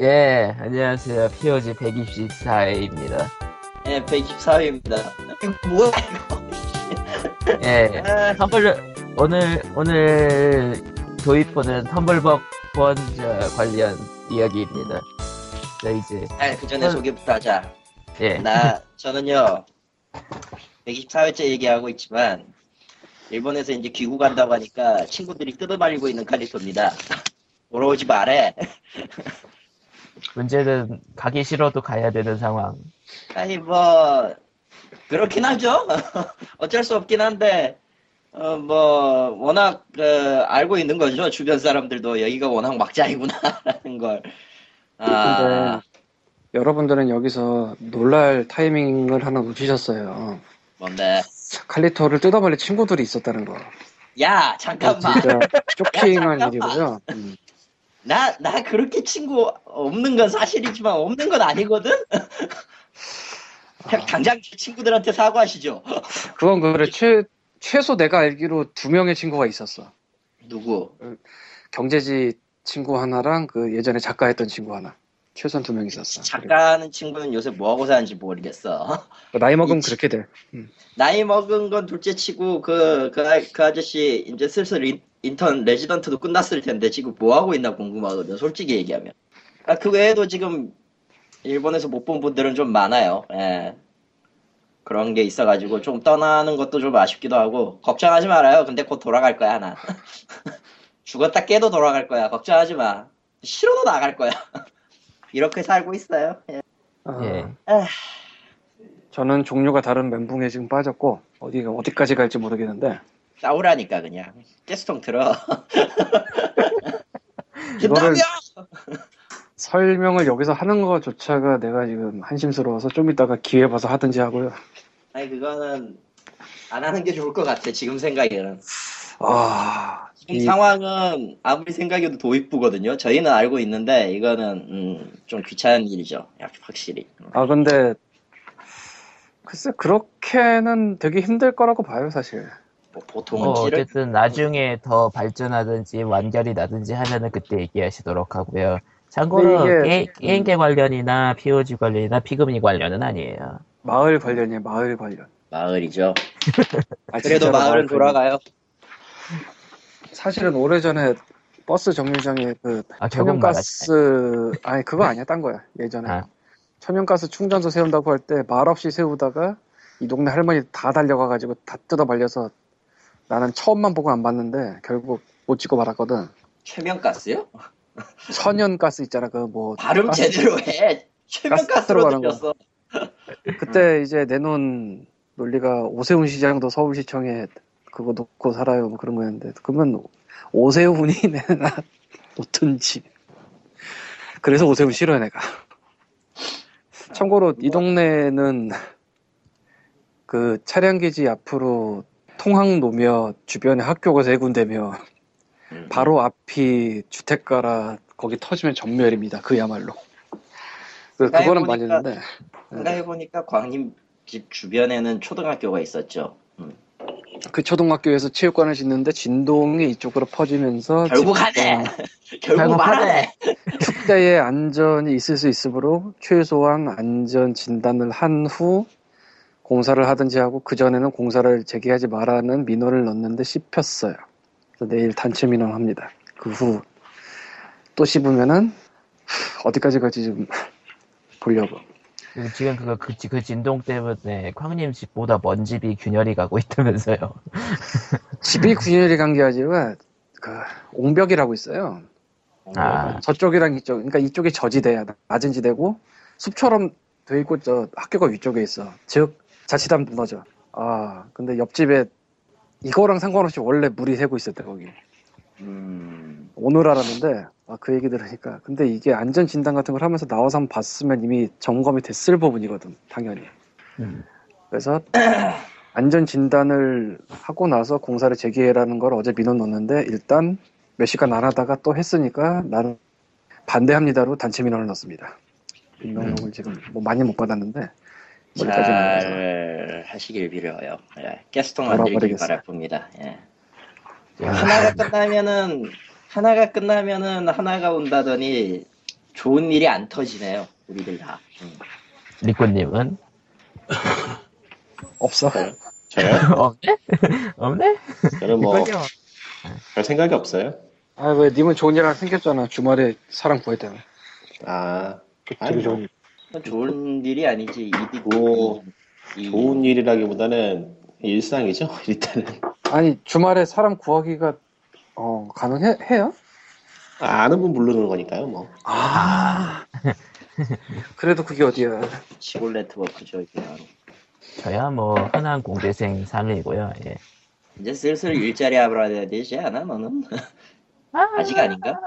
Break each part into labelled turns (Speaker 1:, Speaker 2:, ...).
Speaker 1: 예, 안녕하세요. POG 124회입니다.
Speaker 2: 예, 124회입니다. 뭐야, 이거.
Speaker 1: 예,
Speaker 2: 아,
Speaker 1: 텀블, 오늘, 오늘 도입부는 텀블벅 번자 관련 이야기입니다. 자, 이제,
Speaker 2: 아, 그 전에 소개부터 하자.
Speaker 1: 예,
Speaker 2: 나, 저는요, 124회째 얘기하고 있지만, 일본에서 이제 귀국한다고 하니까 친구들이 뜯어말리고 있는 칼리토입니다. 돌아오지 말해.
Speaker 1: 문제는 가기 싫어도 가야 되는 상황.
Speaker 2: 아니, 뭐, 그렇긴 하죠. 어쩔 수 없긴 한데, 어, 뭐, 워낙, 그, 알고 있는 거죠. 주변 사람들도 여기가 워낙 막장이구나, 라는 걸. 아,
Speaker 3: 근데 여러분들은 여기서 놀랄 타이밍을 하나 놓치셨어요.
Speaker 2: 뭔데.
Speaker 3: 칼리토를 뜯어버릴 친구들이 있었다는 거.
Speaker 2: 야,
Speaker 3: 이거
Speaker 2: 잠깐만.
Speaker 3: 아, 진짜 쇼킹한 일이고요. 음.
Speaker 2: 나, 나 그렇게 친구 없는 건 사실이지만 없는 건 아니거든? 그냥 당장 제 친구들한테 사과하시죠.
Speaker 3: 그건 그래 최 최소 내가 알기로 두 명의 친구가 있었어.
Speaker 2: 누구?
Speaker 3: 경제지 친구 하나랑 그 예전에 작가했던 친구 하나. 최소한 두 명 있었어.
Speaker 2: 작가하는 친구는 요새 뭐하고 사는지 모르겠어.
Speaker 3: 그리고 나이 먹으면
Speaker 2: 이 친-
Speaker 3: 그렇게 돼.
Speaker 2: 나이 먹은 건 둘째 치고, 그, 그, 아- 그 아저씨 이제 슬슬 인, 인턴 레지던트도 끝났을 텐데 지금 뭐하고 있나 궁금하거든, 솔직히 얘기하면. 아, 그 외에도 지금 일본에서 못 본 분들은 좀 많아요. 예. 그런 게 있어가지고 좀 떠나는 것도 좀 아쉽기도 하고 걱정하지 말아요. 근데 곧 돌아갈 거야 나. 죽었다 깨도 돌아갈 거야. 걱정하지 마. 싫어도 나갈 거야. 이렇게 살고 있어요. 예.
Speaker 3: 아,
Speaker 1: 예.
Speaker 2: 에휴.
Speaker 3: 저는 종류가 다른 멘붕에 지금 빠졌고 어디가 어디까지 갈지 모르겠는데
Speaker 2: 싸우라니까 그냥 깨스통 들어.
Speaker 3: 이거를-
Speaker 2: 김남이야.
Speaker 3: 설명을 여기서 하는 것조차가 내가 지금 한심스러워서 좀 이따가 기회 봐서 하든지 하고요.
Speaker 2: 아니 그거는 안 하는 게 좋을 것 같아 지금 생각에는
Speaker 3: 아,
Speaker 2: 지금
Speaker 3: 이,
Speaker 2: 상황은 아무리 생각해도 도입부거든요 저희는 알고 있는데 이거는 음, 좀 귀찮은 일이죠 약- 확실히
Speaker 3: 아 근데 글쎄 그렇게는 되게 힘들 거라고 봐요 사실.
Speaker 2: 뭐
Speaker 1: 뭐
Speaker 2: 보통은 찌를
Speaker 1: 어쨌든 나중에 더 발전하든지 완결이 나든지 하면은 그때 얘기하시도록 하고요.
Speaker 2: 네,
Speaker 1: 참고로
Speaker 3: 근데 이게-
Speaker 2: 음.
Speaker 1: 게- 게임계 관련이나 POG 관련이나 피그미 관련은 아니에요.
Speaker 3: 마을 관련이에요 마을 관련.
Speaker 2: 마을이죠
Speaker 3: 아,
Speaker 2: 그래도
Speaker 3: 진짜로
Speaker 2: 마을은
Speaker 3: 관련.
Speaker 2: 돌아가요
Speaker 3: 사실은 오래전에 버스 정류장에 그
Speaker 1: 아, 결국
Speaker 3: 천연가스 아니 그거 아니야 딴 거야 예전에
Speaker 1: 아.
Speaker 3: 천연가스 충전소 세운다고 할 때 말 없이 세우다가 이 동네 할머니 다 달려가가지고 다 뜯어 말려서 나는 처음만 보고 안 봤는데 결국 못 찍고 말았거든.
Speaker 2: 최면가스요?
Speaker 3: 천연가스 있잖아 그 뭐
Speaker 2: 발음 제대로 해
Speaker 3: 가스
Speaker 2: 최면가스로
Speaker 3: 들어가는 거.
Speaker 2: 들렸어
Speaker 3: 그때 이제 내놓은 논리가 오세훈 시장도 서울시청에 그거 놓고 살아요 뭐 그런 거였는데 그러면 오세훈이 내나 놓든지 그래서 오세훈 싫어해 내가 참고로
Speaker 2: 뭐.
Speaker 3: 이 동네는 그 차량기지 앞으로 통학로며 주변에 학교가 세 군데며
Speaker 2: 음.
Speaker 3: 바로 앞이 주택가라 거기 터지면 전멸입니다 그야말로 그, 그거는
Speaker 2: 보니까
Speaker 3: 맞는데
Speaker 2: 생각해보니까 광림 집 주변에는 초등학교가 있었죠 음.
Speaker 3: 그 초등학교에서 체육관을 짓는데 진동이 이쪽으로 퍼지면서 어.
Speaker 2: 결국 하네 결국
Speaker 1: 결국
Speaker 2: 말하네
Speaker 3: 집대의 안전이 있을 수 있으므로 최소한 안전 진단을 한 후 공사를 하든지 하고 그 전에는 공사를 재개하지 말라는 민원을 넣는데 씹혔어요. 그래서 내일 단체 민원합니다. 그 후 또 씹으면은 어디까지 갈지 좀 보려고.
Speaker 1: 그리고 지금 그거 그, 지- 그 진동 때문에 광님 집보다 먼 집이 균열이 가고 있다면서요.
Speaker 3: 집이 군인이 관계하지만 그 옹벽이라고 있어요.
Speaker 1: 아,
Speaker 3: 저쪽이랑 이쪽, 그러니까 이쪽이 저지대야. 낮은 지대고 숲처럼 돼 있고 저 학교가 위쪽에 있어. 즉 자칫하면 무너져. 아 근데 옆집에 이거랑 상관없이 원래 물이 새고 있었대 거기.
Speaker 2: 음...
Speaker 3: 오늘 알았는데 아, 그 얘기 들으니까 근데 이게 안전 진단 같은 걸 하면서 나와서 한번 봤으면 이미 점검이 됐을 부분이거든 당연히.
Speaker 1: 음.
Speaker 3: 그래서 안전 진단을 하고 나서 공사를 재개라는 걸 어제 민원 넣었는데 일단 몇 시간 안 하다가 또 했으니까 나는 반대합니다로 단체 민원을 넣었습니다. 민원을 지금 뭐 많이 못 받았는데 머리까지 나와서
Speaker 2: 잘 하시길 빌어요. 예. 게스트 만들길
Speaker 3: 돌아버리겠어요. 아.
Speaker 2: 바라봅니다. 예.
Speaker 1: 야,
Speaker 2: 하나가 끝나면은 하나가 끝나면은 하나가 온다더니 좋은 일이 안 터지네요. 우리들 다. 음.
Speaker 1: 리코님은
Speaker 3: 없어요.
Speaker 4: 저요?
Speaker 1: 없네? 음, 없네?
Speaker 4: 저는 뭐 별
Speaker 1: 리코님
Speaker 4: 생각이 없어요.
Speaker 3: 아 왜 님은 좋은 일 하나 생겼잖아 주말에 사람 구할 때는.
Speaker 4: 아,
Speaker 5: 되게 좋은
Speaker 2: 그건 좋은 일이 아니지. 이득.
Speaker 4: 오.
Speaker 2: 이-
Speaker 4: 뭐 좋은 일이라기보다는 일상이죠. 일단은
Speaker 3: 아니 주말에 사람 구하기가 어 가능해 해요?
Speaker 4: 아, 아는 분 부르는 거니까요. 뭐
Speaker 3: 아 그래도 그게 어디야?
Speaker 2: 시골 네트워크죠. 이게 바로.
Speaker 1: 저야 뭐 흔한 공대생 3이고요. 예.
Speaker 2: 이제 슬슬 일자리 알아야 되지 않아 너는? 아직 아닌가?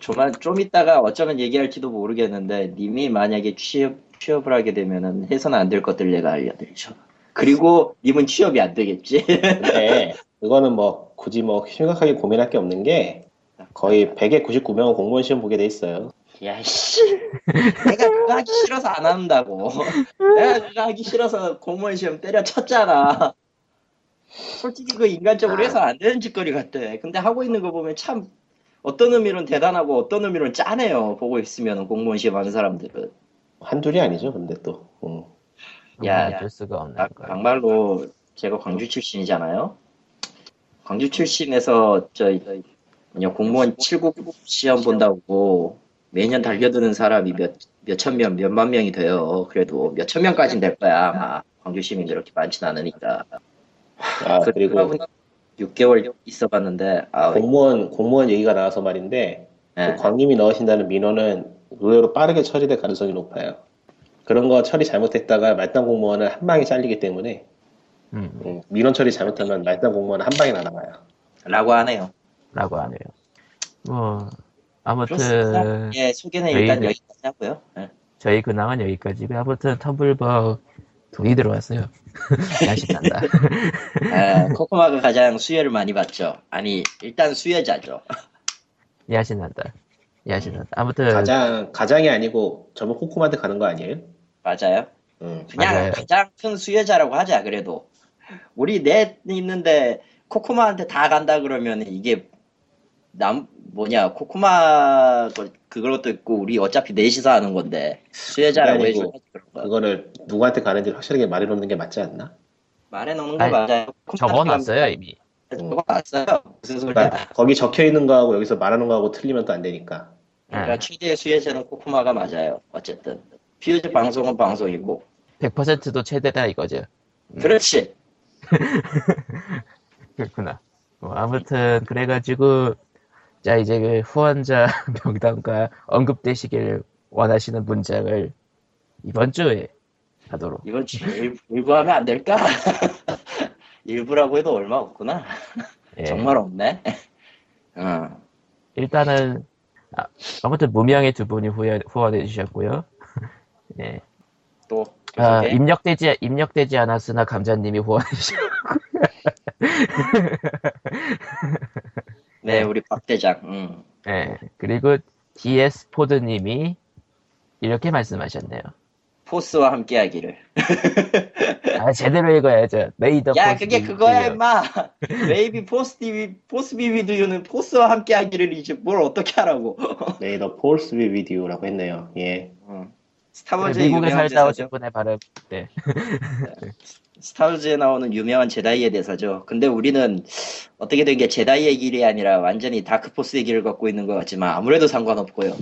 Speaker 2: 조만 좀 있다가 어쩌면 얘기할지도 모르겠는데 님이 만약에 취업 취업을 하게 되면은 해서는 안 될 것들 내가 알려드리죠. 그리고 님은 취업이 안 되겠지.
Speaker 4: 근데 그거는 뭐 굳이 뭐 심각하게 고민할 게 없는 게 거의 100에 99명은 공무원 시험 보게 돼 있어요.
Speaker 2: 야씨, 내가 그거 하기 싫어서 안 한다고. 내가 그거 하기 싫어서 공무원 시험 때려쳤잖아. 솔직히 그 인간적으로 해서 안 되는 짓거리 같대. 근데 하고 있는 거 보면 참 어떤 의미로는 대단하고 어떤 의미로는 짠해요. 보고 있으면 공무원 시험 하는 사람들은.
Speaker 4: 한둘이 아니죠. 근데 또 음.
Speaker 2: 야,
Speaker 1: 야, 줄 수가 없는
Speaker 2: 아,
Speaker 1: 거.
Speaker 2: 막말로 제가 광주 출신이잖아요. 광주 출신에서 저 뭐냐, 공무원 7급 시험 본다고 매년 달려드는 사람이 몇 몇천 명, 몇만 명이 돼요. 그래도 몇천 명까진 될 거야. 아마 광주 시민들 이렇게 많진 않으니까.
Speaker 4: 아 그리고
Speaker 2: 6개월 있어봤는데 아,
Speaker 4: 공무원 공무원 얘기가 나와서 말인데
Speaker 2: 예.
Speaker 4: 그 광님이 넣으신다는 민원은 의외로 빠르게 처리될 가능성이 높아요. 그런 거 처리 잘못했다가 말단 공무원은 한 방에 잘리기 때문에
Speaker 1: 음,
Speaker 4: 음, 민원 처리 잘못하면 말단 공무원은 한 방에 날아가요.
Speaker 2: 라고 하네요.
Speaker 1: 라고 하네요. 뭐 아무튼
Speaker 2: 그렇습니다. 예, 소개는
Speaker 1: 저희는-
Speaker 2: 일단 여기까지 하고요. 예.
Speaker 1: 저희 근황은 여기까지고 아무튼 텀블벅 돈이 들어왔어요. 야식한다.
Speaker 2: 예, 코코마가 가장 수혜를 많이 받죠. 아니 일단 수혜자죠.
Speaker 1: 야신한다. 야신한다. 아무튼
Speaker 4: 가장 가장이 아니고 저번 코코마한테 가는 거 아니에요?
Speaker 2: 맞아요.
Speaker 4: 음.
Speaker 2: 그냥
Speaker 1: 맞아요. 네.
Speaker 2: 가장 큰 수혜자라고 하자 그래도 우리 넷 있는데 코코마한테 다 간다 그러면 이게 남 뭐냐 코코마 거- 그것도 있고 우리 어차피 넷이서 하는 건데 수혜자라고
Speaker 4: 그게
Speaker 2: 해줘
Speaker 4: 아니고 그거를 누구한테 가는지 확실하게 말해놓는 게 맞지 않나?
Speaker 2: 말해 놓는 거
Speaker 1: 아니,
Speaker 2: 맞아요
Speaker 1: 적어놨어요 네. 이미.
Speaker 2: 적어놨어요 무슨 소리야
Speaker 4: 그러니까 거기 적혀 있는 거하고 여기서 말하는 거하고 틀리면 또 안 되니까.
Speaker 2: 그러니까
Speaker 1: 아.
Speaker 2: 최대의 수혜자는 코코마가 맞아요 어쨌든 퓨즈
Speaker 1: 음.
Speaker 2: 방송은 방송이고
Speaker 1: 100%도 최대다 이거죠.
Speaker 2: 그렇지
Speaker 1: 그렇구나. 뭐 아무튼 그래가지고 자 이제 그 후원자 명단과 언급되시길 원하시는 문장을 이번 주에 하도록.
Speaker 2: 이건 제일 일부 하면 안 될까 일부라고 해도 얼마 없구나
Speaker 1: 예.
Speaker 2: 정말 없네. 어.
Speaker 1: 일단은 아, 아무튼 무명의 두 분이 후원, 후원해 주셨고요. 예.
Speaker 2: 또
Speaker 1: 아,
Speaker 2: 계속해.
Speaker 1: 입력되지 입력되지 않았으나 감자님이 후원해 주셨고
Speaker 2: 네 우리 박 대장. 음.
Speaker 1: 예. 그리고 DS 포드님이 이렇게 말씀하셨네요.
Speaker 2: 포스와 함께하기를.
Speaker 1: 아 제대로 읽어야죠. 레이더
Speaker 2: 야
Speaker 1: 포스 네.
Speaker 2: 그게
Speaker 1: 님이요.
Speaker 2: 그거야 임마. 웨이비 포스 디비 포스 비비드유는 포스와 함께하기를 이제 뭘 어떻게 하라고.
Speaker 4: 네이더 폴스 위 비디오라고 했네요. 예.
Speaker 2: 음.
Speaker 1: 네,
Speaker 2: 스타워즈
Speaker 1: 미국에 살다 오신
Speaker 2: 대사죠.
Speaker 1: 분의 발음. 네.
Speaker 2: 스타워즈에 나오는 유명한 제다이의 대사죠. 근데 우리는 어떻게 된 게 제다이의 길이 아니라 완전히 다크포스의 길을 걷고 있는 것 같지만 아무래도 상관없고요.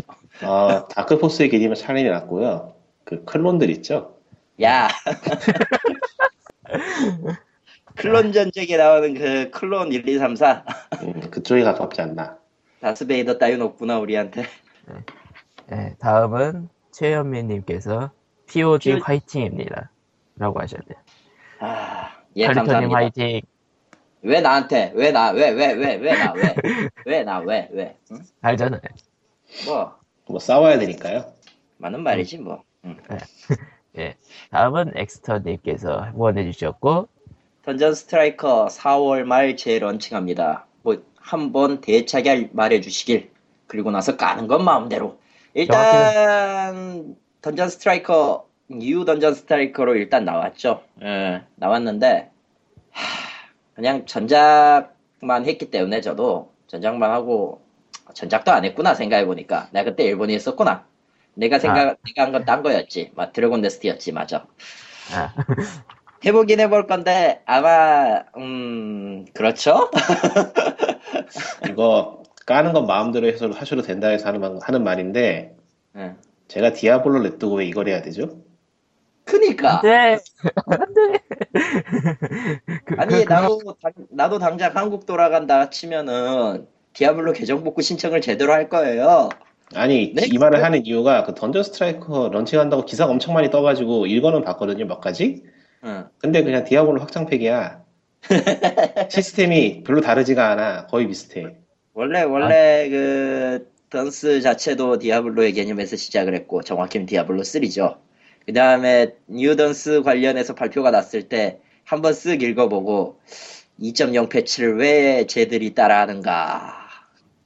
Speaker 4: 아, 다크포스의 길이면 차라리 낫고요. 그 클론들 있죠?
Speaker 2: 야. 클론 전쟁에 나오는 그 클론 1, 2, 3, 4.
Speaker 4: 음, 그쪽이 가깝지 않나.
Speaker 2: 다스베이더 따위 높구나 우리한테.
Speaker 1: 예, 다음은 최현미님께서 POG
Speaker 2: POG
Speaker 1: 화이팅입니다. 라고 하셨네요.
Speaker 2: 아, 예
Speaker 1: 칼리터님
Speaker 2: 감사합니다.
Speaker 1: 화이팅.
Speaker 2: 왜 나한테? 왜 나? 왜 왜 왜 왜 나? 왜? 왜 나? 왜? 왜? 응?
Speaker 1: 알잖아요.
Speaker 2: 뭐
Speaker 4: 뭐 싸워야 되니까요.
Speaker 2: 맞는 말이지 뭐. 응.
Speaker 1: 다음은 엑스터님께서 후원해 주셨고
Speaker 2: 던전 스트라이커 4월 말 재런칭합니다. 뭐 한번 대차게 말해주시길. 그리고 나서 까는 건 마음대로. 일단 던전 스트라이커 뉴 던전 스트라이커로 일단 나왔죠. 예, 나왔는데 하, 그냥 어, 전작만 했기 때문에 저도 전작만 하고 전작도 안 했구나 생각해 보니까 내가 그때 일본에 있었구나. 내가 생각 내가 한 건 딴 거였지. 막 드래곤 네스트였지 맞아.
Speaker 1: 아,
Speaker 2: 해보긴 해볼 건데 아마 음 그렇죠.
Speaker 4: 이거 까는 건 마음대로 해서 하셔도 된다 해서 하는, 말- 하는 말인데
Speaker 2: 예.
Speaker 4: 제가 디아블로 냅두고 왜 이걸 해야 되죠?
Speaker 2: 그니까
Speaker 1: 안돼 안돼. 그, 그,
Speaker 2: 아니
Speaker 1: 그,
Speaker 2: 나도 당, 나도 당장 한국 돌아간다 치면은 디아블로 계정 복구 신청을 제대로 할 거예요.
Speaker 4: 아니
Speaker 2: 네?
Speaker 4: 이 말을 하는 이유가 그 던전 스트라이커 런칭한다고 기사가 엄청 많이 떠가지고 읽어는 봤거든요 몇 가지
Speaker 2: 응.
Speaker 4: 근데 그냥 디아블로 확장팩이야 시스템이 별로 다르지가 않아 거의 비슷해
Speaker 2: 원래
Speaker 4: 아.
Speaker 2: 원래 그 던스 자체도 디아블로의 개념에서 시작을 했고 정확히는 디아블로 3죠. 그 다음에 뉴 던스 관련해서 발표가 났을 때 한번 쓱 읽어보고 2.0 패치를 왜 쟤들이 따라하는가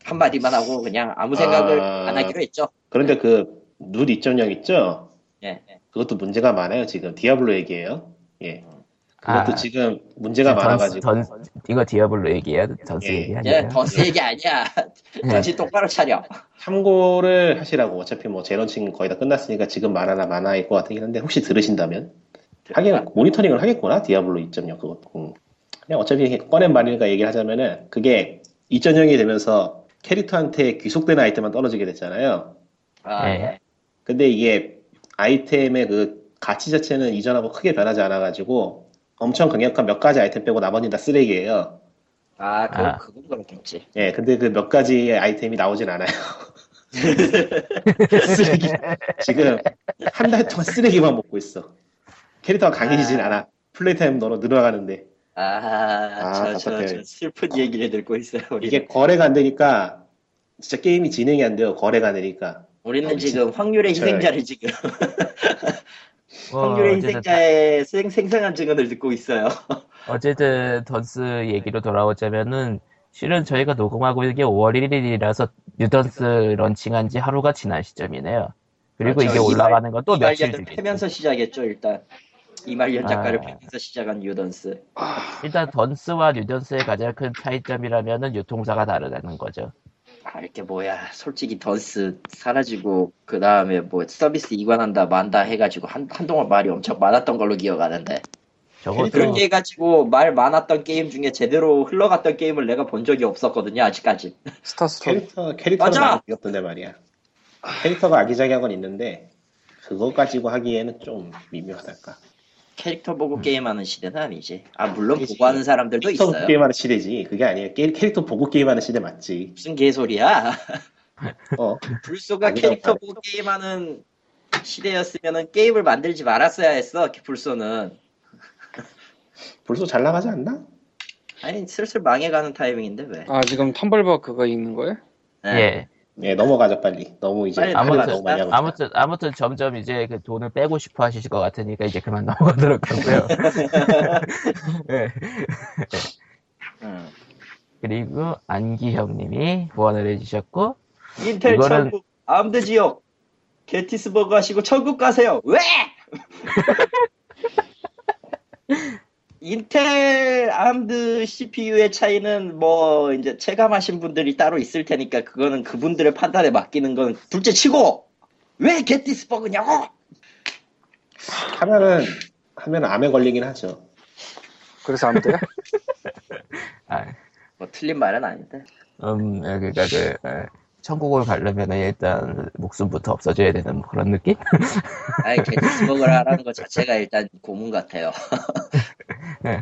Speaker 2: 한마디만 하고 그냥 아무 생각을
Speaker 4: 아.
Speaker 2: 안 하기로 했죠.
Speaker 4: 그런데 그 룰 2.0 있죠?
Speaker 2: 예.
Speaker 4: 그것도 문제가 많아요 지금 디아블로 얘기예요 예
Speaker 1: 아, 네,
Speaker 4: 그것도 지금 문제가
Speaker 1: 던스-
Speaker 4: 많아가지고
Speaker 1: 던- 이거 디아블로 얘기야? 던스 어,
Speaker 4: 예.
Speaker 1: 얘기 아니에요? 네.
Speaker 2: 예, 던스 얘기 아니야. 정신 똑바로 차려.
Speaker 4: 참고를 하시라고 어차피 뭐 재런칭 거의 다 끝났으니까 지금 말하나 마나일 것 같긴 한데 혹시 들으신다면 하긴 모니터링을 하겠구나 디아블로 2.0 그것도 음. 그냥 어차피 꺼낸 말이니까 얘기를 하자면은 그게 2.0이 되면서 캐릭터한테 귀속되는 아이템만 떨어지게 됐잖아요
Speaker 2: 아,
Speaker 1: 예.
Speaker 2: 예.
Speaker 4: 근데 이게 아이템의 그 가치 자체는 이전하고 크게 변하지 않아가지고 엄청 강력한 몇 가지 아이템 빼고 나머지는 다 쓰레기예요
Speaker 2: 아, 그,
Speaker 1: 아.
Speaker 2: 그건 그렇겠지.
Speaker 4: 예, 근데 그 몇 가지 아이템이 나오진 않아요. 쓰레기. 지금 한 달 동안 쓰레기만 먹고 있어. 캐릭터가 강해지진
Speaker 2: 아.
Speaker 4: 않아. 플레이 타임 너로 늘어가는데
Speaker 2: 아, 저, 저,
Speaker 4: 답답해.
Speaker 2: 저 슬픈 얘기를 듣고 있어요. 우리.
Speaker 4: 이게 거래가 안 되니까 진짜 게임이 진행이 안 돼요. 거래가 안 되니까.
Speaker 2: 우리는
Speaker 4: 어,
Speaker 2: 지금 확률의
Speaker 4: 저요.
Speaker 2: 희생자를 지금
Speaker 1: 뭐,
Speaker 2: 확률의
Speaker 1: 어쨌든
Speaker 2: 희생자의 생, 생생한 증언을 듣고 있어요.
Speaker 1: 어쨌든 던스 얘기로 돌아오자면은 실은 저희가 녹음하고 있는 게 5월 1일이라서 뉴던스 런칭한 지 하루가 지난 시점이네요. 그리고
Speaker 4: 그렇죠.
Speaker 2: 아, 저
Speaker 1: 이게
Speaker 2: 이발-
Speaker 1: 올라가는 건 또 며칠
Speaker 2: 이말년을
Speaker 1: 뒤.
Speaker 2: 패면서 시작했죠 일단 이말년
Speaker 1: 아.
Speaker 2: 작가를 패면서 시작한 뉴던스.
Speaker 1: 일단 던스와 뉴던스의 가장 큰 차이점이라면은 유통사가 다르다는 거죠.
Speaker 2: 아 이게 뭐야? 솔직히 던스 사라지고 그 다음에 뭐 서비스 이관한다 만다 해가지고 한 한동안 말이 엄청 많았던 걸로 기억하는데
Speaker 1: 적어도
Speaker 2: 그렇게 해가지고 말 많았던 게임 중에 제대로 흘러갔던 게임을 내가 본 적이 없었거든요 아직까지.
Speaker 3: 스타스톤
Speaker 4: 캐릭터 캐릭터는
Speaker 2: 맞아!
Speaker 4: 많이 비었던데 말이야. 캐릭터가 아기자기한 건 있는데 그거 가지고 하기에는 좀 미묘하달까.
Speaker 2: 캐릭터
Speaker 1: 음.
Speaker 2: 보고 게임하는 시대는 아니지. 아 물론
Speaker 4: 아니지.
Speaker 2: 보고 하는 사람들도
Speaker 4: 캐릭터
Speaker 2: 있어요.
Speaker 4: 게임하는 시대지. 그게 아니에요. 게- 캐릭터 보고 게임하는 시대 맞지.
Speaker 2: 무슨 개소리야?
Speaker 4: 어.
Speaker 2: 불소가
Speaker 4: 아니다,
Speaker 2: 캐릭터 보고 게임하는 시대였으면은 게임을 만들지 말았어야 했어 불소는
Speaker 4: 벌써 잘 나가지 않나?
Speaker 2: 아니 슬슬 망해가는 타이밍인데 왜?
Speaker 3: 아 지금 텀블벅 그거 있는 거예요?
Speaker 2: 네.
Speaker 1: 예
Speaker 4: 네 넘어가자 빨리. 너무 이제
Speaker 2: 빨리
Speaker 4: 할 말
Speaker 1: 넘어가자.
Speaker 4: 너무 많이 하고 있다.
Speaker 1: 아무튼 아무튼 점점 이제 그 돈을 빼고 싶어 하실 것 같으니까 이제 그만 넘어가도록 하고요. 예.
Speaker 2: 응.
Speaker 1: 그리고 안기형님이 후원을 해주셨고
Speaker 2: 인텔
Speaker 1: 이거는-
Speaker 2: 천국 암드 지역 게티스버그 하시고 천국 가세요 왜? 인텔 암드 CPU의 차이는 뭐 이제 체감하신 분들이 따로 있을 테니까 그거는 그분들의 판단에 맡기는 건 둘째 치고 왜 게티스버그냐고
Speaker 4: 하면은 하면 암에 걸리긴 하죠.
Speaker 3: 그래서 안 돼요?
Speaker 1: 아,
Speaker 2: 뭐 틀린 말은 아닌데
Speaker 1: 음, 예, 그러니까 그 예, 천국을 가려면 일단 목숨부터 없어져야 되는 뭐 그런 느낌?
Speaker 2: 아예 게티스버그를 하라는 것 자체가 일단 고문 같아요.
Speaker 1: 네.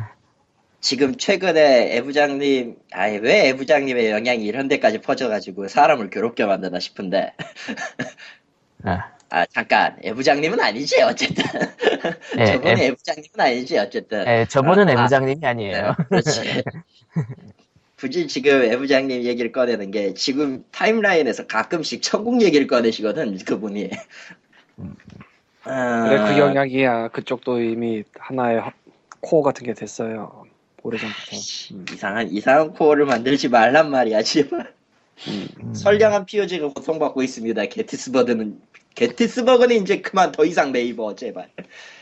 Speaker 2: 지금 최근에 애부장님, 아예 왜 애부장님의 영향이 이런 데까지 퍼져가지고 사람을 괴롭게 만드나 싶은데,
Speaker 1: 아,
Speaker 2: 아, 잠깐, 애부장님은 아니지, 어쨌든.
Speaker 3: 네,
Speaker 1: 예,
Speaker 2: 저분이
Speaker 1: 예,
Speaker 2: 애부장님은 아니지, 어쨌든.
Speaker 1: 예, 저분은
Speaker 2: 아,
Speaker 1: 애부장님이
Speaker 2: 네,
Speaker 1: 아니에요.
Speaker 2: 그렇지. 굳이 지금 애부장님 얘기를 꺼내는 게 지금 타임라인에서 가끔씩 천국 얘기를 꺼내시거든, 그분이. 아,
Speaker 3: 음. 그래 그 영향이야 그쪽도 이미 하나의 허- 코어 같은 게 됐어요 오래전부터 음.
Speaker 2: 이상한 이상한 코어를 만들지 말란 말이야 지금
Speaker 1: 음,
Speaker 2: 선량한 피오지가 고통받고 있습니다 게티스버그는 게티스버그는 이제 그만 더 이상 네이버 제발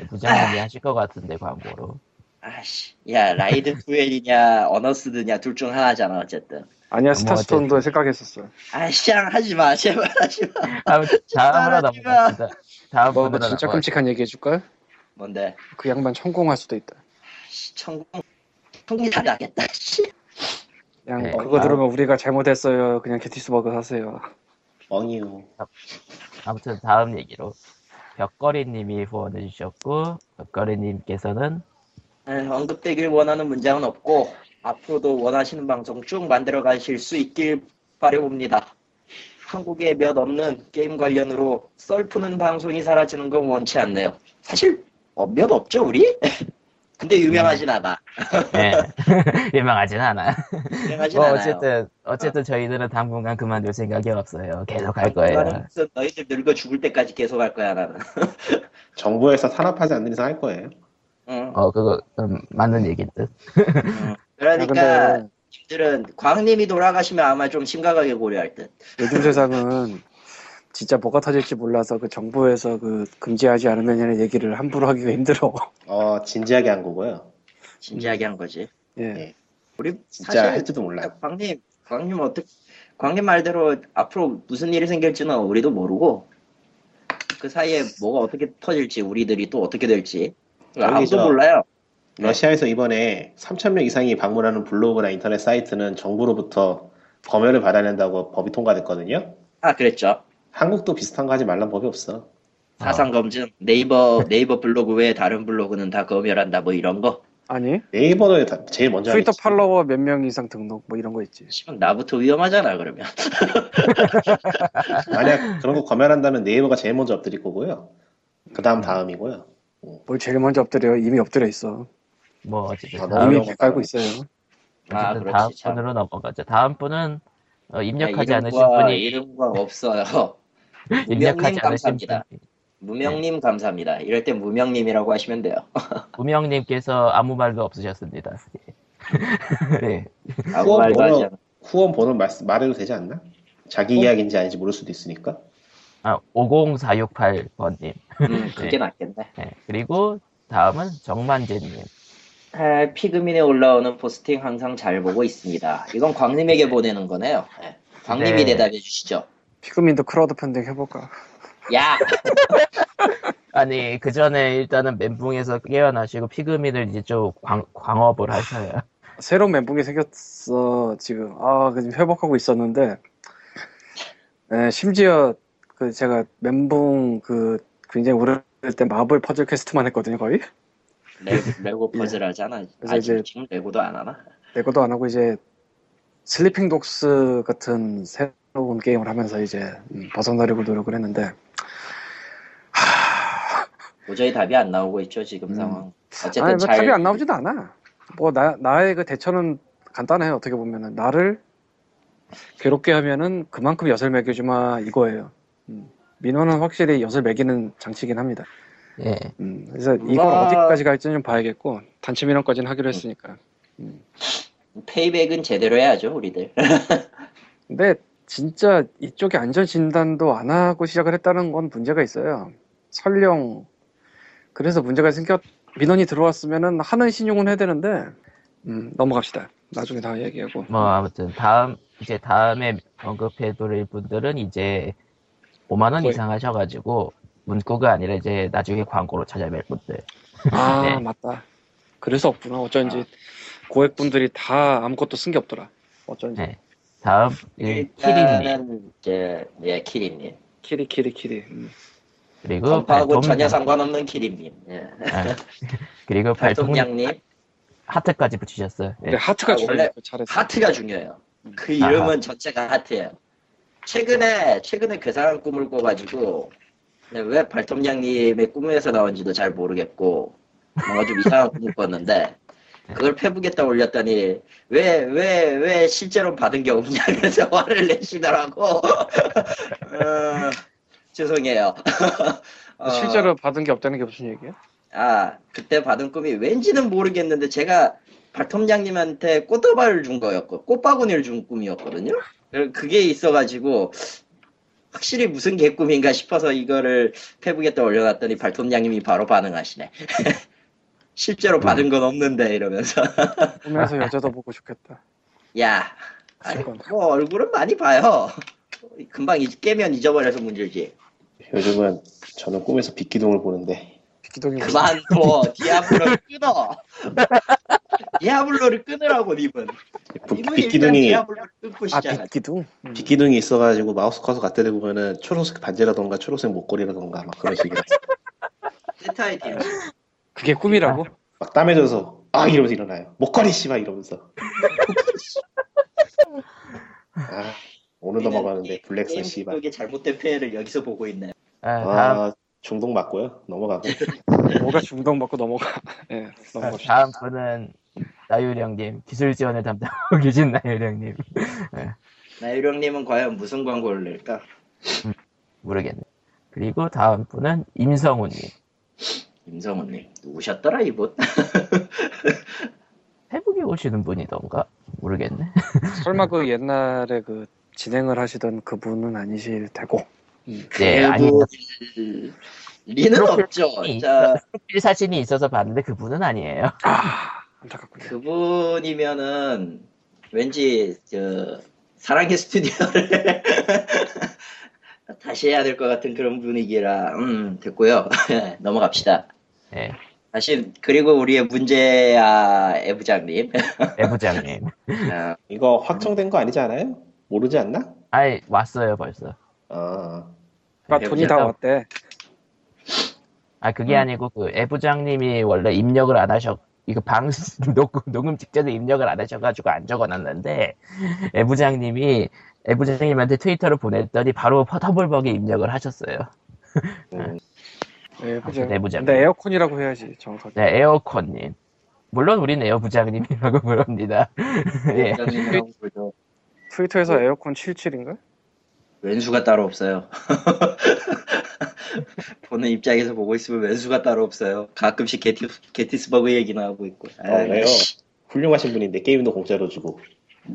Speaker 1: 애부장님이 하실 것 같은데 광고로.
Speaker 2: 아씨 야 라이드 투엘이냐 어너스드냐 둘 중 하나잖아 어쨌든
Speaker 3: 아니야 스타스톤도 생각했었어.
Speaker 2: 아쌍 하지 마 제발 하지 마.
Speaker 1: 다음, 다음 하나
Speaker 2: 하지 마.
Speaker 1: 넘어갑시다. 다음
Speaker 3: 뭐,
Speaker 1: 분으로
Speaker 3: 뭐 진짜
Speaker 1: 넘어가-
Speaker 3: 끔찍한 얘기 해줄까?
Speaker 2: 뭔데?
Speaker 3: 그 양반 천공할 수도 있다.
Speaker 2: 씨, 천공 총리다 나겠다. 씨.
Speaker 3: 그냥
Speaker 1: 네.
Speaker 3: 그거
Speaker 4: 아.
Speaker 3: 들으면 우리가 잘못했어요. 그냥 게티스버거 사세요.
Speaker 4: 뻥이요.
Speaker 1: 아무튼 다음 얘기로 벽걸이님이 후원해 주셨고 벽걸이님께서는
Speaker 2: 에, 언급되길 원하는 문장은 없고 앞으로도 원하시는 방송 쭉 만들어 가실 수 있길 바라봅니다. 한국에 몇 없는 게임 관련으로 썰 푸는 방송이 사라지는 건 원치 않네요. 사실 어, 몇 없죠 우리? 근데 유명하진 않아.
Speaker 1: 예 유명하진 않아.
Speaker 2: 유명하진
Speaker 1: 뭐
Speaker 2: 않아요.
Speaker 1: 어쨌든 어쨌든 저희들은 당분간 그만둘 생각이 없어요. 계속 할
Speaker 2: 나는
Speaker 1: 거예요.
Speaker 2: 무슨 너희들 늙어 죽을 때까지 계속 할 거야 나는.
Speaker 4: 정부에서 탄압하지 않는 이상 할 거예요.
Speaker 2: 응.
Speaker 1: 어 그거 음, 맞는 얘기 듯. 아,
Speaker 3: 야,
Speaker 2: 그러니까
Speaker 3: 근데
Speaker 2: 님들은 광님이 돌아가시면 아마 좀 심각하게 고려할 듯.
Speaker 3: 요즘 세상은 진짜 뭐가 터질지 몰라서 그 정부에서 그 금지하지 않으면이라는 얘기를 함부로 하기가 힘들어.
Speaker 4: 어 진지하게 한 거고요.
Speaker 2: 진지하게 한 거지.
Speaker 3: 예.
Speaker 2: 우리
Speaker 4: 진짜
Speaker 2: 사실
Speaker 4: 할지도 몰라요.
Speaker 2: 아, 광님, 광님 어떻게 광님 말대로 앞으로 무슨 일이 생길지는 우리도 모르고 그 사이에 뭐가 어떻게 터질지 우리들이 또 어떻게 될지 아무도
Speaker 4: 저-
Speaker 2: 몰라요.
Speaker 4: 네. 러시아에서 이번에 3천 명 이상이 방문하는 블로그나 인터넷 사이트는 정부로부터 검열을 받아야 된다고 법이 통과됐거든요.
Speaker 2: 아 그랬죠.
Speaker 4: 한국도 비슷한 거 하지 말란 법이 없어.
Speaker 2: 사상 검증 네이버 네이버 블로그 외에 다른 블로그는 다 검열한다 뭐 이런 거.
Speaker 3: 아니
Speaker 4: 네이버를 다- 제일 먼저
Speaker 3: 트위터
Speaker 4: 하겠지.
Speaker 3: 팔로워 몇 명 이상 등록 뭐 이런 거 있지.
Speaker 2: 지금 나부터 위험하잖아 그러면.
Speaker 4: 만약 그런 거 검열한다면 네이버가 제일 먼저 엎드릴 거고요. 그 다음 다음이고요.
Speaker 3: 뭘 제일 먼저 엎드려 이미 엎드려 있어.
Speaker 1: 뭐 어쨌든
Speaker 4: 아,
Speaker 1: 다음,
Speaker 4: 너무
Speaker 3: 이미
Speaker 4: 어려운
Speaker 3: 깔고
Speaker 4: 거다.
Speaker 3: 있어요.
Speaker 2: 아
Speaker 1: 어쨌든 다음
Speaker 2: 그렇지 참.
Speaker 1: 분으로 넘어가죠. 다음 분은 어, 입력하지
Speaker 2: 야,
Speaker 1: 않으신
Speaker 2: 네, 아, 이름과-
Speaker 1: 분이
Speaker 2: 이름과 없어요.
Speaker 1: 입력하지
Speaker 2: 무명님
Speaker 1: 않으신
Speaker 2: 감사합니다.
Speaker 1: 분이
Speaker 2: 무명님
Speaker 1: 네.
Speaker 2: 감사합니다. 이럴 때 무명님이라고 하시면 돼요.
Speaker 1: 우명님께서 아무 말도 없으셨습니다. 예.
Speaker 2: 아무 말도 하지
Speaker 4: 번호,
Speaker 2: 않아.
Speaker 4: 후원 번호 말, 말해도 되지 않나? 자기 이야기인지 아닌지 모를 수도 있으니까.
Speaker 1: 아, 50468번님.
Speaker 2: 음, 그게
Speaker 1: 네.
Speaker 2: 낫겠네.
Speaker 1: 그리고 다음은 정만재님.
Speaker 2: 아, 피그민에 올라오는 포스팅 항상 잘 보고 있습니다. 이건 광님에게 보내는 거네요. 네. 광님이
Speaker 1: 네.
Speaker 2: 대답해 주시죠.
Speaker 3: 피그민도 크라우드 펀딩 해볼까?
Speaker 2: 야,
Speaker 1: 아니, 그 전에 일단은 멘붕에서 깨어나시고 피그민을 이제 좀 광, 광업을 하셔요.
Speaker 3: 새로운 멘붕이 생겼어 지금. 아, 그 지금 회복하고 있었는데. 예, 심지어 그 제가 멘붕 그 굉장히 오래 때 마블 퍼즐 퀘스트만 했거든요 거의.
Speaker 2: 레, 레고 퍼즐 하잖아.
Speaker 3: 네. 그래서
Speaker 2: 아,
Speaker 3: 이제-
Speaker 2: 지금, 지금 레고도 안 하나?
Speaker 3: 레고도 안 하고 이제 슬리핑 독스 같은 새로운 게임을 하면서 이제 음, 벗어나려고 노력을 했는데
Speaker 2: 도저히 답이 안 나오고 있죠, 지금
Speaker 3: 음.
Speaker 2: 상황. 어쨌든
Speaker 3: 아니 뭐
Speaker 2: 잘.
Speaker 3: 답이 안 나오지도 않아. 뭐 나 나의 그 대처는 간단해요 어떻게 보면은 나를 괴롭게 하면은 그만큼 엿을 먹여주마 이거예요. 음, 민원은 확실히 엿을 먹이는 장치긴 합니다.
Speaker 1: 예.
Speaker 3: 음, 그래서
Speaker 2: 우와.
Speaker 3: 이걸 어디까지 갈지 좀 봐야겠고 단체 민원까지는 하기로 했으니까.
Speaker 2: 페이백은 제대로 해야죠, 우리들.
Speaker 3: 근데 진짜 이쪽에 안전 진단도 안 하고 시작을 했다는 건 문제가 있어요. 설령 그래서 문제가 생겼 민원이 들어왔으면은 하는 신용은 해야 되는데 음, 넘어갑시다. 나중에 다 얘기하고
Speaker 1: 뭐 아무튼 다음 이제 다음에 언급해 드릴 분들은 이제 5만 원
Speaker 2: 네.
Speaker 3: 거의.
Speaker 1: 이상 하셔가지고 문구가 아니라 이제 나중에 광고로 찾아뵐 분들.
Speaker 3: 아
Speaker 1: 네. 아.
Speaker 3: 맞다. 그래서 없구나. 어쩐지 고액분들이 다 아무것도 쓴 게 없더라. 어쩐지
Speaker 1: 네. 다음
Speaker 3: 예.
Speaker 1: 이 키리님
Speaker 2: 일단은 이제 예, 키리님.
Speaker 3: 키리 키리 키리. 음.
Speaker 1: 네.
Speaker 3: 어,
Speaker 1: 그리고
Speaker 2: 전파하고
Speaker 3: 아,
Speaker 1: 발톱
Speaker 2: 전혀 상관없는 키리님. 예.
Speaker 1: 아, 그리고 발톱
Speaker 2: 발톱양님
Speaker 1: 하트까지 붙이셨어요. 예.
Speaker 3: 근데 하트가
Speaker 2: 아, 원래
Speaker 3: 중요해. 잘했어.
Speaker 2: 하트가 중요해요. 그 이름은 전체가 하트예요. 최근에 최근에 괴상한 꿈을 꿔가지고 근데 왜 발톱양님의 꿈에서 나온지도 잘 모르겠고 뭔가 좀 이상한 꿈을 꿨는데 그걸 페북에다 올렸더니 왜 왜 왜 실제로 받은 게 없냐 그래서 화를 내시더라고. 어, 죄송해요. 어,
Speaker 3: 실제로 받은 게 없다는 게 무슨 얘기야?
Speaker 2: 아 그때 받은 꿈이 왠지는 모르겠는데 제가 발톱장님한테 꽃다발을 준 거였고 꽃바구니를 준 꿈이었거든요. 그- 그게 있어가지고 확실히 무슨 개꿈인가 싶어서 이거를 페북에다 올려놨더니 발톱장님이 바로 반응하시네. 실제로 받은 건 없는데 이러면서
Speaker 1: 아.
Speaker 3: 보면서 여자도 보고 좋겠다.
Speaker 2: 야 아니,
Speaker 3: 그건.
Speaker 2: 뭐 얼굴은 많이 봐요. 금방 잊- 깨면 잊어버려서 문제지.
Speaker 4: 요즘은 저는 꿈에서 빛기둥을 보는데
Speaker 3: 기동이
Speaker 2: 그만 둬. 디아블로를 끊어. 디아블로를 끊으라고 님은.
Speaker 4: 부-
Speaker 2: 님은 일단
Speaker 4: 빛기둥이
Speaker 2: 디아블로를 끊고
Speaker 3: 아
Speaker 2: 시작하지.
Speaker 3: 빗기둥 음.
Speaker 4: 빛기둥이 있어가지고 마우스 커서 갖다 대고 보면은 초록색 반지라던가 초록색 목걸이라던가 막 그런 식이라
Speaker 2: 세타의 팀.
Speaker 3: 그게 꿈이라고?
Speaker 1: 아.
Speaker 4: 막 땀에 젖어서 아 이러면서 일어나요 목걸이 씨발 이러면서 아 오늘 넘어가는데 블랙선 씨발
Speaker 2: 네, 게임 의 잘못된 폐해를 여기서 보고 있네.
Speaker 1: 아, 다음,
Speaker 4: 아 중독 맞고요 넘어가고
Speaker 3: 뭐가 중독 먹고 넘어가 예 넘어가
Speaker 1: 뭐 다음 분은 나유령님 기술 지원을 담당하고 계신 나유령님
Speaker 2: 나유령님은 과연 무슨 광고를 낼까?
Speaker 1: 모르겠네. 그리고 다음 분은 임성우님
Speaker 2: 임성훈님 누구셨더라 이분?
Speaker 1: 태국에 오시는 분이던가 모르겠네.
Speaker 3: 설마 그 옛날에 그 진행을 하시던 그분은 아니실 테고
Speaker 1: 네 아니
Speaker 2: 그분
Speaker 1: 음,
Speaker 2: 리는
Speaker 1: 프로필
Speaker 2: 없죠.
Speaker 1: 사진이
Speaker 2: 자
Speaker 1: 있어서- 프로필 사진이 있어서 봤는데 그분은 아니에요.
Speaker 3: 아 안타깝군요
Speaker 2: 그분이면은 왠지 저 사랑의 스튜디오를 다시 해야 될 것 같은 그런 분위기라 음 됐고요 넘어갑시다.
Speaker 1: 네
Speaker 2: 다시 그리고 우리의 문제야 애부장님
Speaker 1: 애부장님.
Speaker 2: 아,
Speaker 4: 이거 확정된 거 아니지 않아요? 모르지 않나?
Speaker 1: 아이 왔어요 벌써.
Speaker 4: 아
Speaker 3: 그러니까 돈이 다 왔대
Speaker 1: 아 그게
Speaker 2: 음.
Speaker 1: 아니고 그 애부장님이 원래 입력을 안 하셔 이거 방 녹음, 녹음 직전에 입력을 안 하셔가지고 안 적어놨는데 애부장님이 애부장님한테 트위터를 보냈더니 바로 터블벅에 입력을 하셨어요.
Speaker 4: 음,
Speaker 3: 예 보자
Speaker 1: 아, 그 내부자.
Speaker 3: 근데 에어컨이라고 해야지 정확하게
Speaker 1: 네 에어컨님 물론 우린 에어부장님이라고 부릅니다. 예.
Speaker 2: 애부장님이라고 부르죠.
Speaker 3: 트위터에서 에어컨 77인가?
Speaker 2: 왼수가 따로 없어요. 보는 입장에서 보고 있으면 왼수가 따로 없어요. 가끔씩 게티, 게티스버그 얘기나 하고 있고.
Speaker 4: 아,
Speaker 2: 아이,
Speaker 4: 그래요? 훌륭하신 분인데 게임도 공짜로 주고
Speaker 2: 아,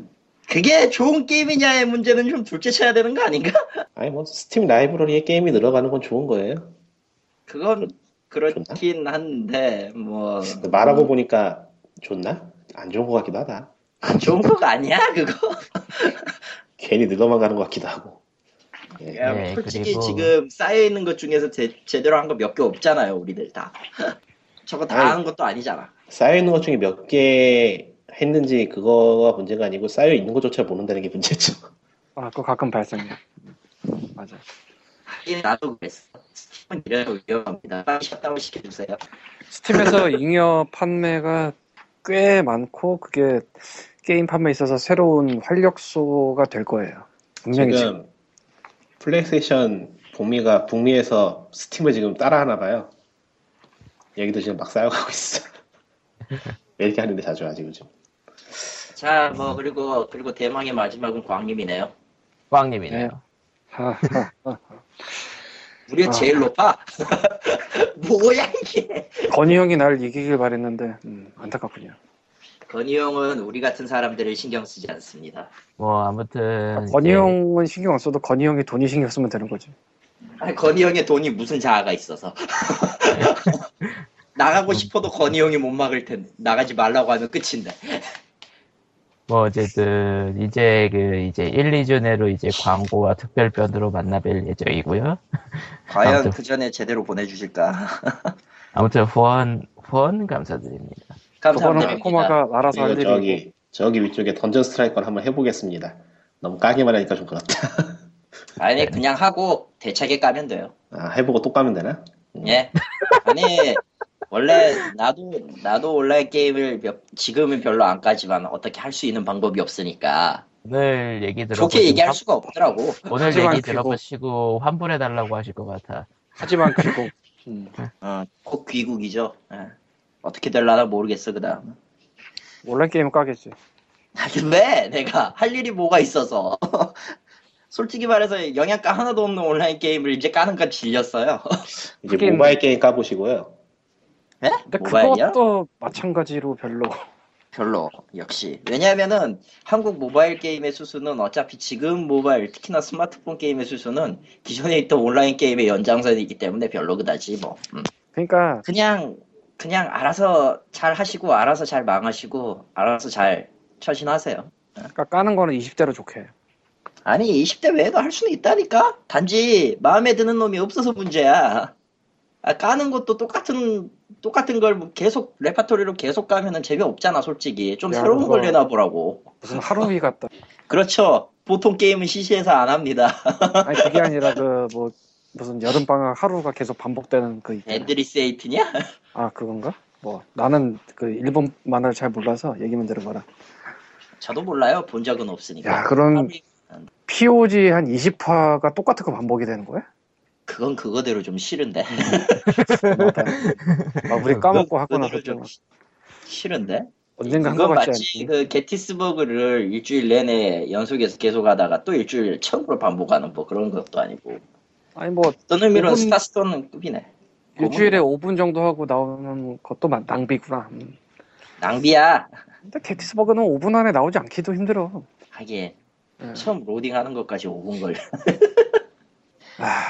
Speaker 2: 그게 좋은 게임이냐의 문제는 좀 둘째 쳐야 되는 거 아닌가?
Speaker 4: 아니 뭐 스팀 라이브러리에 게임이 늘어가는 건 좋은 거예요
Speaker 2: 그건 그렇긴 한데 뭐
Speaker 4: 근데 말하고
Speaker 1: 음.
Speaker 4: 보니까 좋나? 안 좋은 것 같기도 하다
Speaker 2: 안 좋은 거 아니야 그거?
Speaker 4: 괜히 늘어만 가는 것 같기도 하고
Speaker 2: 야,
Speaker 1: 네,
Speaker 2: 예, 솔직히
Speaker 1: 그리고-
Speaker 2: 지금 쌓여 있는 것 중에서 제, 제대로 한 거 몇 개 없잖아요 우리들 다. 저거 다
Speaker 4: 아이.
Speaker 2: 한 것도 아니잖아.
Speaker 4: 쌓여있는 것 중에 몇 개 했는지 그거가 문제가 아니고 쌓여있는 것조차 모른다는 게 문제죠
Speaker 3: 아 그거 가끔 발생해 맞아
Speaker 2: 하긴 나도 그랬어. 스팀은 이래서 위험합니다. 빨리 셧다운 시켜주세요.
Speaker 3: 스팀에서 잉여 판매가 꽤 많고 그게 게임 판매에 있어서 새로운 활력소가 될 거예요. 분명히 지금
Speaker 4: 지금 플레이스테이션 북미가 북미에서 스팀을 지금 따라하나 봐요 여기도 지금 막 쌓여가고 있어 왜 이렇게 하는데 자주 하지 요즘
Speaker 2: 자, 뭐 그리고 그리고 대망의 마지막은 광림이네요.
Speaker 1: 꽝님이네요.
Speaker 3: 하, 하, 하.
Speaker 2: 무려
Speaker 3: 아.
Speaker 2: 제일 높아. 뭐야 이게?
Speaker 3: 건희 형이 날 이기길 바랬는데 음, 안타깝군요.
Speaker 2: 건희 형은 우리 같은 사람들을 신경 쓰지 않습니다.
Speaker 1: 뭐 아무튼
Speaker 3: 건희
Speaker 1: 이제
Speaker 3: 형은 신경 안 써도 건희 형이 돈이 신경 쓰면 되는 거지.
Speaker 2: 아니, 건희 형의 돈이 무슨 자아가 있어서 나가고 싶어도 건희 형이 못 막을 텐데 나가지 말라고 하면 끝인데.
Speaker 1: 뭐 어쨌든 이제 그 이제 1, 2주 내로 이제 광고와 특별편으로 만나뵐 예정이고요.
Speaker 2: 과연
Speaker 1: 아무튼.
Speaker 2: 그 전에 제대로 보내주실까?
Speaker 1: 아무튼 후원 후원 감사드립니다.
Speaker 3: 저거는 코코마가 알아서 할 일이고
Speaker 4: 그리고
Speaker 3: 뭐.
Speaker 4: 저기 저기 위쪽에 던전 스트라이커를 한번 해보겠습니다 너무 까기만 하니까 좀 그렇다
Speaker 2: 아니 그냥 하고 대차게 까면 돼요.
Speaker 4: 아, 해보고 또 까면 되나?
Speaker 2: 예. 아니 원래 나도 나도 원래 게임을 몇- 지금은 별로 안 까지만 어떻게 할 수 있는 방법이 없으니까
Speaker 1: 오늘 얘기
Speaker 3: 네,
Speaker 1: 들어
Speaker 2: 좋게 얘기할 수가 없더라고.
Speaker 1: 오늘
Speaker 3: 하지만
Speaker 1: 얘기
Speaker 3: 그거-
Speaker 1: 들어보시고 환불해 달라고 하실 것 같아.
Speaker 3: 하지만 그리고 음,
Speaker 2: 어, 꼭 귀국이죠. 예. 어떻게 될라나 모르겠어 그다음.
Speaker 3: 온라인 게임 까겠지.
Speaker 2: 아, 근데 내가 할 일이 뭐가 있어서 솔직히 말해서 영양가 하나도 없는 온라인 게임을 이제 까는 건 질렸어요.
Speaker 4: 이제
Speaker 3: 그게-
Speaker 4: 모바일 게임 까보시고요.
Speaker 2: 예?
Speaker 3: 근데
Speaker 2: 모바일이야?
Speaker 3: 그러니까 그것도 마찬가지로 별로
Speaker 2: 별로 역시 왜냐하면은 한국 모바일 게임의 수수는 어차피 지금 모바일 특히나 스마트폰 게임의 수수는 기존에 있던 온라인 게임의 연장선이기 때문에 별로 그다지 뭐 음.
Speaker 3: 그러니까
Speaker 2: 그냥 그냥 알아서 잘 하시고 알아서 잘 망하시고 알아서 잘 처신하세요
Speaker 3: 그러니까 까는 거는 20대로 좋게.
Speaker 2: 아니 20대 외에도 할 수는 있다니까 단지 마음에 드는 놈이 없어서 문제야 아, 까는 것도 똑같은 똑같은 걸뭐 계속 레파토리로 계속 까면은 재미없잖아 솔직히 좀
Speaker 3: 야,
Speaker 2: 새로운
Speaker 3: 그거.
Speaker 2: 걸 내놔보라고
Speaker 3: 무슨 하루이 같다.
Speaker 2: 그렇죠 보통 게임은 시시해서 안 합니다
Speaker 3: 아니 그게 아니라 그 뭐 무슨 여름 방학 하루가 계속 반복되는 그 있잖아.
Speaker 2: 앤드리스 에이트냐?
Speaker 3: 아 그건가? 뭐 나는 그 일본 만화를 잘 몰라서 얘기만 들어봐라.
Speaker 2: 저도 몰라요 본 적은
Speaker 3: 야
Speaker 2: 없으니까
Speaker 3: 그런 POG 한 20화가 똑같은 거 반복이 되는 거야?
Speaker 2: 그건 그거대로 좀 싫은데
Speaker 3: 맞아. 아 우리 까먹고 하고 나서
Speaker 2: 그거대로
Speaker 3: 좀
Speaker 2: 좀 시- 싫은데
Speaker 3: 언젠가 한 거
Speaker 2: 그건
Speaker 3: 같지
Speaker 2: 마치
Speaker 3: 않니?
Speaker 2: 그 게티스버그를 일주일 내내 연속해서 계속하다가 또 일주일 처음으로 반복하는 뭐 그런 것도 아니고
Speaker 3: 아니 뭐
Speaker 2: 어떤 의미로
Speaker 3: 그건-
Speaker 2: 스타스톤은 급이네
Speaker 3: 일주일에 5분 정도 하고 나오는 것도 만- 낭비구나. 음.
Speaker 2: 낭비야
Speaker 3: 근데 게티스버그는 5분 안에 나오지 않기도 힘들어.
Speaker 2: 하긴
Speaker 3: 예.
Speaker 2: 처음 로딩하는 것까지 5분 걸려
Speaker 3: 아,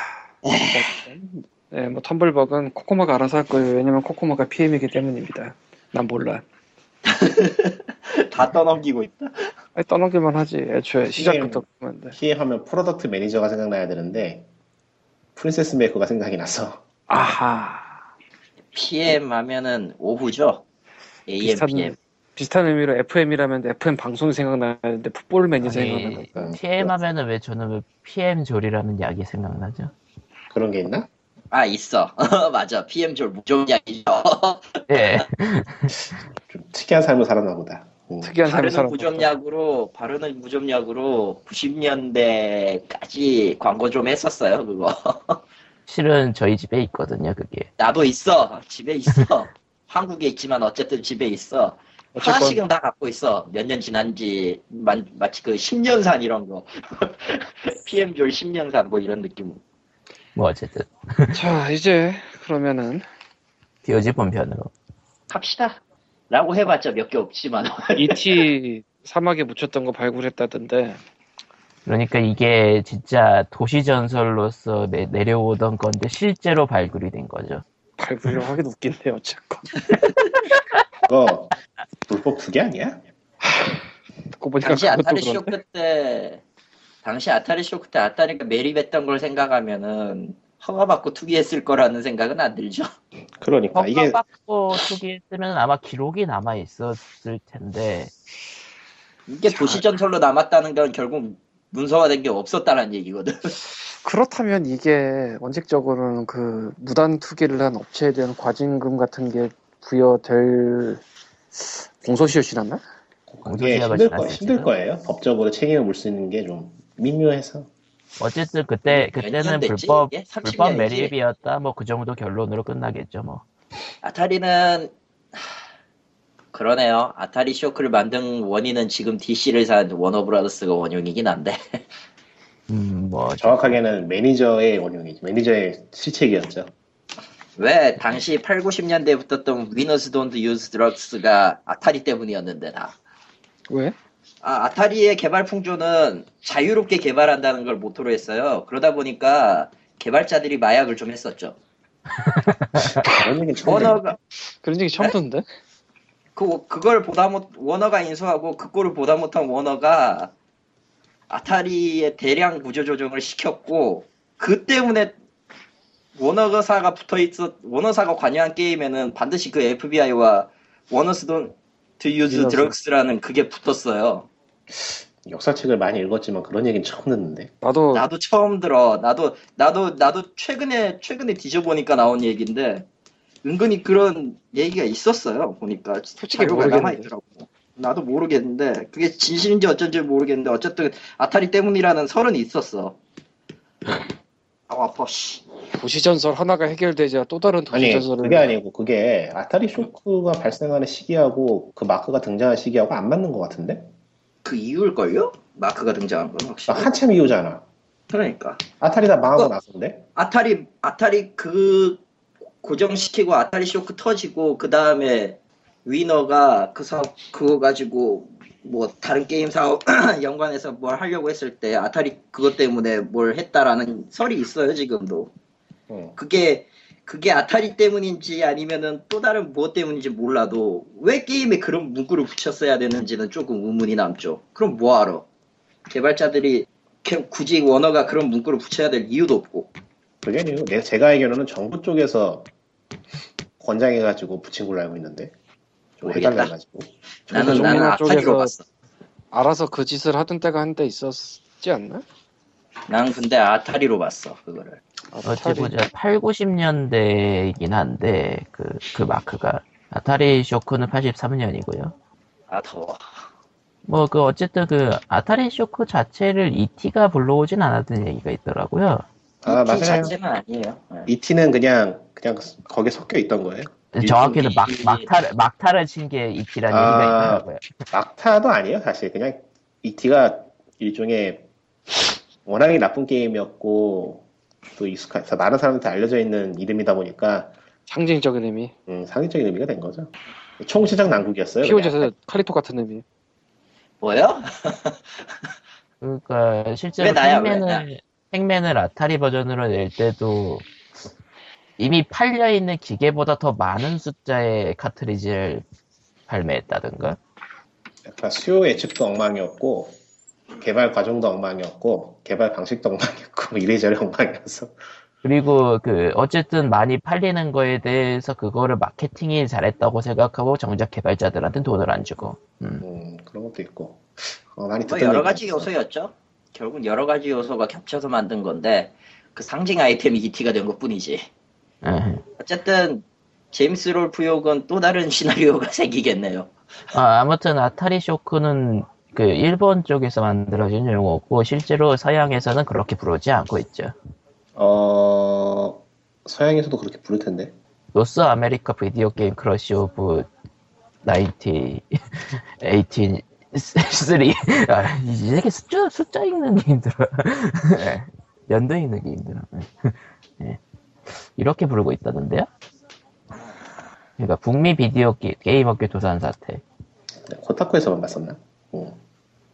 Speaker 3: 네, 뭐 텀블벅은 코코마가 알아서 할 거예요. 왜냐면 코코마가 PM이기 때문입니다. 난 몰라.
Speaker 2: 다 떠넘기고 있다
Speaker 3: 아니, 떠넘기만 하지. 애초에 시작부터 그러면 돼.
Speaker 4: PM 하면 프로덕트 매니저가 생각나야 되는데 프린세스 메이커가 생각이 나서
Speaker 3: 아하.
Speaker 2: PM 하면은 오후죠 AM,
Speaker 3: 비슷한,
Speaker 2: PM
Speaker 3: 비슷한 의미로 FM이라면 FM 방송이 생각나는데 풋볼 매니저 뭐 생각나는
Speaker 1: 아니,
Speaker 3: 거니까.
Speaker 1: PM 하면은 왜 저는 왜 PM 조리라는 약이 생각나죠?
Speaker 4: 그런 게 있나?
Speaker 2: 아 있어 맞아 PM 졸 무조약이죠
Speaker 1: 예.
Speaker 4: 좀 특이한 삶을 살았나 보다. 음.
Speaker 3: 특이한
Speaker 2: 바르는
Speaker 3: 삶을 살아.
Speaker 2: 무좀약으로 바르는 무좀약으로 90년대까지 광고 좀 했었어요 그거
Speaker 1: 실은 저희 집에 있거든요, 그게.
Speaker 2: 나도 있어. 집에 있어. 한국에 있지만 어쨌든 집에 있어.
Speaker 3: 어쨌건
Speaker 2: 하나씩은 다 갖고 있어. 몇 년 지난지 마, 마치 그 10년산 이런 거. PM졸 10년산 뭐 이런 느낌.
Speaker 1: 뭐 어쨌든
Speaker 3: 자 이제 그러면은
Speaker 1: DOG 본편으로.
Speaker 2: 갑시다. 라고 해봤자 몇 개 없지만
Speaker 3: ET E 사막에 묻혔던 거 발굴했다던데
Speaker 1: 그러니까 이게 진짜 도시 전설로서 내, 내려오던 건데 실제로 발굴이 된 거죠.
Speaker 3: 발굴이라고 하긴 웃긴데 어쨌건
Speaker 4: 그거 불법 두 개 아니야?
Speaker 3: 듣고 보니까
Speaker 2: 당시
Speaker 3: 그러니까 그것도
Speaker 2: 아타리
Speaker 3: 그런
Speaker 2: 쇼크 때 당시 아타리 쇼크 때 아타리가 매립했던 걸 생각하면은 허가받고 투기했을 거라는 생각은 안 들죠.
Speaker 4: 그러니까 이게
Speaker 1: 허가받고 투기했으면 아마 기록이 남아 있었을 텐데
Speaker 2: 이게
Speaker 3: 자.
Speaker 2: 도시 전설로 남았다는 건 결국 문서화된 게 없었다는 얘기거든.
Speaker 3: 그렇다면 이게 원칙적으로는 그 무단 투기를 한 업체에 대한 과징금 같은 게 부여될 공소시효 지났나?
Speaker 1: 공소시효가
Speaker 4: 그게 예, 힘들, 거,
Speaker 1: 지났을
Speaker 4: 힘들
Speaker 1: 지금?
Speaker 4: 거예요. 법적으로 책임을 물 수 있는 게 좀 미묘해서
Speaker 1: 어쨌든 그때
Speaker 2: 몇년
Speaker 1: 그때는
Speaker 2: 됐지?
Speaker 1: 불법
Speaker 2: 이게? 30
Speaker 1: 불법
Speaker 2: 년이지?
Speaker 1: 매립이었다 뭐 그 정도 결론으로 끝나겠죠 뭐.
Speaker 2: 아타리는 하, 그러네요. 아타리 쇼크를 만든 원인은 지금 DC를 산 워너브라더스가 원형이긴 한데
Speaker 1: 음뭐
Speaker 4: 정확하게는 매니저의 원흉이죠. 매니저의 실책이었죠.
Speaker 2: 왜 당시 8, 90년대에 붙었던 위너스 돈드 유즈 드럭스가 아타리 때문이었는데 나.
Speaker 3: 왜?
Speaker 2: 아, 아타리의 개발 풍조는 자유롭게 개발한다는 걸 모토로 했어요. 그러다 보니까 개발자들이 마약을 좀 했었죠.
Speaker 4: 그런 얘기는 처음 들어요.
Speaker 2: 워너가
Speaker 3: 그런 얘기 처음 듣는데?
Speaker 2: 그 그걸 보다 못 워너가 인수하고 그 꼴을 보다 못한 워너가 아타리의 대량 구조 조정을 시켰고 그 때문에 워너사가 붙어 있었 워너사가 관여한 게임에는 반드시 그 FBI와 워너스돈 드 유즈
Speaker 3: 유너스.
Speaker 2: 드럭스라는 그게 붙었어요.
Speaker 4: 역사책을 많이 읽었지만 그런 얘기는 처음 듣는데
Speaker 3: 나도
Speaker 2: 나도 처음 들어. 나도 나도 나도 최근에 최근에 뒤져보니까 나온 얘기인데 은근히 그런 얘기가 있었어요. 보니까 솔직히
Speaker 3: 잘
Speaker 2: 뭐가 남아
Speaker 3: 모르겠는데.
Speaker 2: 있더라고. 나도 모르겠는데 그게 진실인지 어쩐지 모르겠는데 어쨌든 아타리 때문이라는 설은 있었어. 아우 아파 씨.
Speaker 3: 도시전설 하나가 해결되자 또 다른
Speaker 4: 아니
Speaker 3: 도시전설을
Speaker 4: 그게 아니고 그게 아타리 쇼크가 발생하는 시기하고 그 마크가 등장한 시기하고 안 맞는 것 같은데
Speaker 2: 그 이유일 걸요? 마크가 등장한 건 혹시?
Speaker 4: 아, 한참 이후잖아.
Speaker 2: 그러니까
Speaker 4: 아타리 다 망하고
Speaker 2: 어.
Speaker 4: 나서인데
Speaker 2: 아타리 아타리 그 고정시키고 아타리 쇼크 터지고 그 다음에 위너가 그 사업 그거 가지고 뭐 다른 게임 사업 연관해서 뭘 하려고 했을 때 아타리 그것 때문에 뭘 했다라는 설이 있어요 지금도
Speaker 4: 음.
Speaker 2: 그게 그게 아타리 때문인지 아니면은 또 다른 뭐 때문인지 몰라도 왜 게임에 그런 문구를 붙였어야 되는지는 조금 의문이 남죠. 그럼 뭐하러? 개발자들이 개- 굳이 원어가 그런 문구를 붙여야 될 이유도 없고.
Speaker 4: 그게 아니고 내- 제가 알기로는 정부 쪽에서 권장해가지고 붙인 걸로 알고 있는데 좀
Speaker 2: 모르겠다.
Speaker 4: 해달라가지고
Speaker 3: 저는
Speaker 2: 나는 나는
Speaker 3: 정말
Speaker 2: 아타리로
Speaker 3: 쪽에서-
Speaker 2: 봤어.
Speaker 3: 알아서 그 짓을 하던 때가 한때 있었지 않나?
Speaker 2: 난 근데 아타리로 봤어 그거를.
Speaker 1: 어찌
Speaker 3: 아타리.
Speaker 1: 보자 8, 90년대이긴 한데 그 그 마크가 아타리 쇼크는 83년이고요.
Speaker 2: 아 더워.
Speaker 1: 뭐 그 어쨌든 그 아타리 쇼크 자체를 ET가 불러오진 않았던 얘기가 있더라고요.
Speaker 4: 아
Speaker 2: 이
Speaker 4: 맞아요
Speaker 2: 자체는 아니에요. 네.
Speaker 4: ET는 그냥 그냥 거기에 섞여 있던 거예요
Speaker 1: 정확히는 막 막타를 막타를 친 게 ET라는
Speaker 4: 아.
Speaker 1: 얘기가 있더라고요.
Speaker 4: 막타도 아니에요 사실 그냥 ET가 일종의 워낙에 나쁜 게임이었고 또 익숙한 많은 사람한테 알려져 있는 이름이다 보니까
Speaker 3: 상징적인 의미.
Speaker 4: 음, 상징적인 의미가 된 거죠 총시장 난국이었어요 그냥.
Speaker 3: 피오자에서 카리토 같은 의미.
Speaker 2: 뭐요?
Speaker 1: 그러니까 실제로
Speaker 2: 왜 나야, 왜
Speaker 1: 행맨을 행맨을 아타리 버전으로 낼 때도 이미 팔려 있는 기계보다 더 많은 숫자의 카트리지를 발매했다든가.
Speaker 4: 약간 수요 예측도 엉망이었고 개발 과정도 엉망이었고 개발 방식도 엉망이었고 뭐 이래저래 엉망이어서
Speaker 1: 그리고 그 어쨌든 많이 팔리는 거에 대해서 그거를 마케팅이 잘했다고 생각하고 정작 개발자들한테 돈을 안 주고 음.
Speaker 4: 음, 그런 것도 있고 어, 많이
Speaker 2: 뭐
Speaker 4: 듣던
Speaker 2: 여러
Speaker 4: 얘기가
Speaker 2: 가지
Speaker 4: 있어요.
Speaker 2: 요소였죠. 결국 여러 가지 요소가 겹쳐서 만든 건데 그 상징 아이템이 ET가 된 것뿐이지.
Speaker 1: 예.
Speaker 2: 어쨌든 제임스 롤프 욕은 또 다른 시나리오가 생기겠네요.
Speaker 1: 아, 아무튼 아타리 쇼크는 그 일본 쪽에서 만들어진 용어고 실제로 서양에서는 그렇게 부르지 않고 있죠.
Speaker 4: 어 서양에서도 그렇게 부를 텐데
Speaker 1: 노스 아메리카 비디오 게임 크러시 오브 19 18 3 아, 이 새끼 숫자 숫자 읽는 게 힘들어. 예. 연도 읽는 게 힘들어. 예. 이렇게 부르고 있다던데요? 그러니까 북미 비디오 게, 임 업계 도산 사태.
Speaker 4: 네, 코타쿠에서만 봤었나? 음.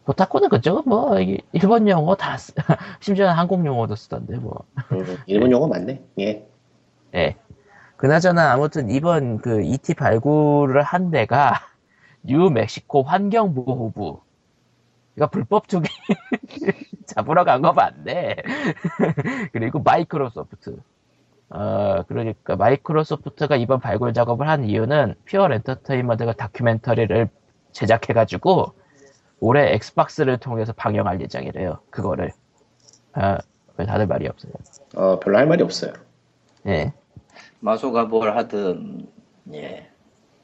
Speaker 1: 보타코는 그쪽 뭐 이- 일본 영어 다 쓰, 심지어 한국 영어도 쓰던데 뭐.
Speaker 4: 음, 일본 용어 맞네. 예.
Speaker 1: 예. 그나저나 아무튼 이번 그 ET 발굴을 한 데가 뉴멕시코 환경보호부. 그러니까 불법 투기 잡으러 간 거 맞네. 그리고 마이크로소프트. 어, 그러니까 마이크로소프트가 이번 발굴 작업을 한 이유는 퓨어 엔터테인먼트가 다큐멘터리를 제작해가지고 올해 엑스박스를 통해서 방영할 예정이래요. 그거를. 아, 왜 다들 말이 없어요.
Speaker 4: 어 별로 할 말이 없어요.
Speaker 1: 예.
Speaker 2: 마소가 뭘 하든 예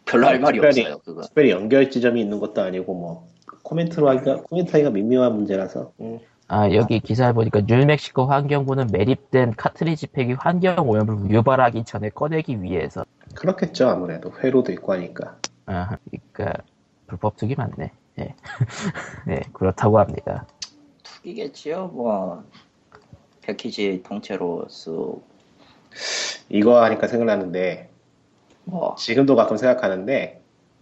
Speaker 2: 별로 할 말이
Speaker 4: 특별히.
Speaker 2: 없어요 그거.
Speaker 4: 특별히 연결 지점이 있는 것도 아니고 뭐 코멘트로 하기가 코멘트하기가 미묘한 문제라서 음.
Speaker 1: 아, 여기 기사에 보니까 뉴멕시코 환경부는 매립된 카트리지 팩이 환경 오염을 유발하기 전에 꺼내기 위해서.
Speaker 4: 그렇겠죠 아무래도 회로도 있고 하니까
Speaker 1: 아, 그러니까 불법 투기 맞네. 예. 예, 그렇다고 합니다.
Speaker 2: 투기겠지요 뭐 패키지 통째로 쓰고
Speaker 4: 이거 하니까 생각나는데
Speaker 2: 뭐
Speaker 4: 지금도 가끔 생각하는데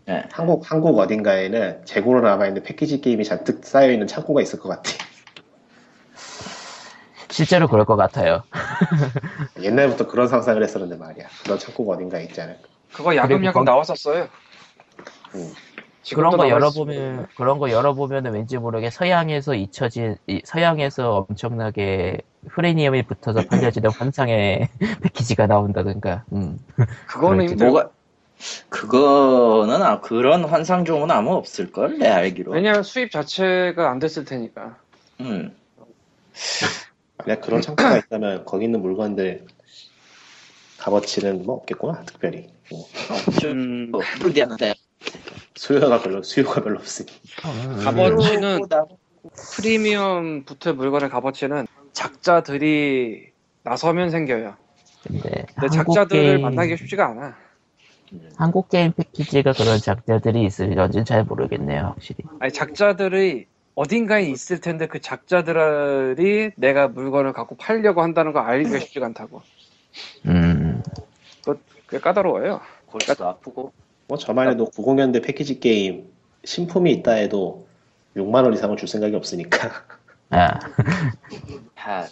Speaker 2: 예.
Speaker 4: 한국 한국 어딘가에는 재고로 남아 있는 패키지 게임이 잔뜩 쌓여 있는 창고가 있을 것 같아.
Speaker 1: 실제로 그럴 것 같아요.
Speaker 4: 옛날부터 그런 상상을 했었는데 말이야. 그런 창고가 어딘가에 있지 않을까.
Speaker 5: 그거
Speaker 1: 그리고 거-
Speaker 5: 야금야금 나왔었어요.
Speaker 4: 음.
Speaker 1: 그런
Speaker 5: 지금도
Speaker 1: 거
Speaker 5: 나와
Speaker 1: 열어보면, 그런 거 열어보면 왠지 모르게 서양에서 잊혀진, 이- 서양에서 엄청나게 프레니엄이 붙어서 팔려지는 환상의 패키지가 나온다든가, 음.
Speaker 5: 있- 그거는
Speaker 1: 그렇지.
Speaker 5: 힘들어.
Speaker 2: 뭐가 그거는 아, 그런 환상종은 아마 없을 걸내 알기로.
Speaker 3: 왜냐면 수입 자체가 안 됐을 테니까.
Speaker 2: 음.
Speaker 4: 만약 그런 창고가 있다면 거기 있는 물건들 값어치는 뭐 없겠구나 특별히. 뭐
Speaker 5: 음,
Speaker 2: 뭐, 무리한데.
Speaker 4: 수요가 별로 수요가 별로 없으니.
Speaker 3: 아, 네. 값어치는
Speaker 2: 보다
Speaker 3: 프리미엄 붙을 물건의 값어치는 작자들이 나서면 생겨요.
Speaker 1: 근데
Speaker 3: 네. 근데
Speaker 1: 네, 한국
Speaker 3: 작자들을
Speaker 1: 게임-
Speaker 3: 만나기 쉽지가 않아.
Speaker 1: 한국 게임 패키지가 그런 작자들이 있을런지는 잘 모르겠네요, 확실히.
Speaker 3: 아니 작자들이 어딘가에 있을 텐데 그 작자들이 내가 물건을 갖고 팔려고 한다는 걸 알기가 쉽지가 않다고.
Speaker 1: 음,
Speaker 3: 그게 까다로워요.
Speaker 2: 골도 아프고
Speaker 4: 뭐 저만 해도 90년대 패키지 게임 신품이 있다 해도 6만 원 이상은 줄 생각이 없으니까.
Speaker 1: 아,
Speaker 2: 한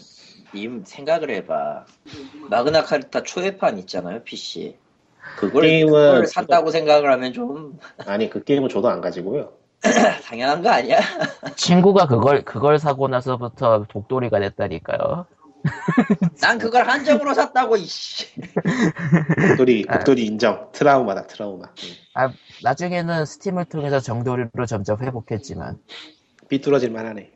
Speaker 2: 님 생각을 해봐. 마그나 카르타 초회판 있잖아요, PC. 그걸,
Speaker 4: 게임은-
Speaker 2: 그걸 산다고 생각을 하면 좀
Speaker 4: 아니 그 게임은 저도 안 가지고요.
Speaker 2: 당연한 거 아니야?
Speaker 1: 친구가 그걸 그걸 사고 나서부터 독돌이가 됐다니까요.
Speaker 2: 난 그걸 한정으로 샀다고 이씨.
Speaker 4: 독돌이 독돌이 인정. 트라우마다 트라우마. 음.
Speaker 1: 아 나중에는 스팀을 통해서 정돌이로 점점 회복했지만
Speaker 4: 삐뚤어질 만하네.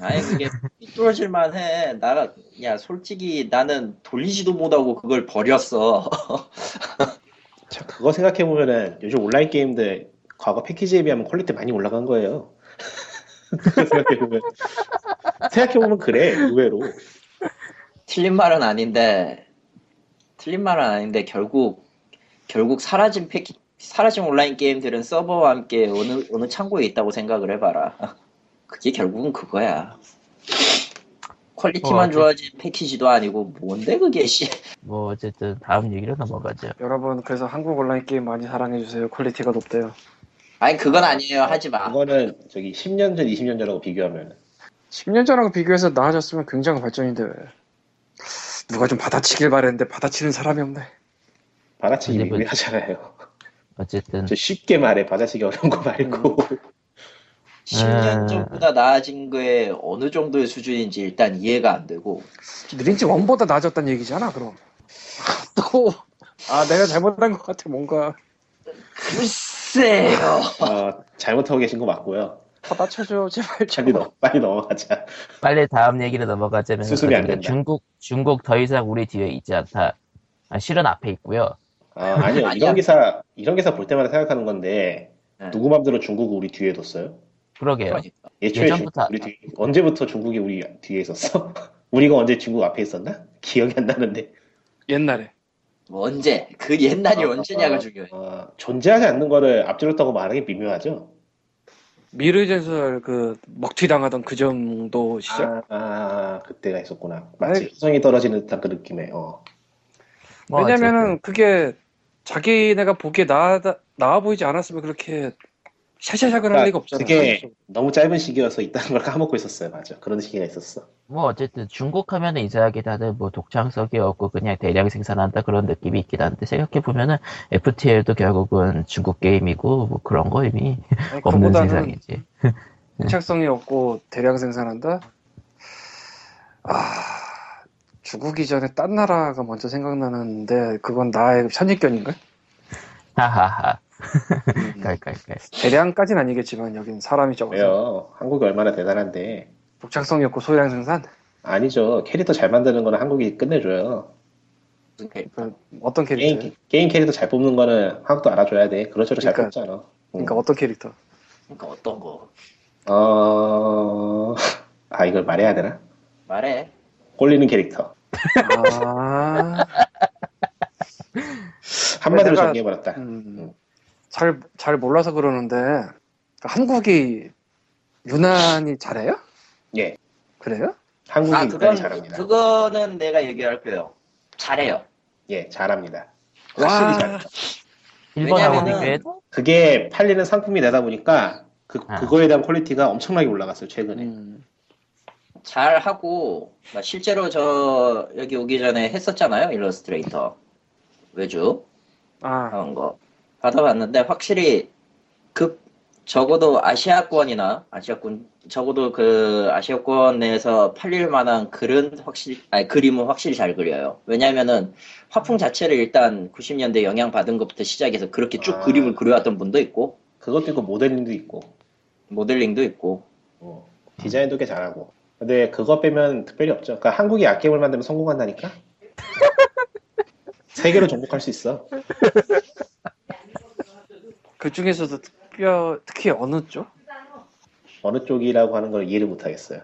Speaker 2: 아니 그게 삐뚤어질만 해. 나라 야 솔직히 나는 돌리지도 못하고 그걸 버렸어.
Speaker 4: 자, 그거 생각해 보면은 요즘 온라인 게임들 과거 패키지에 비하면 퀄리티 많이 올라간 거예요. 생각해 보면 생각해 보면 그래 의외로
Speaker 2: 틀린 말은 아닌데 틀린 말은 아닌데 결국 결국 사라진 패키 사라진 온라인 게임들은 서버와 함께 어느 어느 창고에 있다고 생각을 해봐라. 그게 결국은 그거야.
Speaker 1: 어,
Speaker 2: 퀄리티만
Speaker 1: 어쨌든-
Speaker 2: 좋아진 패키지도 아니고 뭔데 그게 씨.
Speaker 1: 뭐 어쨌든 다음 얘기로 넘어가죠.
Speaker 3: 여러분 그래서 한국 온라인 게임 많이 사랑해 주세요. 퀄리티가 높대요.
Speaker 2: 아니 그건 아니에요. 하지 마.
Speaker 4: 그거는 저기 10년 전 20년 전하고 비교하면
Speaker 3: 10년 전하고 비교해서 나아졌으면 굉장한 발전인데 왜? 누가 좀 받아치길 바랬는데 받아치는 사람이 없네.
Speaker 4: 바라치기
Speaker 1: 아니, 뭐-
Speaker 4: 미미하잖아요.
Speaker 1: 어쨌든
Speaker 4: 저 쉽게 말해 바라치기 어려운 거 말고
Speaker 2: 10년
Speaker 4: 네.
Speaker 1: 음.
Speaker 2: 전보다 나아진 거에 어느 정도의 수준인지 일단 이해가 안 되고
Speaker 3: 느린지 원보다 나아졌다는 얘기잖아 그럼. 아, 또. 아 내가 잘못한 것 같아 뭔가
Speaker 2: 글쎄요.
Speaker 4: 어, 잘못하고 계신 거 맞고요.
Speaker 3: 받아쳐줘 제발
Speaker 4: 빨리
Speaker 3: 제발.
Speaker 4: 넘 빨리 넘어가자.
Speaker 1: 빨리 다음 얘기로 넘어가자면
Speaker 4: 수습이 안 된다.
Speaker 1: 중국 중국 더 이상 우리 뒤에 있지 않다. 아, 실은 앞에 있고요.
Speaker 4: 아, 아니요
Speaker 2: 아니야.
Speaker 4: 이런 기사 이런 기사 볼 때마다 생각하는 건데
Speaker 2: 네.
Speaker 4: 누구 맘대로 중국을 우리 뒤에 뒀어요? 네.
Speaker 1: 그러게요.
Speaker 4: 예초에 중국
Speaker 1: 예전부터-
Speaker 4: 우리 뒤 언제부터 중국이 우리 뒤에 있었어? 우리가 언제 중국 앞에 있었나? 기억이 안 나는데
Speaker 3: 옛날에
Speaker 2: 뭐 언제 그 옛날이
Speaker 4: 아,
Speaker 2: 언제냐가
Speaker 4: 아,
Speaker 2: 중요해.
Speaker 4: 어, 존재하지 않는 거를 앞질렀다고 말하기 미묘하죠.
Speaker 3: 미르전설 그 먹튀 당하던 그 정도 시절.
Speaker 4: 아, 아, 그때가 있었구나. 마치
Speaker 3: 아이.
Speaker 4: 성이 떨어지는 듯한 그 느낌에. 어.
Speaker 1: 뭐
Speaker 3: 왜냐면은 그게 자기네가 보기에 나아, 나아 보이지 않았으면 그렇게 샤샤샥을 할 리가 그렇죠. 없잖아.
Speaker 4: 그러니까 그게 너무 짧은 시기여서 있다는 걸 까먹고 있었어요. 맞아. 그런 시기가 있었어.
Speaker 1: 뭐 어쨌든 중국 하면은 이상하게 다들 뭐 독창성이 없고 그냥 대량 생산한다 그런 느낌이 있긴 한데 생각해 보면은 FTL도 결국은 중국 게임이고 뭐 그런 거 이미
Speaker 3: 아니,
Speaker 1: 없는
Speaker 3: 그러니까 그거보다는
Speaker 1: 세상이지.
Speaker 3: 착성이 없고 대량 생산한다. 아 죽기 전에 딴 나라가 먼저 생각나는데 그건 나의 선입견인가?
Speaker 1: 하하하.
Speaker 2: 음.
Speaker 1: 깔깔깔.
Speaker 3: 대량까지는 아니겠지만 여긴 사람이 적어서
Speaker 4: 왜요? 한국이 얼마나 대단한데.
Speaker 3: 독창성이 없고 소량 생산.
Speaker 4: 아니죠. 캐릭터 잘 만드는 거는 한국이 끝내줘요.
Speaker 2: 무슨 개-
Speaker 3: 그 어떤 캐릭터?
Speaker 4: 게임, 게임 캐릭터 잘 뽑는 거는 한국도 알아줘야 돼. 그런저런 잘
Speaker 3: 그러니까.
Speaker 4: 뽑잖아. 응.
Speaker 3: 그러니까 어떤 캐릭터?
Speaker 2: 그러니까 어떤 거
Speaker 4: 어... 아, 이걸 말해야 되나?
Speaker 2: 말해.
Speaker 4: 꼴리는 캐릭터.
Speaker 3: 아.
Speaker 4: 한마디로
Speaker 3: 내가-
Speaker 4: 정리해버렸다.
Speaker 3: 음, 잘, 잘 몰라서 그러는데, 한국이 유난히 잘해요?
Speaker 4: 예.
Speaker 3: 그래요?
Speaker 4: 한국이
Speaker 2: 아
Speaker 4: 일단
Speaker 2: 그건
Speaker 4: 잘합니다.
Speaker 2: 그거는 내가 얘기할 거예요. 잘해요.
Speaker 4: 예, 잘합니다.
Speaker 3: 와.
Speaker 4: 확실히 잘해요.
Speaker 1: 일본하고
Speaker 2: 왜냐면은-
Speaker 1: 비교해도
Speaker 4: 그게 팔리는 상품이 되다 보니까 그,
Speaker 1: 아.
Speaker 4: 그거에 대한 퀄리티가 엄청나게 올라갔어요, 최근에.
Speaker 3: 음.
Speaker 2: 잘하고 나 실제로 저 여기 오기 전에 했었잖아요 일러스트레이터 외주
Speaker 3: 아,
Speaker 2: 그런 거 받아봤는데 확실히 그 적어도 아시아권이나 아시아권 적어도 그 아시아권 내에서 팔릴 만한 글은 확실히 아니 그림은 확실히 잘 그려요 왜냐면은 화풍 자체를 일단 90년대 영향 받은 것부터 시작해서 그렇게 쭉
Speaker 4: 아.
Speaker 2: 그림을 그려왔던 분도 있고
Speaker 4: 그것도 있고 모델링도 있고
Speaker 2: 모델링도 있고
Speaker 4: 어, 디자인도 꽤 잘하고. 근데 그거 빼면 특별히 없죠. 그러니까 한국이 약겜을 만들면 성공한다니까. 세계로 정복할 수 있어.
Speaker 3: 그 중에서도 특별, 특히 어느 쪽?
Speaker 4: 어느 쪽이라고 하는 걸 이해를 못하겠어요.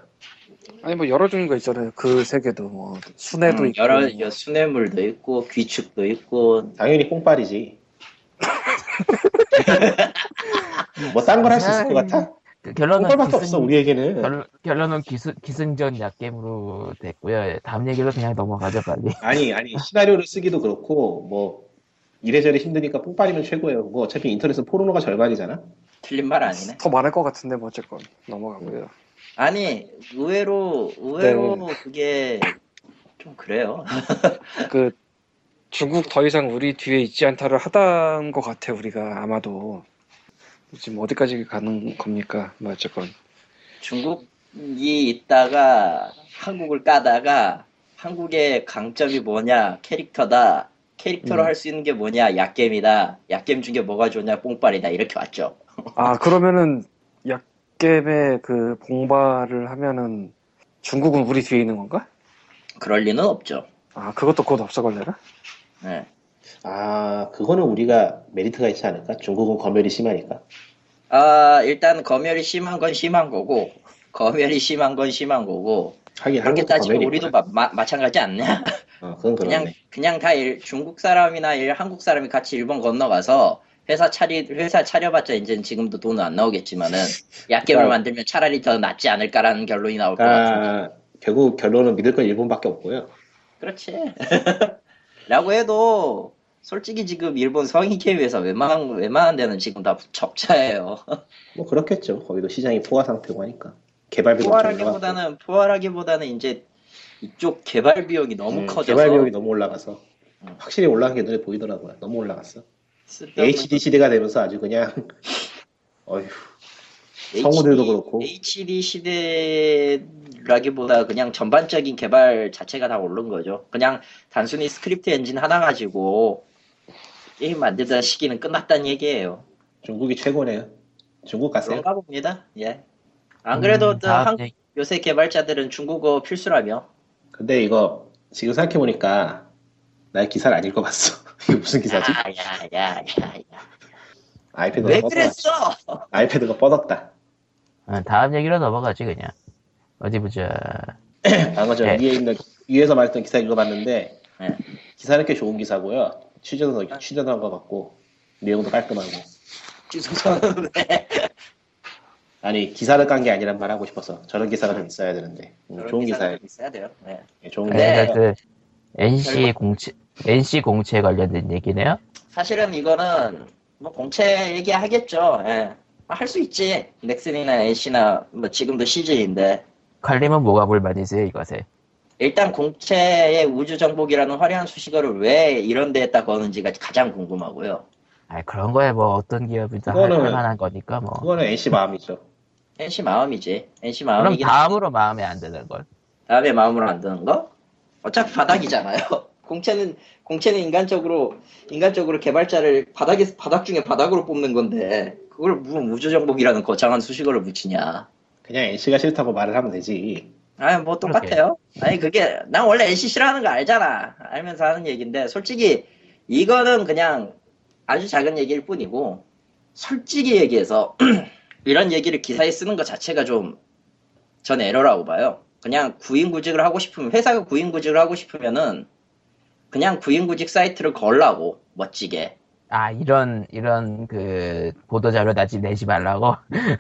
Speaker 3: 아니, 뭐, 여러 종류가 있잖아요. 그 세계도, 뭐, 순애도
Speaker 2: 음,
Speaker 3: 있고.
Speaker 2: 여러 여- 수뇌물도 있고 귀축도 있고
Speaker 4: 당연히 뽕빨이지. 뭐 딴 걸 할 수 있을 것 같아?
Speaker 1: 그 결론은
Speaker 4: 뽕빨밖에
Speaker 1: 기승-
Speaker 4: 없어 우리에게는.
Speaker 1: 결, 결론은 기승, 기승전 약겜으로 됐고요. 예, 다음 얘기로 그냥 넘어가죠 빨리.
Speaker 4: 아니 아니 시나리오를 쓰기도 그렇고 뭐 이래저래 힘드니까 뽕빨이면 최고예요. 그거 어차피 인터넷은 포르노가 절반이잖아.
Speaker 2: 틀린 말 아니네
Speaker 3: 더 많을 것 같은데, 뭐, 어쨌건. 넘어가고요.
Speaker 2: 아니 의외로 의외로 그게 좀 그래요.
Speaker 3: 그 중국 더 이상 우리 뒤에 있지 않다를 하던 것 같아 우리가 아마도 지금 어디까지 가는 겁니까? 뭐 어쨌건
Speaker 2: 중국이 있다가 한국을 까다가 한국의 강점이 뭐냐 캐릭터다 캐릭터로
Speaker 3: 음.
Speaker 2: 할 수 있는 게 뭐냐 약겜이다 약겜 중에 뭐가 좋냐 뽕빨이다 이렇게 왔죠.
Speaker 3: 아 그러면은 약겜의 그 봉발을 하면은 중국은 우리 뒤에 있는 건가?
Speaker 2: 그럴 리는 없죠.
Speaker 3: 아 그것도 곧 없어 걸려나?
Speaker 2: 네.
Speaker 4: 아 그거는 우리가 메리트가 있지 않을까? 중국은 검열이 심하니까.
Speaker 2: 아 일단 검열이 심한 건 심한 거고 검열이 심한 건 심한 거고
Speaker 4: 하긴
Speaker 2: 그렇게
Speaker 4: 한국
Speaker 2: 따지면
Speaker 4: 검열이
Speaker 2: 우리도
Speaker 4: 있구나.
Speaker 2: 마, 찬가지 않냐?
Speaker 4: 어, 그건
Speaker 2: 그냥
Speaker 4: 그러네.
Speaker 2: 그냥 다 일- 중국 사람이나 일, 한국 사람이 같이 일본 건너가서 회사 차리 회사 차려봤자 이제 지금도 돈은 안 나오겠지만은 약겜을
Speaker 4: 그러니까-
Speaker 2: 만들면 차라리 더 낫지 않을까라는 결론이 나올 것 같은데.
Speaker 4: 그러니까 결국 결론은 믿을 건 일본밖에 없고요.
Speaker 2: 그렇지. 라고 해도 솔직히 지금 일본 성인 게임에서 웬만한 웬만한 데는 지금 다 적자예요.
Speaker 4: 뭐 그렇겠죠. 거기도 시장이 포화 상태고 하니까 개발비가
Speaker 2: 포괄하기보다는 포괄하기보다는 이제 이쪽 개발 비용이 너무 커져서
Speaker 4: 네,
Speaker 2: 음.
Speaker 4: 개발 비용이 너무 올라가서 확실히 올라간 게 눈에 보이더라고요. 너무 올라갔어.
Speaker 2: 쓸데없는
Speaker 4: HD 시대가 되면서 아주 그냥 어휴 성우들도 그렇고.
Speaker 2: HD 시대라기보다 그냥 전반적인 개발 자체가 다 오른 거죠. 그냥 단순히 스크립트 엔진 하나 가지고 게임 만들던 시기는 끝났다는 얘기예요.
Speaker 4: 중국이 최고네요. 네. 중국 가세요.
Speaker 2: 그런가 봅니다. 예. 안 그래도
Speaker 1: 음,
Speaker 2: 또
Speaker 1: 다음
Speaker 2: 한-
Speaker 1: 얘기.
Speaker 2: 요새 개발자들은 중국어 필수라며.
Speaker 4: 근데 이거 지금 생각해 보니까 나 기사를 안 읽어봤어. 이게 무슨 기사지?
Speaker 2: 아, 야야야야야.
Speaker 4: 아이패드가
Speaker 2: 왜
Speaker 4: 뻗었다.
Speaker 2: 그랬어?
Speaker 4: 아이패드가 뻗었다.
Speaker 1: 어, 다음 얘기로 넘어가지 그냥. 어디 보자.
Speaker 4: 방금 전
Speaker 1: 네.
Speaker 4: 위에 있는 위에서 말했던 기사 읽어봤는데
Speaker 2: 네.
Speaker 4: 기사는 꽤 좋은 기사고요. 취재도 취재도 한것 같고 내용도 깔끔하고
Speaker 2: 죄송합니다.
Speaker 4: 아니 기사를 깐 게 아니란 말 하고 싶어서 저런 기사가 좀 있어야 되는데 음, 좋은 기사예요.
Speaker 2: 있어야 돼요. 네.
Speaker 4: 예, 좋은
Speaker 2: 네.
Speaker 4: 기사예요.
Speaker 1: 그러니까 그 NC 공채 NC 공채 관련된 얘기네요.
Speaker 2: 사실은 이거는 뭐 공채 얘기하겠죠. 예. 할 수 있지. 넥슨이나 NC나 뭐 지금도 CJ인데
Speaker 1: 칼림은 뭐가 불만이세요 이것에?
Speaker 2: 일단 공채의 우주 정복이라는 화려한 수식어를 왜 이런 데에다 거는지가 가장 궁금하고요.
Speaker 1: 아 그런 거에 뭐 어떤 기업이든 할-
Speaker 4: 그거는-
Speaker 1: 할 만한 거니까 뭐.
Speaker 4: 그거는 NC 마음이죠.
Speaker 2: NC 마음이지. NC
Speaker 1: 그럼
Speaker 2: 마음이긴
Speaker 1: 다음으로 마음에 안 드는 걸.
Speaker 2: 다음에 마음으로 안 드는 거? 어차피 바닥이잖아요. 공채는 공채는 인간적으로 인간적으로 개발자를 바닥에 바닥 중에 바닥으로 뽑는 건데 그걸 무슨 우주 정복이라는 거창한 수식어를 붙이냐?
Speaker 4: 그냥 NC가 싫다고 말을 하면 되지.
Speaker 2: 아니 뭐 똑같아요. 아니 그게 난 원래 NC 싫어하는 거 알잖아. 알면서 하는 얘기인데 솔직히 이거는 그냥 아주 작은 얘기일 뿐이고 솔직히 얘기해서 이런 얘기를 기사에 쓰는 것 자체가 좀 전 에러라고 봐요. 그냥 구인구직을 하고 싶으면 회사가 구인구직을 하고 싶으면은 그냥 구인구직 사이트를 걸라고 멋지게
Speaker 1: 아 이런 이런 그 보도 자료 다지 내지 말라고. 음.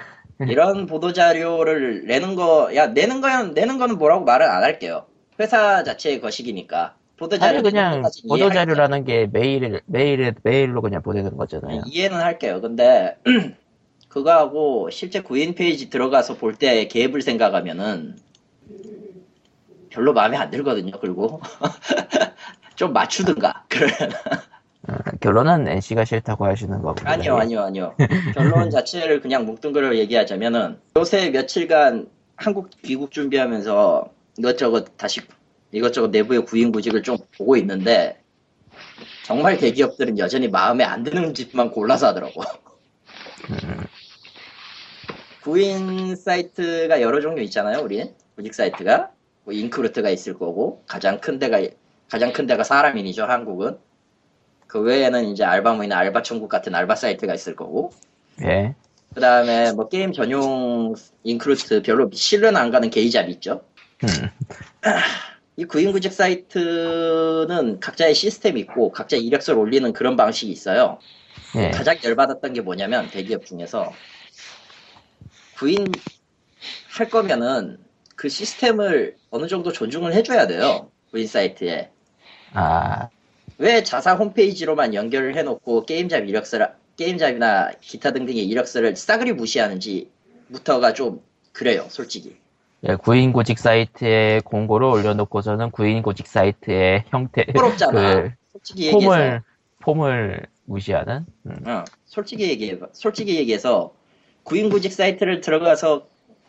Speaker 2: 이런 보도 자료를 내는 거, 야 내는 거야 내는 거는 뭐라고 말은 안 할게요. 회사 자체의 것이기니까 보도 자료
Speaker 1: 아니 그냥 보도 자료라는 게 메일 메일에 메일로 그냥 보내는 거잖아요.
Speaker 2: 이해는 할게요. 근데 그거하고 실제 구인 페이지 들어가서 볼 때 개입을 생각하면은 별로 마음에 안 들거든요. 그리고 좀 맞추든가 그러면
Speaker 1: 어, 결론은 NC가 싫다고 하시는 거군요.
Speaker 2: 아니요, 아니요, 아니요. 결론 자체를 그냥 뭉뚱그려 얘기하자면은 요새 며칠간 한국 귀국 준비하면서 이것저것 다시 이것저것 내부의 구인구직을 좀 보고 있는데 정말 대기업들은 여전히 마음에 안 드는 집만 골라서 하더라고. 구인 사이트가 여러 종류 있잖아요, 우린. 구직 사이트가. 뭐 잉크루트가 있을 거고, 가장 큰 데가, 가장 큰 데가 사람인이죠, 한국은. 그 외에는 이제 알바몬이나 알바천국 같은 알바 사이트가 있을 거고
Speaker 1: 예.
Speaker 2: 그 다음에 뭐 게임 전용 인크루트 별로 신뢰는 안 가는 게이잡 있죠
Speaker 1: 음.
Speaker 2: 이 구인구직 사이트는 각자의 시스템이 있고 각자 이력서를 올리는 그런 방식이 있어요
Speaker 1: 예.
Speaker 2: 가장 열받았던 게 뭐냐면 대기업 중에서 구인 할 거면은 그 시스템을 어느 정도 존중을 해줘야 돼요 구인 사이트에
Speaker 1: 아
Speaker 2: 왜 자사 홈페이지로만 연결을 해놓고 게임잡 이력서라 게임잡이나 기타 등등의 이력서를 싸그리 무시하는지부터가 좀 그래요, 솔직히.
Speaker 1: 예, 구인 고직 사이트에 공고를 올려놓고서는 구인 고직 사이트의 형태,
Speaker 2: 부끄럽잖아.
Speaker 1: 그
Speaker 2: 솔직히 얘기해서.
Speaker 1: 폼을 폼을 무시하는. 음.
Speaker 2: 어, 솔직히 얘기해 봐. 솔직히 얘기해서 구인구직 사이트를 들어가서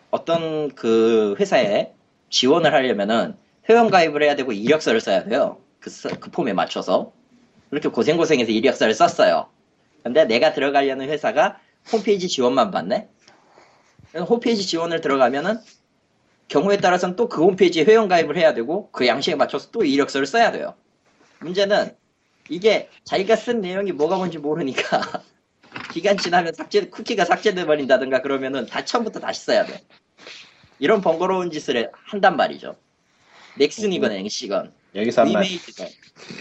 Speaker 2: 어떤 그 회사에 지원을 하려면은 회원 가입을 해야 되고 이력서를 써야 돼요. 그, 서- 그 폼에 맞춰서 그렇게 고생 고생해서 이력서를 썼어요. 근데 내가 들어가려는 회사가 홈페이지 지원만 받네. 그래서 홈페이지 지원을 들어가면은 경우에 따라서는 또 그 홈페이지에 회원 가입을 해야 되고 그 양식에 맞춰서 또 이력서를 써야 돼요. 문제는 이게 자기가 쓴 내용이 뭐가 뭔지 모르니까 기간 지나면 삭제 쿠키가 삭제돼 버린다든가 그러면은 다 처음부터 다시 써야 돼. 이런 번거로운 짓을 해- 한단 말이죠. 넥슨이건
Speaker 4: 음.
Speaker 2: 앵시건
Speaker 4: 여기서 한마디,
Speaker 2: 리메이지건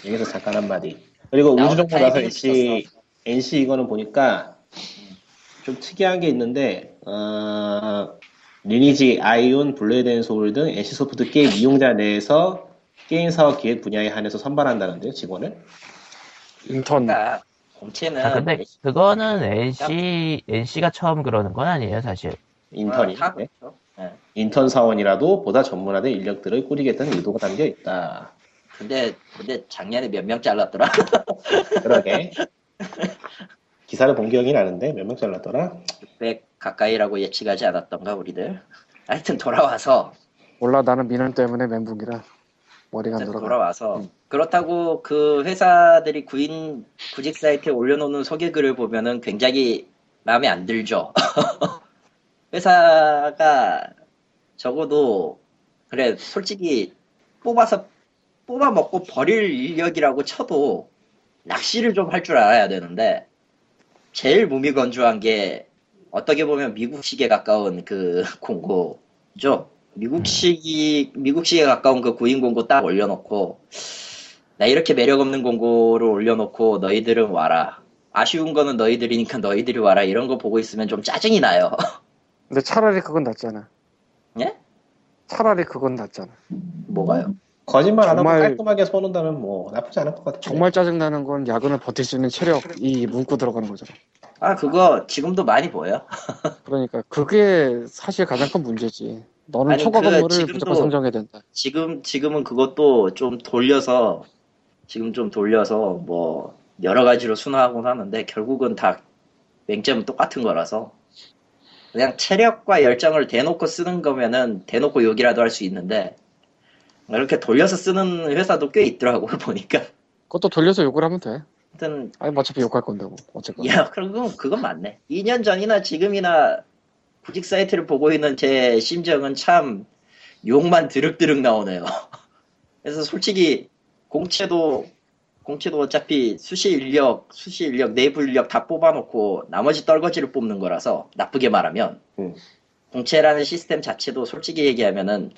Speaker 4: 여기서 잠깐 한마디. 그리고
Speaker 2: 나온
Speaker 4: 우주정보 나서
Speaker 2: 타이밍이
Speaker 4: NC, NC 이거는 보니까 좀 특이한 게 있는데, 어, 리니지, 아이온, 블레이드 소울 등 NC 소프트 게임 이용자 내에서 게임 사업 기획 분야에 한해서 선발한다는데요, 직원을.
Speaker 3: 인턴
Speaker 2: 그러니까 공채는 뭐
Speaker 1: 아, 근데 그거는 NC NC가 처음 그러는 건 아니에요, 사실.
Speaker 4: 인턴이.
Speaker 2: 다
Speaker 4: 네.
Speaker 2: 그렇죠. 예.
Speaker 4: 인턴 사원이라도 보다 전문화된 인력들을 꾸리겠다는 의도가 담겨 있다.
Speaker 2: 아, 근데 근데 작년에 몇 명 잘랐더라.
Speaker 4: 그러게. 기사를 본 기억이 나는데 몇 명 잘랐더라?
Speaker 2: 100 가까이라고 예측하지 않았던가 우리들. 하여튼 돌아와서
Speaker 3: 몰라 나는 민원 때문에 멘붕이라 머리가 음. 안
Speaker 2: 어쨌든
Speaker 3: 돌아가
Speaker 2: 돌아와서 그렇다고 그 회사들이 구인 구직 사이트에 올려놓는 소개글을 보면은 굉장히 마음에 안 들죠. 회사가 적어도 그래 솔직히 뽑아서 뽑아 먹고 버릴 인력이라고 쳐도 낚시를 좀 할 줄 알아야 되는데 제일 무미건조한 게 어떻게 보면 미국식에 가까운 그 공고죠. 미국식이 미국식에 가까운 그 구인 공고 딱 올려놓고 나 이렇게 매력 없는 공고를 올려놓고 너희들은 와라. 아쉬운 거는 너희들이니까 너희들이 와라 이런 거 보고 있으면 좀 짜증이 나요.
Speaker 3: 근데 차라리 그건 낫잖아
Speaker 2: 예?
Speaker 3: 차라리 그건 낫잖아
Speaker 2: 뭐가요?
Speaker 4: 거짓말 안 하고
Speaker 3: 정말-
Speaker 4: 깔끔하게 써놓는다면 뭐 나쁘지 않을 것 같아요.
Speaker 3: 정말 짜증나는 건 야근을 버틸 수 있는 체력이 문구 들어가는 거잖아
Speaker 2: 아 그거 지금도 많이 보여.
Speaker 3: 그러니까 그게 사실 가장 큰 문제지 너는
Speaker 2: 아니,
Speaker 3: 초과
Speaker 2: 그
Speaker 3: 근무를
Speaker 2: 지금도-
Speaker 3: 무조건 선정해야 된다
Speaker 2: 지금 지금은 그것도 좀 돌려서 지금 좀 돌려서 뭐 여러 가지로 순화하곤 하는데 결국은 다 맹점은 똑같은 거라서 그냥 체력과 열정을 대놓고 쓰는 거면은 대놓고 욕이라도 할 수 있는데 이렇게 돌려서 쓰는 회사도 꽤 있더라고 보니까
Speaker 3: 그것도 돌려서 욕을 하면 돼
Speaker 2: 하여튼
Speaker 3: 아니 어차피 욕할 건다고 어쨌건
Speaker 2: 야 그건 그건 맞네 2년 전이나 지금이나 구직 사이트를 보고 있는 제 심정은 참 욕만 드륵드륵 나오네요 그래서 솔직히 공채도 공채도 어차피 수시 인력 수시 인력 내부 인력 다 뽑아놓고 나머지 떨거지를 뽑는 거라서 나쁘게 말하면
Speaker 4: 음.
Speaker 2: 공채라는 시스템 자체도 솔직히 얘기하면은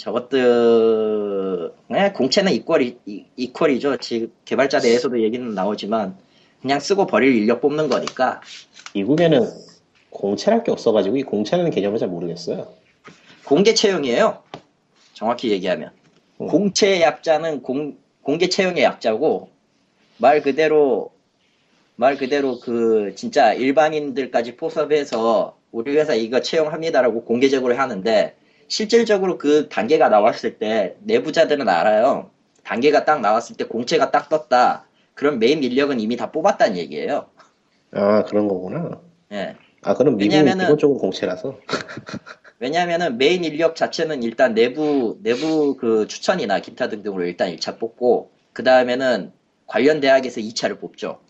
Speaker 2: 저것들 네, 공채는 이퀄이 이- 이퀄이죠 지금 개발자 내에서도 얘기는 나오지만 그냥 쓰고 버릴 인력 뽑는 거니까
Speaker 4: 미국에는 공채랄 게 없어가지고 이 공채라는 개념을 잘 모르겠어요.
Speaker 2: 공개 채용이에요. 정확히 얘기하면
Speaker 4: 음.
Speaker 2: 공채의 약자는 공, 공개 채용의 약자고 말 그대로 말 그대로 그 진짜 일반인들까지 포섭해서 우리 회사 이거 채용합니다라고 공개적으로 하는데 실질적으로 그 단계가 나왔을 때 내부자들은 알아요. 단계가 딱 나왔을 때 공채가 딱 떴다. 그럼 메인 인력은 이미 다 뽑았다는 얘기예요.
Speaker 4: 아 그런 거구나.
Speaker 2: 예.
Speaker 4: 아 그럼 미국은
Speaker 2: 왜냐면은-
Speaker 4: 기본적으로 공채라서
Speaker 2: 왜냐하면은 메인 인력 자체는 일단 내부 내부 그 추천이나 기타 등등으로 일단 1차 뽑고 그 다음에는 관련 대학에서 2차를 뽑죠. 어,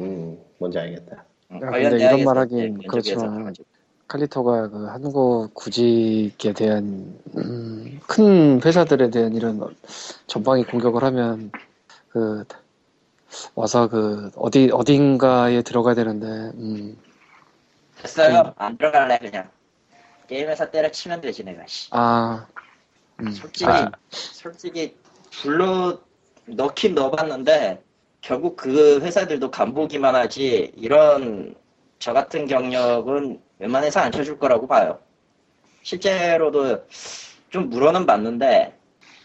Speaker 4: 음 뭔지 알겠다.
Speaker 2: 응,
Speaker 3: 야, 아, 근데 이런 말 하긴 그렇지만
Speaker 2: 가가지고.
Speaker 3: 칼리터가 그 한국 구직에 대한 음, 큰 회사들에 대한 이런 전방위 공격을 하면 그 와서 그 어디 어딘가에 들어가야 되는데 음.
Speaker 2: 됐어요. 안 들어갈래 그냥 게임 회사 때려치면 되지 내가. 씨.
Speaker 3: 아 음.
Speaker 2: 솔직히
Speaker 1: 아.
Speaker 2: 솔직히 불러 넣긴 넣어봤는데 결국 그 회사들도 간보기만 하지 이런 저 같은 경력은 웬만해서 안 쳐줄 거라고 봐요. 실제로도 좀 물어는 봤는데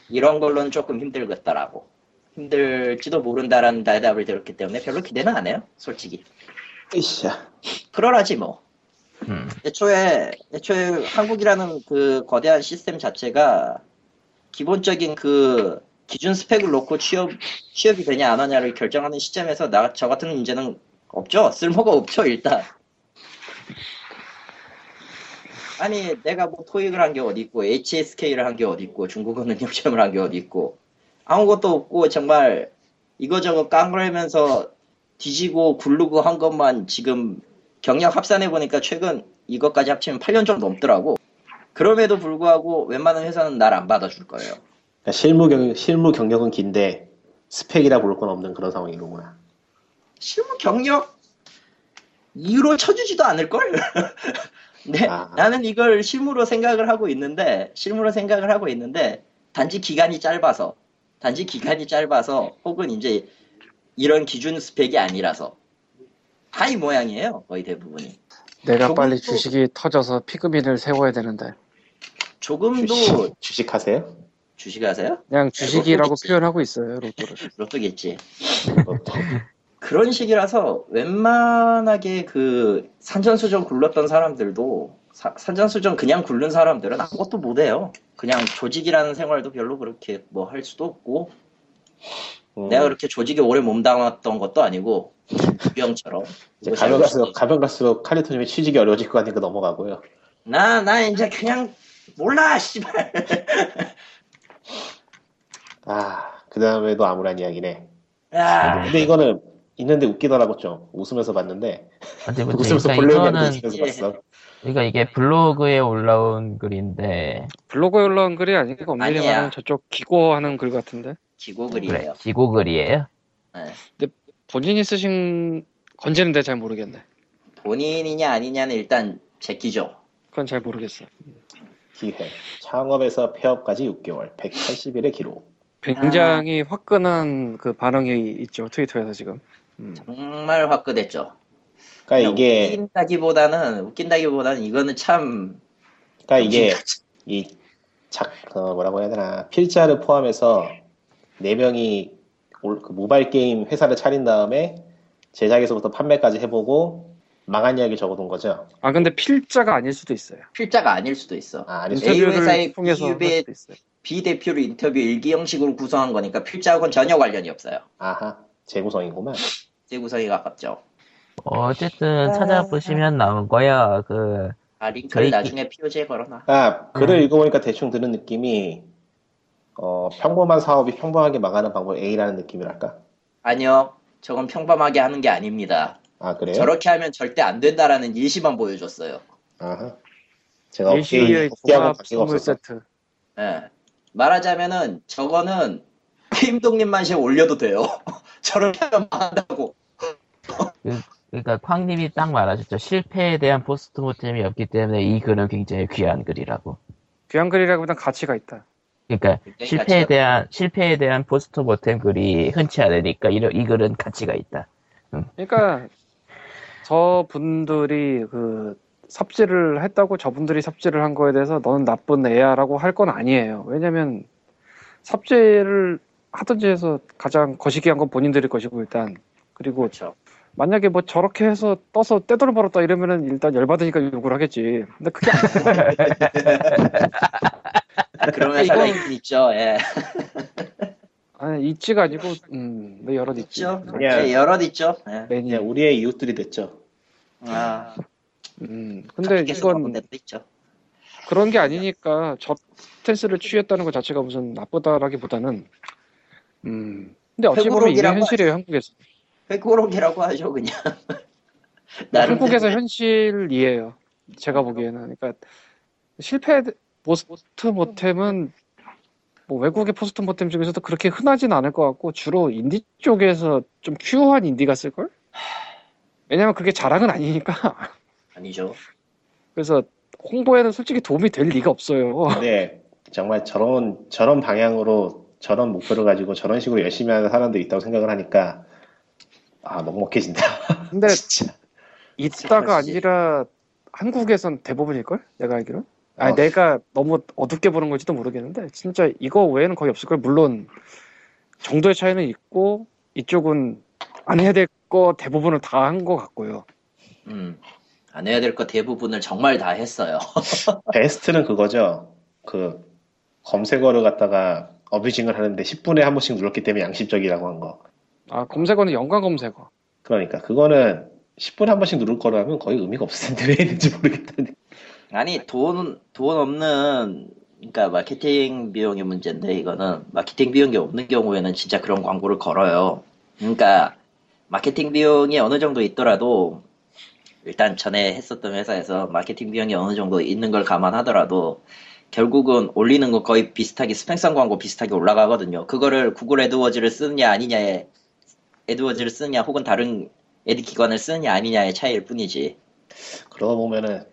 Speaker 2: 이런 걸로는 조금 힘들겠다라고 힘들지도 모른다라는 대답을 들었기 때문에 별로 기대는 안 해요, 솔직히.
Speaker 4: 이씨야.
Speaker 2: 그러라지 뭐.
Speaker 1: 음.
Speaker 2: 애초에 애초에 한국이라는 그 거대한 시스템 자체가 기본적인 그 기준 스펙을 놓고 취업 취업이 되냐 안 하냐를 결정하는 시점에서 나 저 같은 문제는 없죠 쓸모가 없죠 일단 아니 내가 뭐 토익을 한 게 어디 있고 HSK를 한 게 어디 있고 중국어 능력시험을 한 게 어디 있고 아무것도 없고 정말 이거저거 깡그러면서 뒤지고 굴르고 한 것만 지금 경력 합산해 보니까 최근 이것까지 합치면 8년 좀 넘더라고. 그럼에도 불구하고 웬만한 회사는 날 안 받아줄 거예요.
Speaker 4: 그러니까 실무 경력 실무 경력은 긴데 스펙이라 부를 건 없는 그런 상황인 거구나.
Speaker 2: 실무 경력 2로 쳐주지도 않을 걸. 네,
Speaker 4: 아.
Speaker 2: 나는 이걸 실무로 생각을 하고 있는데 실무로 생각을 하고 있는데 단지 기간이 짧아서 단지 기간이 짧아서 혹은 이제 이런 기준 스펙이 아니라서 하이 모양이에요 거의 대부분이.
Speaker 3: 내가
Speaker 2: 저것도-
Speaker 3: 빨리 주식이 터져서 피그민을 세워야 되는데
Speaker 2: 조금도
Speaker 4: 주식 주식하세요?
Speaker 2: 주식하세요?
Speaker 3: 그냥 주식이라고
Speaker 2: 네, 로또겠지.
Speaker 3: 표현하고 있어요 로또를
Speaker 2: 로또겠지.
Speaker 4: 그것도.
Speaker 2: 그런 식이라서 웬만하게 그 산전수전 굴렀던 사람들도 사- 산전수전 그냥 굴른 사람들은 아무것도 못해요. 그냥 조직이라는 생활도 별로 그렇게 뭐 할 수도 없고
Speaker 4: 음,
Speaker 2: 내가 그렇게 조직에 오래 몸담았던 것도 아니고 유형처럼
Speaker 4: 이제 가면 갈수록 가면 갈수록 칼리토님이 취직이 어려워질 것 같으니까 넘어가고요.
Speaker 2: 나나 이제 그냥 몰라 씨발
Speaker 4: 아, 그 다음에도 암울한 이야기네.
Speaker 2: 야
Speaker 4: 근데 이거는 있는데 웃기더라고 좀 웃으면서 봤는데
Speaker 1: 근데 뭐
Speaker 4: 웃으면서
Speaker 1: 그러니까
Speaker 4: 볼려고 했는데
Speaker 1: 이거는
Speaker 4: 웃으면서 봤어.
Speaker 1: 그러니까 이게 블로그에 올라온 글인데
Speaker 3: 블로그에 올라온 글이 아니고 엄밀히
Speaker 2: 아니야.
Speaker 3: 말하면 저쪽 기고하는 글 같은데
Speaker 1: 그래
Speaker 2: 기고글이에요.
Speaker 1: 기고 글이에요.
Speaker 2: 네.
Speaker 3: 본인이 쓰신 건지는데 잘 모르겠네
Speaker 2: 본인이냐 아니냐는 일단 제끼죠.
Speaker 3: 그건 잘 모르겠어
Speaker 4: 기회 창업에서 폐업까지 6개월 180일의 기록.
Speaker 3: 굉장히 화끈한 그 반응이 있죠 트위터에서 지금
Speaker 2: 정말 화끈했죠.
Speaker 4: 그러니까 이게
Speaker 2: 웃긴다기보다는 웃긴다기보다는 이거는 참
Speaker 4: 그러니까 이게 이작 어, 뭐라고 해야 되나 필자를 포함해서 네 명이 올- 그 모바일 게임 회사를 차린 다음에 제작에서부터 판매까지 해보고 망한 이야기 적어둔 거죠.
Speaker 3: 아 근데 필자가 아닐 수도 있어요
Speaker 2: 필자가 아닐 수도 있어.
Speaker 4: 아, 아니
Speaker 2: 인터뷰- A 회사의
Speaker 3: 인터뷰를 통해서 할
Speaker 2: 비유배-
Speaker 3: 수도 있어요
Speaker 2: B 대표를 인터뷰 일기 형식으로 구성한 거니까 필자하고는 전혀 관련이 없어요.
Speaker 4: 아하 재구성이구만.
Speaker 2: 재구성이 가깝죠.
Speaker 1: 어쨌든 찾아보시면 나온 거야. 그
Speaker 2: 아 링크를
Speaker 3: 그러니까.
Speaker 1: 저희-
Speaker 2: 나중에 POJ에 걸어놔.
Speaker 4: 아 글을
Speaker 1: 음.
Speaker 4: 읽어보니까 대충 드는 느낌이 어, 평범한 사업이 평범하게 망하는 방법 A라는 느낌이랄까.
Speaker 2: 아니요, 저건 평범하게 하는 게 아닙니다.
Speaker 4: 아 그래요?
Speaker 2: 저렇게 하면 절대 안 된다라는 일시만 보여줬어요.
Speaker 4: 아하. 제가 업계에
Speaker 3: 일시의
Speaker 4: 업계하고
Speaker 3: 종합
Speaker 4: 관계가
Speaker 3: 선물
Speaker 4: 없어서
Speaker 3: 세트
Speaker 2: 예. 말하자면은 저거는 게임독립 만시에 올려도 돼요. 저렇게 하면 망한다고.
Speaker 1: 그러니까 쾅님이 딱 말하셨죠. 실패에 대한 포스트 모템이 없기 때문에 이 글은 굉장히 귀한 글이라고.
Speaker 3: 귀한 글이라기보단 가치가 있다
Speaker 1: 그러니까
Speaker 2: 굉장히
Speaker 1: 실패에
Speaker 2: 가치가-
Speaker 1: 대한 실패에 대한 포스트 모템 글이 흔치 않으니까 이, 이 글은 가치가 있다.
Speaker 3: 그러니까 저 분들이 그 삽질을 했다고 저분들이 삽질을 한 거에 대해서 너는 나쁜 애야라고 할 건 아니에요. 왜냐면 삽질을 하든지 해서 가장 거시기한 건 본인들일 것이고 일단 그리고
Speaker 2: 그렇죠.
Speaker 3: 만약에 뭐 저렇게 해서 떠서 떼돌 벌었다 이러면은 일단 열받으니까 욕을 하겠지. 근데 그게 아니-
Speaker 2: 아, 그런 회사가
Speaker 3: 아, 이건-
Speaker 2: 있긴 있죠. 예.
Speaker 3: 아니 있지가 아니고 음, 네, 여럿 있지.
Speaker 2: 있죠.
Speaker 4: 예.
Speaker 2: 예, 여럿 있죠. 예.
Speaker 3: 매니.
Speaker 4: 그냥 네, 우리의 이웃들이 됐죠.
Speaker 2: 아,
Speaker 3: 음. 근데
Speaker 2: 계속
Speaker 3: 이건
Speaker 2: 바쁜 데도 있죠.
Speaker 3: 그런 게 아니니까 저 스탠스를 취했다는 것 자체가 무슨 나쁘다라기보다는 음 근데 어찌 보면 이게
Speaker 2: 회고록이라고
Speaker 3: 현실이에요 한국에서
Speaker 2: 회고록이라고 하죠 그냥
Speaker 3: 한국에서 현실이에요 제가 보기에는 그러니까 실패 포스트 모템은 뭐 외국의 포스트 모템 중에서도 그렇게 흔하진 않을 것 같고 주로 인디 쪽에서 좀 큐어한 인디가 쓸걸? 왜냐면 그게 자랑은 아니니까
Speaker 2: 아니죠
Speaker 3: 그래서 홍보에는 솔직히 도움이 될 리가 없어요
Speaker 4: 근데 정말 저런 저런 방향으로 저런 목표를 가지고 저런 식으로 열심히 하는 사람들이 있다고 생각을 하니까 아 먹먹해진다.
Speaker 3: 근데
Speaker 4: 진짜.
Speaker 3: 있다가
Speaker 2: 그렇지.
Speaker 3: 아니라 한국에선 대부분일걸? 내가 알기로? 아니
Speaker 4: 어.
Speaker 3: 내가 너무 어둡게 보는 걸지도 모르겠는데 진짜 이거 외에는 거의 없을걸 물론 정도의 차이는 있고 이쪽은 안 해야 될 거 대부분을 다 한 거 같고요
Speaker 2: 음. 안 해야 될 거 대부분을 정말 다 했어요.
Speaker 4: 베스트는 그거죠. 그 검색어를 갖다가 어뷰징을 하는데 10분에 한 번씩 눌렀기 때문에 양심적이라고 한 거.
Speaker 3: 아 검색어는 연관 검색어.
Speaker 4: 그러니까 그거는 10분에 한 번씩 누를 거라면 거의 의미가 없을 텐데 왜 했는지 모르겠다는.
Speaker 2: 아니 돈, 돈 없는 그러니까 마케팅 비용의 문제인데 이거는 마케팅 비용이 없는 경우에는 진짜 그런 광고를 걸어요. 그러니까 마케팅 비용이 어느 정도 있더라도 일단 전에 했었던 회사에서 마케팅 비용이 어느 정도 있는 걸 감안하더라도 결국은 올리는 거 거의 비슷하게 스팽성 광고 비슷하게 올라가거든요. 그거를 구글 애드워즈를 쓰느냐 아니냐에 애드워즈를 쓰느냐 혹은 다른 애드 기관을 쓰느냐 아니냐의 차이일 뿐이지.
Speaker 4: 그러고 보면은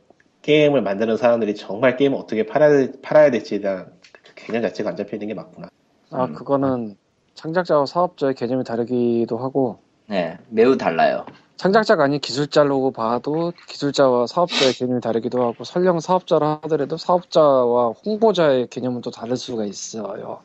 Speaker 4: 게임을 만드는 사람들이 정말 게임을 어떻게 팔아야, 팔아야 될지에 대한 그 개념 자체가 안 잡혀 있는 게 맞구나.
Speaker 3: 아
Speaker 2: 음.
Speaker 3: 그거는 창작자와 사업자의 개념이 다르기도 하고
Speaker 2: 네, 매우 달라요.
Speaker 3: 창작자가 아닌 기술자로 봐도 기술자와 사업자의 개념이 다르기도 하고 설령 사업자라 하더라도 사업자와 홍보자의 개념은 또 다를 수가 있어요.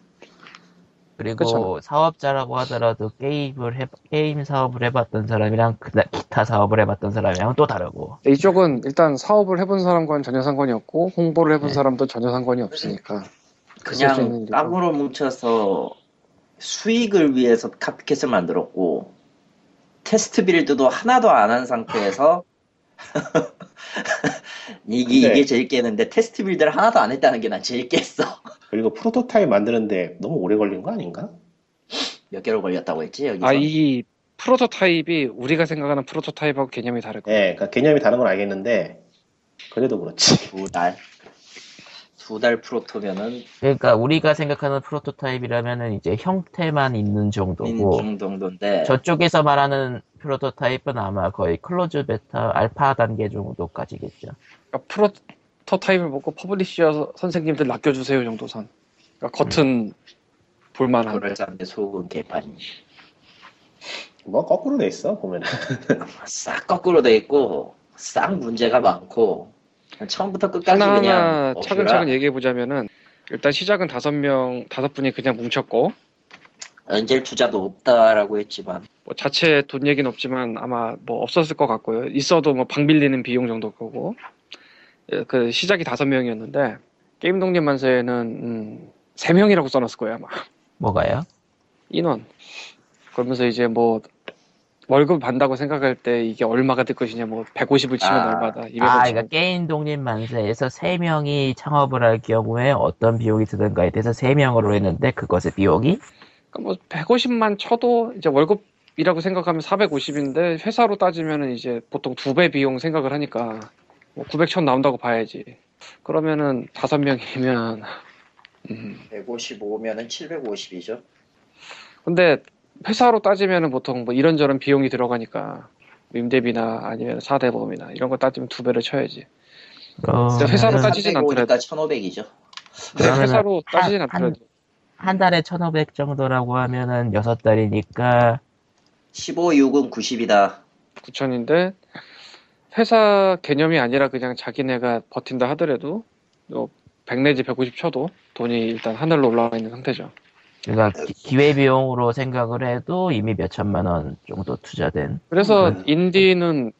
Speaker 1: 그리고
Speaker 3: 그쵸.
Speaker 1: 사업자라고 하더라도 게임을 해 게임 사업을 해봤던 사람이랑 그다, 기타 사업을 해봤던 사람이랑 또 다르고
Speaker 3: 이쪽은 일단 사업을 해본 사람과는 전혀 상관이 없고 홍보를 해본
Speaker 2: 네.
Speaker 3: 사람도 전혀 상관이 없으니까 있을 수 있는
Speaker 2: 그냥
Speaker 3: 일이고.
Speaker 2: 땅으로 뭉쳐서 수익을 위해서 카피캣을 만들었고 테스트 빌드도 하나도 안 한 상태에서 이게
Speaker 4: 근데-
Speaker 3: 네.
Speaker 2: 이게 제일 깨는데 테스트 빌드를 하나도 안 했다는 게 난 제일 깼어.
Speaker 4: 그리고 프로토타입 만드는데 너무 오래 걸린 거 아닌가?
Speaker 2: 몇 개월 걸렸다고 했지 여기서.
Speaker 3: 아 이 프로토타입이 우리가 생각하는 프로토타입하고 개념이 다를
Speaker 2: 네.
Speaker 3: 거예요.
Speaker 4: 예, 그러니까 개념이 다른 건 알겠는데 그래도 그렇지.
Speaker 2: 두 달. 두 달 프로토면은
Speaker 1: 그러니까 우리가 생각하는 프로토타입이라면은 이제 형태만 있는 정도고
Speaker 3: 음.
Speaker 2: 인 정도인데
Speaker 1: 저쪽에서 말하는 프로토타입은 아마 거의 클로즈 베타 알파 단계 정도까지겠죠.
Speaker 3: 그러니까 프로토타입을 보고 퍼블리셔 선생님들 낚여주세요 정도 선. 그러니까 겉은 볼만한.
Speaker 2: 음. 그럴 때 속은 개판이
Speaker 4: 뭐 거꾸로 돼 있어 보면은.
Speaker 2: 싹 거꾸로 돼 있고 싹 문제가 많고 처음부터 끝까지
Speaker 3: 하나하나
Speaker 2: 그냥 어뷰라.
Speaker 3: 차근차근 얘기해 보자면은 일단 시작은 다섯 명 다섯 분이 그냥 뭉쳤고
Speaker 2: 연결 투자도 없다라고 했지만
Speaker 3: 뭐 자체 돈 얘기는 없지만 아마 뭐 없었을 것 같고요. 있어도 뭐 방 빌리는 비용 정도 거고 예, 그 시작이 다섯 명이었는데 게임 독립 만세에는 음, 세 명이라고 써놨을 거예요 아마
Speaker 1: 뭐가요?
Speaker 3: 인원. 그러면서 이제 뭐 월급 받는다고 생각할 때 이게 얼마가 될 것이냐 뭐 150을 치면
Speaker 2: 아,
Speaker 3: 얼마다 200을
Speaker 1: 아,
Speaker 3: 치면
Speaker 1: 그러니까 게임 독립 만세에서 3명이 창업을 할 경우에 어떤 비용이 드는가에 대해서 3명으로 했는데 그것의 비용이
Speaker 3: 그러니까 뭐 150만 쳐도 이제 월급이라고 생각하면 450인데 회사로 따지면은 이제 보통 두 배 비용 생각을 하니까 뭐 900천 나온다고 봐야지. 그러면은 다섯 명이면 음.
Speaker 2: 155면은 750이죠.
Speaker 3: 근데 회사로 따지면은 보통 뭐 이런저런 비용이 들어가니까 뭐 임대비나 아니면 사대보험이나 이런 거 따지면 두 배를 쳐야지.
Speaker 1: 그러면은
Speaker 3: 회사로 따지- 아, 따지진 않더라도.
Speaker 2: 1500이죠.
Speaker 3: 근데
Speaker 1: 그러면은
Speaker 3: 회사로
Speaker 1: 한-
Speaker 3: 따지진
Speaker 1: 한-
Speaker 3: 않더라도
Speaker 1: 한 달에 1,500 정도라고 하면은 6달이니까
Speaker 2: 15, 6은 90이다.
Speaker 3: 9천인데 회사 개념이 아니라 그냥 자기네가 버틴다 하더라도 뭐100 내지 150 쳐도 돈이 일단 하늘로 올라가 있는 상태죠.
Speaker 1: 그러니까 기- 기회 비용으로 생각을 해도 이미 몇 천만 원 정도 투자된
Speaker 3: 그래서
Speaker 4: 음.
Speaker 3: 인디는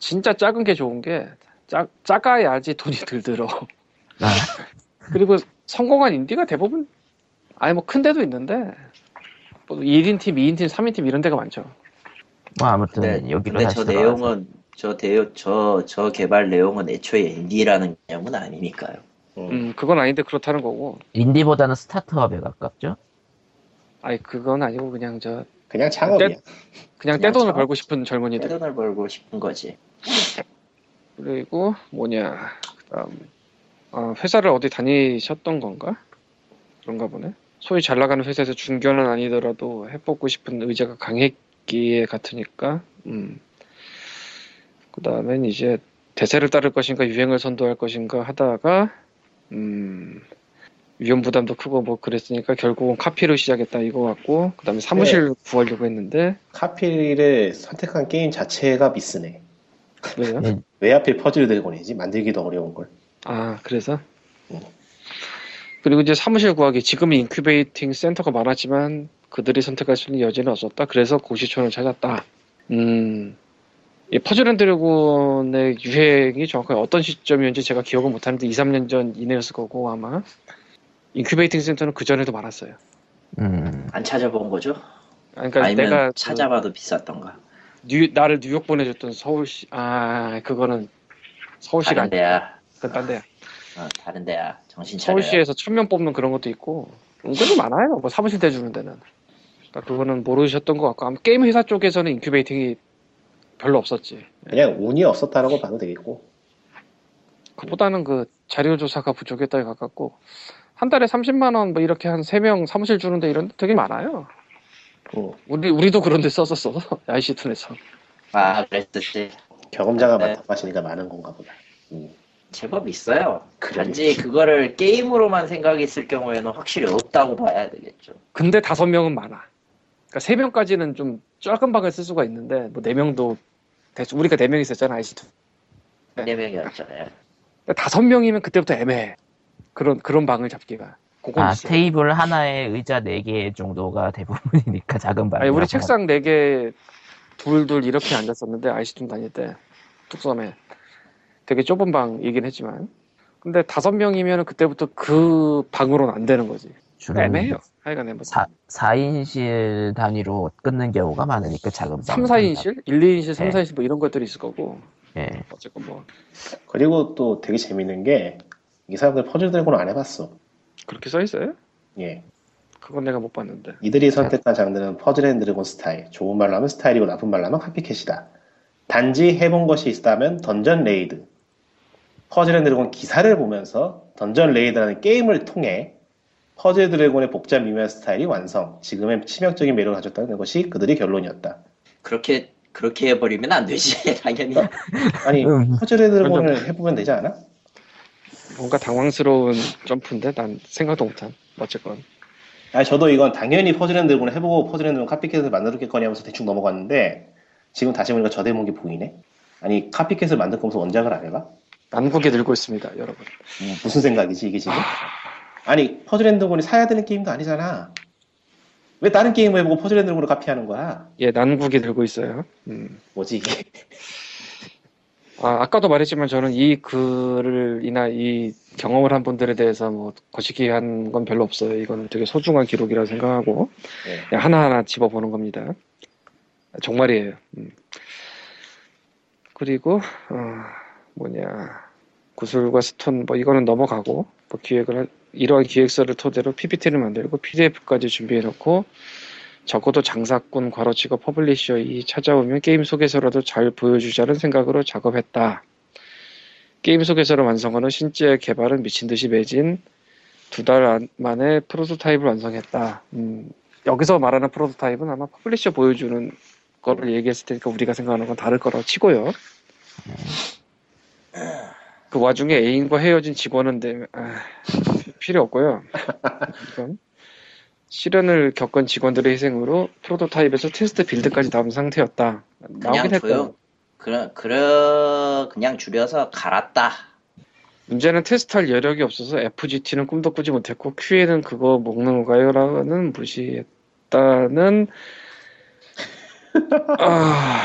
Speaker 3: 진짜 작은 게 좋은 게 작, 작아야지 돈이 들 들어.
Speaker 1: 아,
Speaker 3: 그리고 성공한 인디가 대부분 아니 뭐 큰 데도 있는데 뭐 1인 팀, 2인 팀, 3인 팀 이런 데가 많죠.
Speaker 1: 뭐
Speaker 3: 네,
Speaker 1: 아무튼
Speaker 2: 근데,
Speaker 1: 여기로
Speaker 2: 네, 근데
Speaker 1: 다시
Speaker 2: 저
Speaker 1: 돌아와서.
Speaker 2: 내용은 저 대요 저, 저 개발 내용은 애초에 인디라는 개념은 아니니까요.
Speaker 4: 음.
Speaker 3: 음 그건 아닌데 그렇다는 거고.
Speaker 1: 인디보다는 스타트업에 가깝죠.
Speaker 3: 아니 그건 아니고 그냥 저
Speaker 4: 그냥 창업이야.
Speaker 3: 그냥
Speaker 2: 그냥
Speaker 3: 떼돈을
Speaker 2: 저-
Speaker 3: 벌고 싶은 젊은이들.
Speaker 2: 돈을 벌고 싶은 거지.
Speaker 3: 그리고 뭐냐 그다음 아, 회사를 어디 다니셨던 건가 그런가 보네 소위 잘 나가는 회사에서 중견은 아니더라도 해보고 싶은 의지가 강했기에 같으니까 음 그다음엔 이제 대세를 따를 것인가 유행을 선도할 것인가 하다가 음 위험 부담도 크고 뭐 그랬으니까 결국은 카피로 시작했다 이거 같고 그다음에 사무실 구하려고 했는데
Speaker 4: 카피를 선택한 게임 자체가 미스네.
Speaker 3: 왜요?
Speaker 1: 네.
Speaker 4: 왜 하필 퍼즐 드래곤이지? 만들기도 어려운 걸.
Speaker 3: 아, 그래서?
Speaker 2: 네.
Speaker 4: 음.
Speaker 3: 그리고 이제 사무실 구하기. 지금 인큐베이팅 센터가 많았지만 그들이 선택할 수 있는 여지는 없었다. 그래서 고시촌을 찾았다. 음, 이 퍼즐앤 드래곤의 유행이 정확하게 어떤 시점이었는지 제가 기억은 못하는데 2, 3년 전 이내였을 거고 아마 인큐베이팅 센터는 그 전에도 많았어요.
Speaker 1: 음.
Speaker 2: 안 찾아본 거죠?
Speaker 3: 아, 그러니까
Speaker 2: 아니면
Speaker 3: 내가 그
Speaker 2: 찾아봐도 비쌌던가.
Speaker 3: 뉴, 나를 뉴욕 보내줬던 서울시 아 그거는 서울시가
Speaker 2: 다른
Speaker 3: 아니
Speaker 2: 데야.
Speaker 3: 그건 딴 데야.
Speaker 2: 어, 다른 데야. 정신 차려.
Speaker 3: 서울시에서 천명 뽑는 그런 것도 있고 은근히 많아요. 뭐 사무실 대주는 데는. 그러니까 그거는 모르셨던 것 같고 아마 게임 회사 쪽에서는 인큐베이팅이 별로 없었지.
Speaker 4: 그냥 운이 없었다라고 봐도 되겠고
Speaker 3: 그보다는 그 자료 조사가 부족했다에 가깝고 한 달에 30만 원 뭐 이렇게 한 세 명 사무실 주는데 이런 데 되게 많아요.
Speaker 4: 음,
Speaker 3: 우리 우리도 그런 데 썼었어. IC툰에서.
Speaker 2: 아, 그랬듯이.
Speaker 4: 경험자가
Speaker 2: 네.
Speaker 4: 많다고 하시니까 많은 건가 보다. 음.
Speaker 2: 제법 있어요.
Speaker 4: 그래.
Speaker 2: 단지 그거를 게임으로만 생각이 있을 경우에는 확실히 없다고 봐야 되겠죠.
Speaker 3: 근데 다섯 명은 많아. 그러니까 세 명까지는 좀 작은 방을 쓸 수가 있는데 뭐 네 명도 대충 우리가 네 명 있었잖아 IC툰. 네.
Speaker 2: 네 명이었잖아요.
Speaker 3: 다섯 명이면 그때부터 애매해. 그런 그런 방을 잡기가. 그건
Speaker 1: 아,
Speaker 3: 있어.
Speaker 1: 테이블 하나에 의자 네 개 정도가 대부분이니까 작은 방.
Speaker 3: 아니 우리 책상 네 개 둘둘 이렇게 앉았었는데 IC툰 다닐 때 뚝섬에 되게 좁은 방이긴 했지만 근데 다섯 명이면 그때부터 그 방으로는 안 되는 거지
Speaker 1: 주로
Speaker 3: 애매해요 하여간에 뭐
Speaker 1: 사, 4인실 단위로 끊는 경우가 많으니까 작은 방.
Speaker 3: 3, 4인실? 1, 2인실, 3,
Speaker 1: 네.
Speaker 3: 4인실 뭐 이런 것들이 있을 거고
Speaker 1: 예.
Speaker 3: 어쨌건 뭐
Speaker 4: 그리고 또 되게 재밌는 게 이 사람들 퍼즐 들고는 안 해봤어.
Speaker 3: 그렇게 써 있어요?
Speaker 4: 예.
Speaker 3: 그건 내가 못 봤는데
Speaker 4: 이들이 선택한 장르는 퍼즐 앤 드래곤 스타일. 좋은 말로 하면 스타일이고 나쁜 말로 하면 카피캣이다. 단지 해본 것이 있다면 던전 레이드. 퍼즐 앤 드래곤 기사를 보면서 던전 레이드라는 게임을 통해 퍼즐 드래곤의 복잡 미묘한 스타일이 완성, 지금의 치명적인 매력을 가졌다는 것이 그들의 결론이었다.
Speaker 2: 그렇게 그렇게 해버리면 안 되지 당연히.
Speaker 3: 어,
Speaker 4: 아니,
Speaker 1: 음.
Speaker 4: 퍼즐 앤 드래곤을 해보면 되지 않아?
Speaker 3: 뭔가 당황스러운 점프인데 난 생각도 못한 어쨌건
Speaker 4: 아니, 저도 이건 당연히 퍼즐 앤 드래곤을 해보고 퍼즐 앤 드래곤 카피캣을 만들었겠거니 하면서 대충 넘어갔는데 지금 다시 보니까 저 대목이 보이네? 아니, 카피캣을 만들 거면서 원작을 안 해봐?
Speaker 3: 난국에 늘고 있습니다 여러분
Speaker 4: 예, 무슨 생각이지 이게 지금? 아니 퍼즐앤드곤이 사야 되는 게임도 아니잖아. 왜 다른 게임을 해보고 퍼즐앤드곤을 카피하는 거야?
Speaker 3: 예 난국이 늘고 있어요 음.
Speaker 4: 뭐지 이게?
Speaker 3: 아, 아까도 말했지만 저는 이 글을 이나 이 경험을 한 분들에 대해서 뭐 거시기 한 건 별로 없어요. 이건 되게 소중한 기록이라 생각하고
Speaker 4: 예.
Speaker 3: 그냥 하나하나 집어보는 겁니다. 정말이에요. 음. 그리고 어, 뭐냐 구슬과 스톤 뭐 이거는 넘어가고 뭐 기획을 할- 이러한 기획서를 토대로 PPT를 만들고 PDF까지 준비해놓고 적어도 장사꾼 괄호치고 퍼블리셔 이 찾아오면 게임 소개서라도 잘 보여주자는 생각으로 작업했다. 게임 소개서를 완성하는 신지의 개발은 미친 듯이 매진 두 달 만에 프로토타입을 완성했다. 음, 여기서 말하는 프로토타입은 아마 퍼블리셔 보여주는 거를 얘기했을 테니까 우리가 생각하는 건 다를 거라고 치고요. 그 와중에 애인과 헤어진 직원은 내- 아, 필요 없고요. 이건 시련을 겪은 직원들의 희생으로 프로토타입에서 테스트 빌드까지 나온 상태였다. 나오긴
Speaker 2: 그냥
Speaker 3: 했고
Speaker 2: 조용. 그러 그러 그냥 줄여서 갈았다.
Speaker 3: 문제는 테스트할 여력이 없어서 FGT는 꿈도 꾸지 못했고 QA는 그거 먹는 건가요라는 무시했다는 아...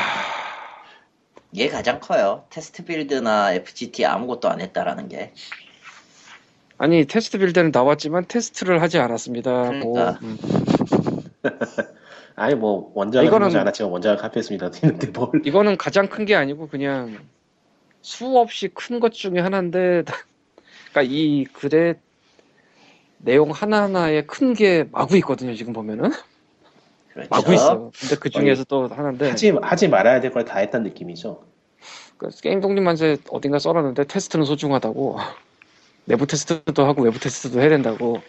Speaker 2: 이게 가장 커요. 테스트 빌드나 FGT 아무것도 안 했다라는 게.
Speaker 3: 아니 테스트 빌드는 나왔지만 테스트를 하지 않았습니다.
Speaker 2: 그러니까.
Speaker 3: 뭐, 음.
Speaker 4: 아니 뭐 원작을
Speaker 3: 이거는-
Speaker 4: 해보지 않았지만 원작을 카피했습니다. 했는데 뭘?
Speaker 3: 이거는 가장 큰 게 아니고 그냥 수없이 큰 것 중에 하나인데 그러니까 이 글의 내용 하나하나에 큰 게 마구 있거든요. 지금 보면은
Speaker 2: 그렇죠.
Speaker 3: 마구 있어요. 근데 그 중에서 또 하나인데
Speaker 4: 하지 하지 말아야 될 걸 다 했다는 느낌이죠.
Speaker 3: 그 게임 독립만세 어딘가 써놨는데 테스트는 소중하다고 내부 테스트도 하고 외부 테스트도 해야 된다고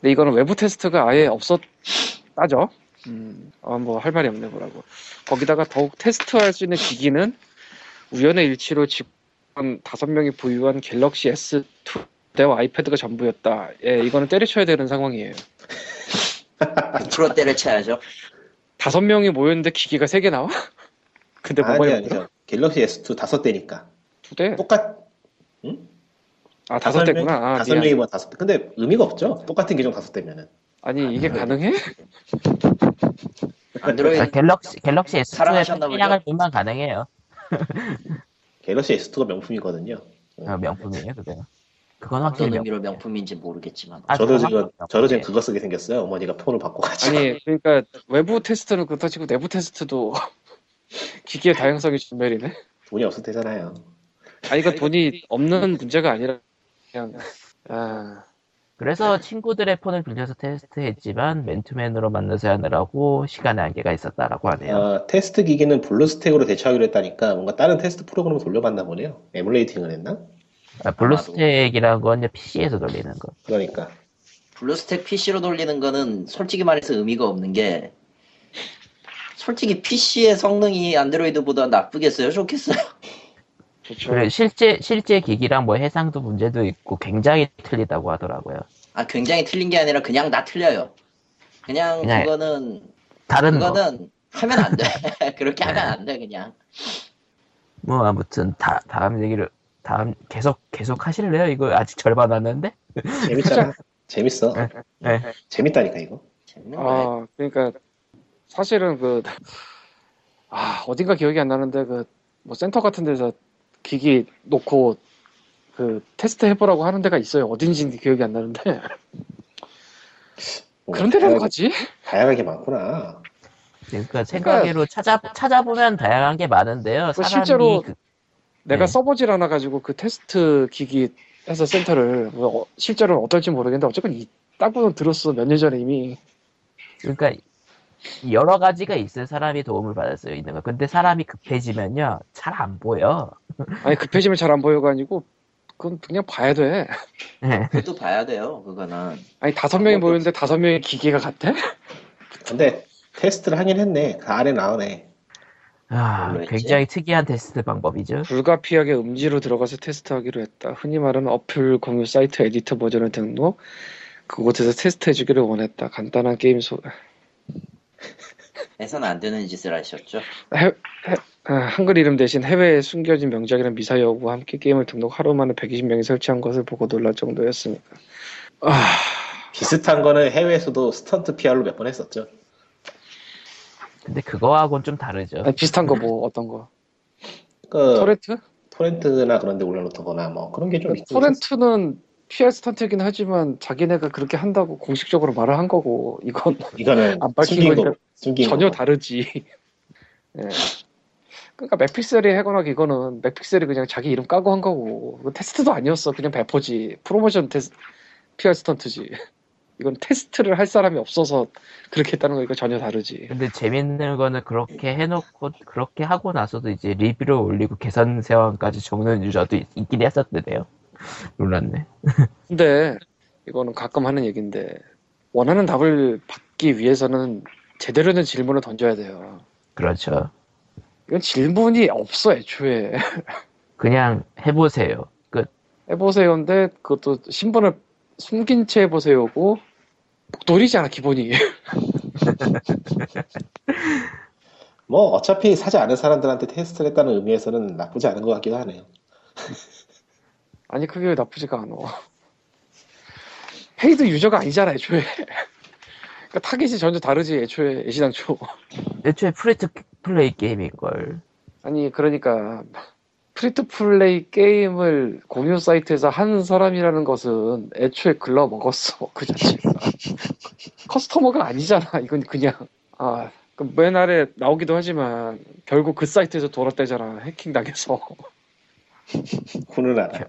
Speaker 3: 근데 이거는 외부 테스트가 아예 없었다죠 음, 아, 뭐 할 말이 없네 뭐라고 거기다가 더욱 테스트할 수 있는 기기는 우연의 일치로 직원 다섯 명이 보유한 갤럭시 S2 대와 아이패드가 전부였다 예 이거는 때려쳐야 되는 상황이에요
Speaker 2: 프로 때를 쳐야죠.
Speaker 3: 다섯 명이 모였는데 기기가 세 개 나와? 근데 뭐가
Speaker 4: 아니
Speaker 3: 있는 거야?
Speaker 4: 아니죠. 갤럭시 S2 다섯 대니까
Speaker 3: 두 대?
Speaker 4: 똑같
Speaker 3: 아 다섯 대구나
Speaker 4: 명-
Speaker 3: 아,
Speaker 4: 다섯
Speaker 3: 미안.
Speaker 4: 명이 뭐 다섯 대. 근데 의미가 없죠. 똑같은 기종 다섯 대면은.
Speaker 3: 아니 이게
Speaker 4: 네.
Speaker 3: 가능해?
Speaker 2: 안드로이드
Speaker 1: 아, 갤럭시 갤럭시 S2의
Speaker 3: 아,
Speaker 2: 사랑하셨나 보죠.
Speaker 1: 용량을 보면 가능해요.
Speaker 4: 갤럭시 S2가 명품이거든요.
Speaker 1: 어, 명품이에요, 그거. 그건
Speaker 2: 어떤
Speaker 1: 확실히 명품.
Speaker 3: 그렇죠.
Speaker 2: 의미로 뭐 명품인지 모르겠지만
Speaker 1: 아,
Speaker 4: 저도
Speaker 1: 그건
Speaker 4: 지금
Speaker 1: 확실히
Speaker 4: 저도 지금
Speaker 1: 명품이에요.
Speaker 4: 그거 쓰게 생겼어요. 어머니가 폰을 바꿔가지고.
Speaker 3: 네. 아니 그러니까 외부 테스트는 그렇다 치고 내부 테스트도 기계 다양성이 진멸이네.
Speaker 4: 돈이 없을 때잖아요.
Speaker 3: 아니 이거 돈이 없는 문제가 아니라 그냥 아,
Speaker 1: 그래서 친구들의 폰을 빌려서 테스트했지만 맨투맨으로 만나서 하느라고 시간의 한계가 있었다라고 하네요.
Speaker 3: 어,
Speaker 4: 아, 테스트 기기는 블루스택으로 대처하기로 했다니까 뭔가 다른 테스트 프로그램을 돌려봤나 보네요. 에뮬레이팅을 했나?
Speaker 1: 아, 블루스택이라는 건 이제 PC에서 돌리는 거.
Speaker 4: 그러니까
Speaker 2: 블루스택 PC로 돌리는 거는 솔직히 말해서 의미가 없는 게 솔직히 PC의 성능이 안드로이드보다 나쁘겠어요? 좋겠어요?
Speaker 3: 그렇죠.
Speaker 1: 그래, 실제, 실제 기기랑 뭐 해상도 문제도 있고 굉장히 틀리다고 하더라고요.
Speaker 2: 아 굉장히 틀린 게 아니라 그냥 다 틀려요 그냥
Speaker 1: 그냥-
Speaker 2: 그거는
Speaker 1: 다른 거.
Speaker 2: 그거는 하면 안 돼. 그렇게 하면 안 돼 그냥.
Speaker 1: 뭐 아무튼 다, 다음 얘기를 다음 계속 계속 하실래요? 이거 아직 절반 왔는데?
Speaker 4: 재밌잖아. 재밌어.
Speaker 1: 네.
Speaker 4: 재밌다니까 이거.
Speaker 2: 재밌는 거야.
Speaker 3: 아 그러니까 사실은 그 아 어딘가 기억이 안 나는데 그 뭐 센터 같은 데서 기기 놓고 그 테스트 해보라고 하는 데가 있어요. 어딘지 기억이 안 나는데
Speaker 4: 뭔가
Speaker 3: 그런 데라도
Speaker 4: 다양하게-
Speaker 3: 가지?
Speaker 4: 다양하게 많구나.
Speaker 1: 그러니까 생각으로 찾아 찾아보면 다양한 게 많은데요.
Speaker 3: 그
Speaker 1: 사람이
Speaker 3: 실제로
Speaker 1: 그-
Speaker 3: 내가
Speaker 1: 네.
Speaker 3: 써보질 않아 가지고 그 테스트 기기 해서 센터를 뭐 어- 실제로는 어떨지 모르겠는데 어쨌건 있다고는 들었어 몇 년 전에 이미
Speaker 1: 그러니까 여러 가지가 있어요. 사람이 도움을 받았어요. 있는 거. 근데 사람이 급해지면요. 잘 안 보여.
Speaker 3: 아니 급해지면 잘 안 보여가지고 그건 그냥 봐야 돼.
Speaker 1: 예.
Speaker 2: 그것도 봐야 돼요. 그거는
Speaker 3: 아니 다섯 명이 모였는데 다섯 명의 기계가 같아?
Speaker 4: 근데 테스트를 하긴 했네. 그 아래 나오네.
Speaker 1: 아,
Speaker 2: 별로였지.
Speaker 1: 굉장히 특이한 테스트 방법이죠.
Speaker 3: 불가피하게 음지로 들어가서 테스트하기로 했다. 흔히 말하는 어플 공유 사이트 에디터 버전을 등록. 그곳에서 테스트해주기를 원했다. 간단한 게임 소
Speaker 2: 해서는 안 되는 짓을 하셨죠.
Speaker 3: 아, 한글 이름 대신 해외에 숨겨진 명작이란 미사 여부와 함께 게임을 등록 하루 만에 120명이 설치한 것을 보고 놀랄 정도였으니까. 아,
Speaker 4: 비슷한 거는 해외에서도 스턴트 PR로 몇 번 했었죠.
Speaker 1: 근데 그거하고는 좀 다르죠.
Speaker 3: 아니, 비슷한 거 뭐 어떤 거?
Speaker 4: 그
Speaker 3: 토렌트? 그러니까
Speaker 4: 토렌트나 그런 데 올려놓거나 뭐 그런 게 좀 있긴
Speaker 3: 토렌트는 PR 스턴트이긴 하지만 자기네가 그렇게 한다고 공식적으로 말을 한 거고 이건
Speaker 4: 있었어. 이거는
Speaker 3: 안 밝힌
Speaker 4: 숨긴
Speaker 3: 거니까
Speaker 4: 거, 숨긴
Speaker 3: 전혀
Speaker 4: 거고.
Speaker 3: 다르지. 예. 그러니까 맥픽셀이 하거나 이거는 맥픽셀이 그냥 자기 이름 까고 한 거고 이거 테스트도 아니었어 그냥 배포지 프로모션 테스트 PR 스턴트지 이건 테스트를 할 사람이 없어서 그렇게 했다는 거니까 전혀 다르지
Speaker 1: 근데 재밌는 거는 그렇게 해놓고 그렇게 하고 나서도 이제 리뷰를 올리고 계산 세황까지 적는 유저도 있, 있긴 했었는데요. 놀랐네.
Speaker 3: 근데 이거는 가끔 하는 얘기인데 원하는 답을 받기 위해서는 제대로 된 질문을 던져야 돼요
Speaker 1: 그렇죠.
Speaker 3: 이건 질문이 없어 애초에
Speaker 1: 그냥 해보세요. 끝.
Speaker 3: 해보세요인데 그것도 신분을 숨긴 채 해보세요고 목도리잖아 기본이
Speaker 4: 뭐 어차피 사지 않은 사람들한테 테스트를 했다는 의미에서는 나쁘지 않은 것 같기도 하네요.
Speaker 3: 아니 그게 왜 나쁘지가 않아 헤이드 유저가 아니잖아 애초에 그러니까 타겟이 전혀 다르지 애초에 애시당초
Speaker 1: 애초에 프리트 플레이 게임인걸.
Speaker 3: 아니 그러니까 프리트 플레이 게임을 공유 사이트에서 한 사람이라는 것은 애초에 글러 먹었어 그 자체가 커스터머가 아니잖아 이건 그냥 아 그럼 맨 아래 나오기도 하지만 결국 그 사이트에서 돌았대잖아 해킹 당해서
Speaker 4: 훈을 알아.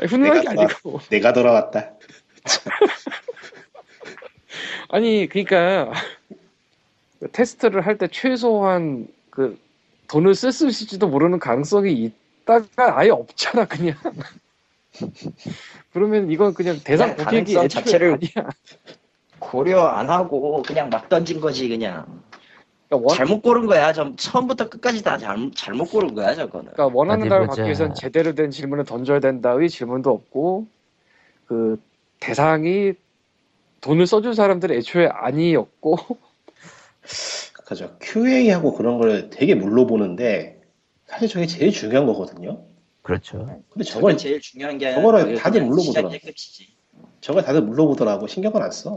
Speaker 3: 아니, 훈훈한 게
Speaker 4: 내가 봐.
Speaker 3: 아니고
Speaker 4: 내가 돌아왔다.
Speaker 3: 아니 그러니까 테스트를 할 때 최소한 그 돈을 쓸 수 있을지도 모르는 가능성이 있다가 아예 없잖아 그냥 그러면 이건 그냥 대상
Speaker 2: 그냥
Speaker 3: 고객이
Speaker 2: 네, 가능성
Speaker 3: 애초에
Speaker 2: 자체를
Speaker 3: 아니야
Speaker 2: 고려 안 하고 그냥 막 던진 거지 그냥.
Speaker 3: 그러니까, 원,
Speaker 2: 잘못 고른 거야. 전 처음부터 끝까지 다 잘, 잘못 고른 거야 저거는.
Speaker 3: 그러니까 원하는
Speaker 1: 어디
Speaker 3: 답을
Speaker 1: 보자.
Speaker 3: 받기 위해서는 제대로 된 질문을 던져야 된다의 질문도 없고 그 대상이 돈을 써준 사람들은 애초에 아니었고
Speaker 4: 그죠. QA하고 그런 걸 되게 물러보는데 사실 저게 제일 중요한 거거든요.
Speaker 1: 그렇죠.
Speaker 2: 저게
Speaker 4: 근데 저걸
Speaker 2: 제일 중요한 게
Speaker 4: 저거를
Speaker 2: 그게
Speaker 4: 다들
Speaker 2: 그냥
Speaker 4: 물어보더라.
Speaker 2: 시작 깨끗이지.
Speaker 4: 저걸 다들 물러보더라고 신경을 안 써.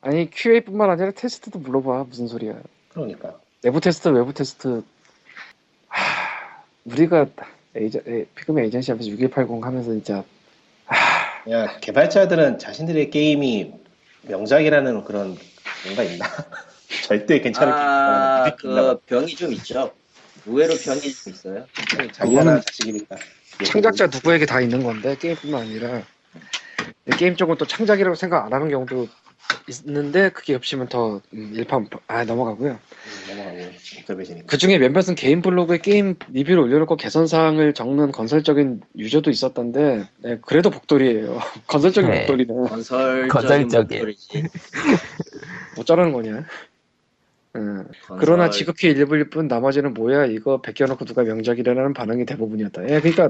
Speaker 3: 아니 QA뿐만 아니라 테스트도 물어봐 무슨 소리야
Speaker 4: 그러니까
Speaker 3: 내부 테스트, 외부 테스트. 하, 우리가 에이저- 에, 피그미 에이전시 앞에서 6180 하면서 진짜
Speaker 4: 그냥 개발자들은 자신들의 게임이 명작이라는 그런 뭔가 있나? 절대 괜찮을
Speaker 2: 아,
Speaker 4: 게 있나?
Speaker 2: 그 병이 좀 있죠. 의외로 병이 좀 있어요.
Speaker 4: 자기 하나 자식이니까.
Speaker 3: 창작자 누구에게 다 있는 건데 게임뿐만 아니라 근데 게임 쪽은 또 창작이라고 생각 안 하는 경우도 있는데 그게 겹치면 더 음, 일판 아 넘어가고요.
Speaker 4: 음, 넘어가고 인터뷰시니까.
Speaker 3: 그 중에 몇몇은 개인 블로그에 게임 리뷰를 올려놓고 개선 사항을 적는 건설적인 유저도 있었던데 네, 그래도 복돌이에요. 건설적인
Speaker 1: 네.
Speaker 3: 복돌이네.
Speaker 2: 건설적인
Speaker 1: 건설적인.
Speaker 2: 목소리지.
Speaker 3: 뭐 자라는 거냐? 음. 그러나 지극히 일부일 뿐 나머지는 뭐야 이거 베껴놓고 누가 명작이라는 반응이 대부분이었다. 예, 그러니까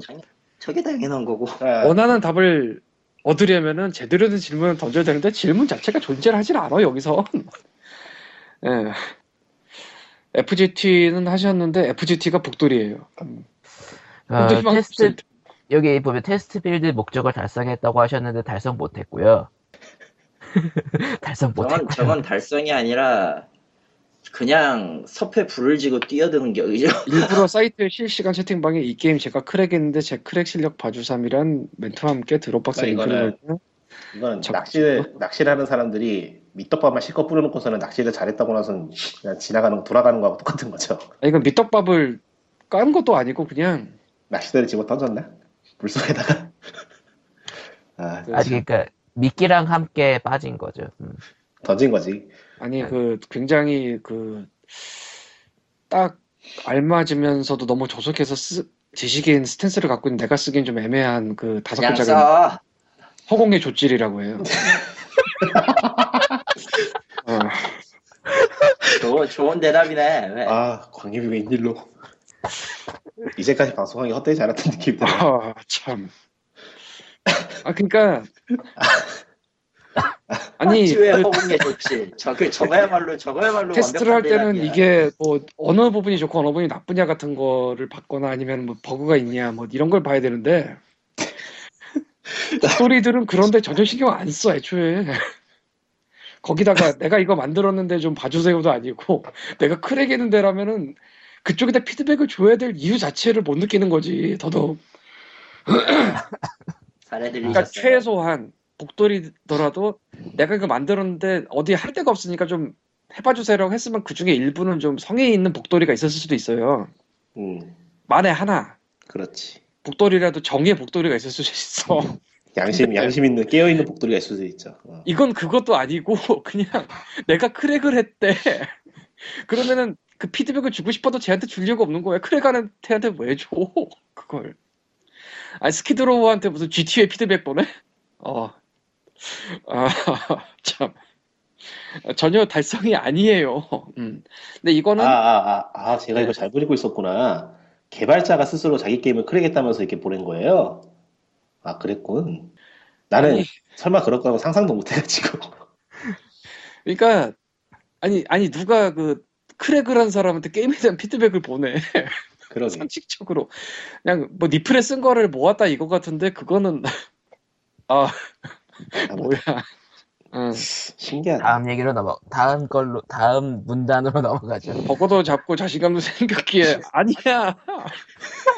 Speaker 2: 저게 당연한 거고.
Speaker 4: 아,
Speaker 3: 원하는 답을 얻으려면은 제대로 된 질문을 던져야 되는데 질문 자체가 존재를 하질 않아 여기서. 예. FGT는 하셨는데 FGT가 복돌이에요.
Speaker 1: 어,
Speaker 3: 근데 희망-
Speaker 1: 테스트 여기 보면 테스트 빌드 목적을 달성했다고 하셨는데 달성 못했고요. 달성
Speaker 2: 저건,
Speaker 1: 못했고요.
Speaker 2: 저건 달성이 아니라 그냥 섭에 불을 지고 뛰어드는 격이죠.
Speaker 3: 일부러 사이트 실시간 채팅방에 이 게임 제가 크랙했는데 제 크랙 실력 봐주삼이란 멘트와 함께 드롭박스
Speaker 1: 아,
Speaker 4: 그러니까 이거는
Speaker 3: 링크를 넣고
Speaker 4: 이건
Speaker 3: 저-
Speaker 4: 낚시를 낚시를 하는 사람들이 밑덮밥만 실컷 뿌려놓고서는 낚시를 잘했다고 나서는 그냥 지나가는 돌아가는 거하고 똑같은 거죠.
Speaker 3: 아, 이건 밑떡밥을 깐 것도 아니고 그냥
Speaker 4: 낚시대를 집어 던졌나? 물속에다가. 아,
Speaker 1: 아니 그러니까 미끼랑 함께 빠진 거죠. 음.
Speaker 4: 던진 거지.
Speaker 2: 네.
Speaker 3: 아니 그 굉장히 그 딱 알맞으면서도 너무 조속해서 쓰, 지식인 스탠스를 갖고 있는 내가 쓰기엔 좀 애매한 그 다섯
Speaker 2: 그냥
Speaker 3: 글자가
Speaker 2: 써.
Speaker 3: 허공의 조질이라고 해요.
Speaker 2: 네.
Speaker 3: 어,
Speaker 2: 좋은, 좋은 대답이네. 왜?
Speaker 4: 아, 광님이 웬일로. 이제까지 방송하기 헛되지 않았던 느낌이 들어.
Speaker 3: 아, 참. 아 그러니까 아니
Speaker 2: 아,
Speaker 3: 그
Speaker 2: 왜 허공 게 좋지? 저그 저거야말로 저거야말로
Speaker 3: 테스트를 할
Speaker 2: 완벽한
Speaker 3: 때는
Speaker 2: 대답이야.
Speaker 3: 이게 뭐 어느 부분이 좋고 어느 부분이 나쁘냐 같은 거를 봤거나 아니면 뭐 버그가 있냐 뭐 이런 걸 봐야 되는데 소리들은 그런데 전혀 신경 안 써 애초에 거기다가 내가 이거 만들었는데 좀 봐주세요도 아니고 내가 크랙했는데라면은 그쪽에다 피드백을 줘야 될 이유 자체를 못 느끼는 거지 더더욱
Speaker 2: 사례들이
Speaker 3: 그러니까
Speaker 2: 있었어요.
Speaker 3: 최소한 복돌이더라도 내가 이거 만들었는데 어디 할 데가 없으니까 좀 해봐주세요라고 했으면 그 중에 일부는 좀 성에 있는 복돌이가 있었을 수도 있어요.
Speaker 4: 음,
Speaker 3: 만에 하나
Speaker 4: 그렇지.
Speaker 3: 복돌이라도 정의 복돌이가 있을 수도 있어.
Speaker 4: 양심, 양심 있는, 깨어있는 복돌이가 있을 수도 있죠. 어.
Speaker 3: 이건 그것도 아니고 그냥 내가 크랙을 했대. 그러면은 그 피드백을 주고 싶어도 쟤한테 줄 이유가 없는 거야. 크랙한테한테 왜 줘? 그걸. 아니 스키드로우한테 무슨 GTA 피드백 보내? 어. 아, 참. 전혀 달성이 아니에요. 음. 근데
Speaker 4: 아,
Speaker 3: 이거는
Speaker 4: 아, 아, 아, 제가 이거 잘 보내고 있었구나. 개발자가 스스로 자기 게임을 크랙했다면서 이렇게 보낸 거예요. 아, 그랬군. 나는
Speaker 3: 아니.
Speaker 4: 설마 그럴 거라고 상상도 못 해가지고.
Speaker 3: 그러니까 아니 아니 누가 그 크랙을 한 사람한테 게임에 대한 피드백을 보내.
Speaker 4: 그러게.
Speaker 3: 상식적으로 그냥 뭐 니플에 쓴 거를 모았다 이거 같은데 그거는
Speaker 4: 아,
Speaker 3: 뭐야. 응. 아.
Speaker 4: 신기하다.
Speaker 1: 다음 얘기로 넘어 다음 걸로 다음 문단으로 넘어가죠.
Speaker 3: 버거도 잡고 자신감도 생겼기에 아니야.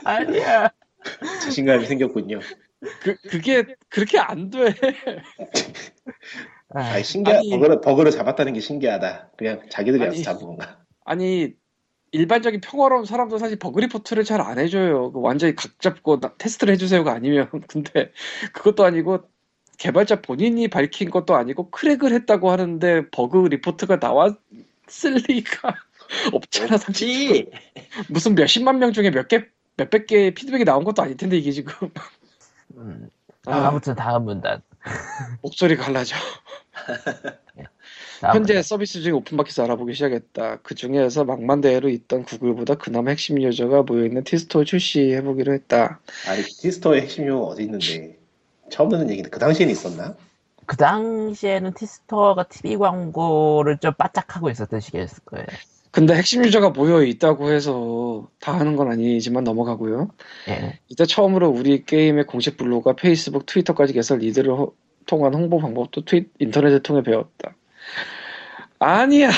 Speaker 1: 아니야.
Speaker 4: 자신감이 생겼군요.
Speaker 3: 그 그게 그렇게 안 돼.
Speaker 1: 아,
Speaker 4: 아, 신기하.
Speaker 3: 아니.
Speaker 4: 버그를 버그를 잡았다는 게 신기하다. 그냥 자기들이 알아서
Speaker 3: 아니.
Speaker 4: 잡은 건가?
Speaker 3: 아니 일반적인 평화로운 사람도 사실 버그 리포트를 잘 안 해줘요. 그 완전히 각 잡고 나- 테스트를 해주세요가 아니면 근데 그것도 아니고 개발자 본인이 밝힌 것도 아니고 크랙을 했다고 하는데 버그 리포트가 나왔을 리가 없잖아
Speaker 2: 그렇지.
Speaker 3: 상식. 무슨 몇십만 명 중에 몇 개, 몇백 개의 피드백이 나온 것도 아닐 텐데, 이게 지금.
Speaker 1: 음,
Speaker 3: 아,
Speaker 1: 아무튼 다음 문단.
Speaker 3: 목소리 갈라져.
Speaker 1: 다음
Speaker 3: 현재 서비스 중에 오픈마켓에서 알아보기 시작했다. 그 중에서 망만대해로 있던 구글보다 그나마 핵심 유저가 모여있는 티스토어 출시해보기로 했다.
Speaker 4: 아니 티스토의 핵심 용어 어디 있는데? 처음 듣는 얘기인데 그 당시에는 있었나?
Speaker 1: 그 당시에는 티스토어가 TV 광고를 좀 바짝하고 있었던 시기였을 거예요.
Speaker 3: 근데 핵심 유저가 모여있다고 해서 다 하는 건 아니지만 넘어가고요.
Speaker 1: 예.
Speaker 3: 이때 처음으로 우리 게임의 공식 블로그가 페이스북, 트위터까지 개설 리드를 허- 통한 홍보 방법도 트윗, 인터넷을 통해 배웠다. 아니야.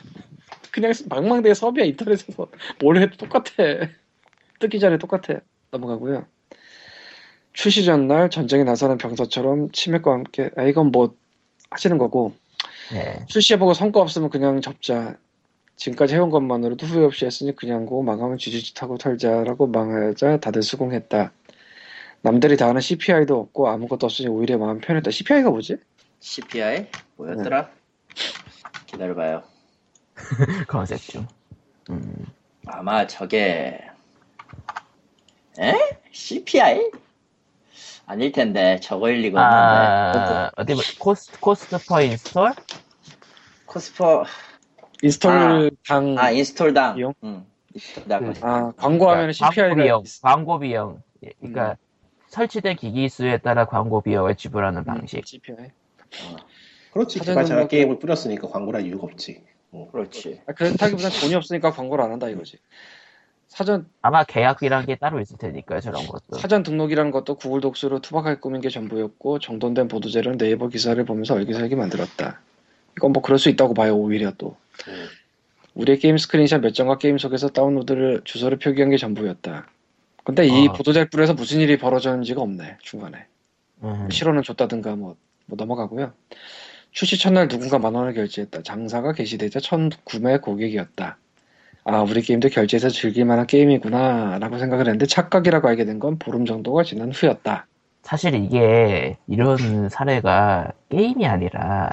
Speaker 3: 그냥 망망대해 섭이야 인터넷에서 뭘 해도 똑같아. 뜨기 전에 똑같아 넘어가고요. 출시 전날 전쟁에 나서는 병사처럼 치맥과 함께 아 이건 뭐 하시는 거고
Speaker 1: 네.
Speaker 3: 출시해보고 성과 없으면 그냥 접자. 지금까지 해온 것만으로도 후회 없이 했으니 그냥 고 망하면 쥐쥐짓하고 털자라고 망하자 다들 수긍했다. 남들이 다 아는 CPI도 없고 아무것도 없으니 오히려 마음 편했다. CPI가 뭐지?
Speaker 2: CPI 뭐였더라? 기다려봐요.
Speaker 1: 컨셉 중. 음.
Speaker 2: 아마 저게 에? CPI? 아닐 텐데 저거일 리가 없는데
Speaker 1: 아, 어디, 보- 코스트, 코스트 퍼 인스톨?
Speaker 2: 코스퍼
Speaker 3: 인스톨 당,
Speaker 2: 아
Speaker 3: 아,
Speaker 2: 인스톨당
Speaker 3: 이용? 네.
Speaker 2: 응 인스톨당
Speaker 1: 그-
Speaker 3: 광고하면 CPI가
Speaker 1: 광고 비용, 광고 비용. 예, 그러니까
Speaker 3: 음.
Speaker 1: 설치된 기기 수에 따라 광고 비용을 지불하는
Speaker 3: 음.
Speaker 1: 방식.
Speaker 3: CPI.
Speaker 4: 그렇지
Speaker 3: 사전에
Speaker 4: 개발자가
Speaker 3: 뭐-
Speaker 4: 게임을 뿌렸으니까 광고를 할 이유가 없지
Speaker 2: 그렇지
Speaker 3: 아, 그렇다기보단 돈이 없으니까 광고를 안 한다 이거지. 사전
Speaker 1: 아마 계약이라는 게 따로 있을 테니까요, 저런 것도.
Speaker 3: 사전 등록이라는 것도 구글 독스로 투박할 꾸민 게 전부였고 정돈된 보도자료는 네이버 기사를 보면서 얼기설기 만들었다. 이건 뭐 그럴 수 있다고 봐요 오히려 또.
Speaker 4: 음.
Speaker 3: 우리의 게임 스크린샷 몇 장과 게임 속에서 다운로드를 주소를 표기한 게 전부였다. 근데 이
Speaker 1: 아.
Speaker 3: 보도자료에서 무슨 일이 벌어졌는지가 없네 중간에.
Speaker 1: 음.
Speaker 3: 실어는 줬다든가 뭐, 뭐 넘어가고요. 출시 첫날 누군가 만 원을 결제했다. 장사가 개시되자 첫 구매 고객이었다. 아, 우리 게임도 결제해서 즐길 만한 게임이구나 라고 생각을 했는데 착각이라고 알게 된 건 보름 정도가 지난 후였다.
Speaker 1: 사실 이게 이런 사례가 게임이 아니라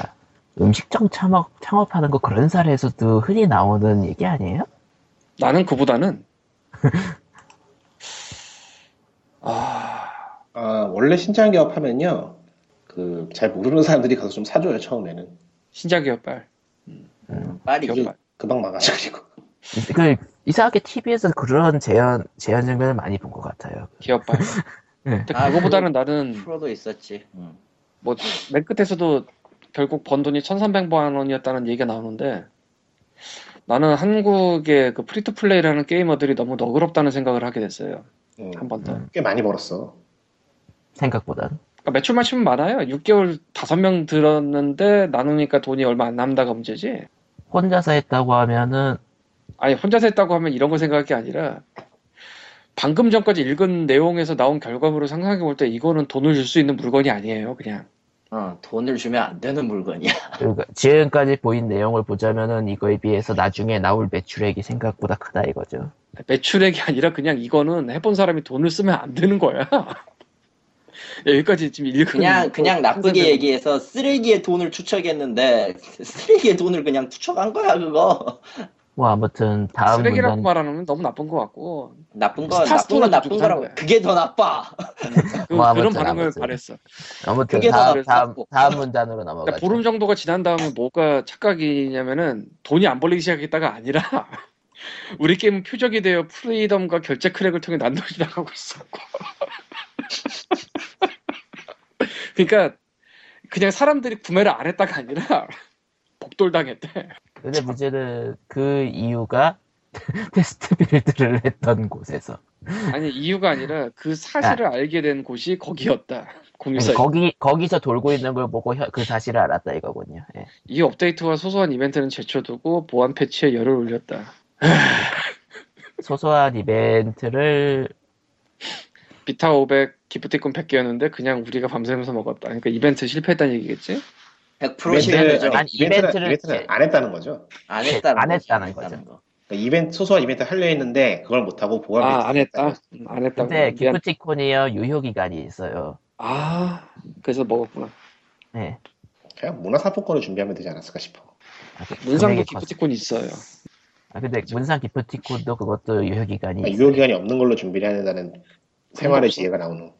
Speaker 1: 음식점 창업, 창업하는 거 그런 사례에서도 흔히 나오는 얘기 아니에요?
Speaker 3: 나는 그보다는 아,
Speaker 4: 아 원래 신장 개업하면요 그 잘 모르는 사람들이 가서 좀 사줘요 처음에는
Speaker 3: 신작이었발.
Speaker 2: 파리지
Speaker 3: 기억발.
Speaker 4: 금방 망가져가지고
Speaker 1: 그 이상하게 TV에서 그런 재현, 재현 장면을 많이 본 것 같아요.
Speaker 3: 기억발.
Speaker 1: 네.
Speaker 3: 근데
Speaker 2: 아,
Speaker 3: 그거보다는
Speaker 4: 음.
Speaker 3: 나는
Speaker 2: 프로도 있었지 응.
Speaker 3: 뭐 맨 끝에서도 결국 번 돈이 1,300만 원이었다는 얘기가 나오는데 나는 한국의 그 프리투 플레이라는 게이머들이 너무 너그럽다는 생각을 하게 됐어요.
Speaker 4: 음,
Speaker 3: 한 번 더.
Speaker 1: 음.
Speaker 4: 꽤 많이 벌었어
Speaker 1: 생각보단.
Speaker 3: 그러니까 매출만 치면 많아요. 6개월 5명 들었는데 나누니까 돈이 얼마 안 남다가 문제지.
Speaker 1: 혼자서 했다고 하면은,
Speaker 3: 아니 혼자서 했다고 하면 이런 거 생각할 게 아니라 방금 전까지 읽은 내용에서 나온 결과물을 상상해 볼 때 이거는 돈을 줄 수 있는 물건이 아니에요. 그냥
Speaker 2: 어, 돈을 주면 안 되는 물건이야
Speaker 1: 그러니까 지금까지 보인 내용을 보자면은 이거에 비해서 나중에 나올 매출액이 생각보다 크다 이거죠.
Speaker 3: 매출액이 아니라 그냥 이거는 해본 사람이 돈을 쓰면 안 되는 거야. 여기까지 지금 읽은
Speaker 2: 그냥 그냥 나쁘게
Speaker 3: 뭐 컨셉을-
Speaker 2: 얘기해서 쓰레기에 돈을 투척했는데 쓰레기에 돈을 그냥 투척한 거야 그거
Speaker 1: 뭐 아무튼 다음
Speaker 3: 쓰레기라고
Speaker 1: 문단
Speaker 3: 말하는 건 너무 나쁜 것 같고
Speaker 2: 나쁜 건 나쁜
Speaker 3: 스타
Speaker 2: 건
Speaker 3: 스토어를
Speaker 2: 나쁜
Speaker 3: 주고 산
Speaker 2: 거라고
Speaker 3: 거야.
Speaker 2: 그게 더 나빠
Speaker 3: 그,
Speaker 1: 뭐
Speaker 3: 런
Speaker 1: 아무튼,
Speaker 3: 반응을
Speaker 1: 아무튼.
Speaker 3: 바랬어.
Speaker 1: 아무튼
Speaker 2: 그게 더
Speaker 1: 다음,
Speaker 2: 나을
Speaker 1: 다음,
Speaker 2: 것 같고.
Speaker 1: 다음 문단으로
Speaker 3: 그러니까
Speaker 1: 넘어가죠.
Speaker 3: 보름 정도가 지난 다음에 뭐가 착각이냐면은 돈이 안 벌리기 시작했다가 아니라 우리 게임은 표적이 되어 프리덤과 결제 크랙을 통해 난돌이 나가고 있었고 그러니까 그냥 사람들이 구매를 안 했다가 아니라 복돌당했대.
Speaker 1: 근데 문제는 그 이유가 테스트 빌드를 했던 곳에서
Speaker 3: 아니 이유가 아니라 그 사실을 알게 된 곳이 거기였다. 공유사
Speaker 1: 그러니까 거기 거기서 돌고 있는 걸 보고 혀- 그 사실을 알았다 이거군요. 예.
Speaker 3: 이 업데이트와 소소한 이벤트는 제쳐두고 보안 패치에 열을 올렸다.
Speaker 1: 소소한 이벤트를
Speaker 3: 비타 500 기프티콘 100개였는데 그냥 우리가 밤새면서 먹었다. 그러니까 이벤트 실패했다는 얘기겠지?
Speaker 2: 100%씩
Speaker 1: 이벤트를-
Speaker 2: 되죠
Speaker 1: 아니,
Speaker 4: 이벤트를,
Speaker 1: 이벤트를-
Speaker 4: 이벤트를 안 했다는 거죠
Speaker 2: 안 했다는
Speaker 1: 안
Speaker 2: 거지,
Speaker 1: 했다는
Speaker 2: 안
Speaker 1: 거죠.
Speaker 2: 거.
Speaker 4: 그러니까 이벤트 소소한 이벤트 하려 했는데 그걸 못하고 보관
Speaker 3: 아 안 했다. 음, 안 했다.
Speaker 1: 근데
Speaker 3: 미안.
Speaker 1: 기프티콘이요 유효 기간이 있어요.
Speaker 3: 아 그래서 먹었구나.
Speaker 1: 예.
Speaker 4: 그냥 문화사포권을 준비하면 되지 않았을까 싶어
Speaker 1: 아, 그
Speaker 3: 문상도
Speaker 1: 금액이 컸-
Speaker 3: 기프티콘 있어요.
Speaker 1: 아, 근데 문상 기프티콘도 그것도 유효 기간이
Speaker 4: 그러니까
Speaker 1: 있어요.
Speaker 4: 유효기간이 없는 걸로 준비를 해야 된다는 생활의
Speaker 3: 없어.
Speaker 4: 지혜가 나오는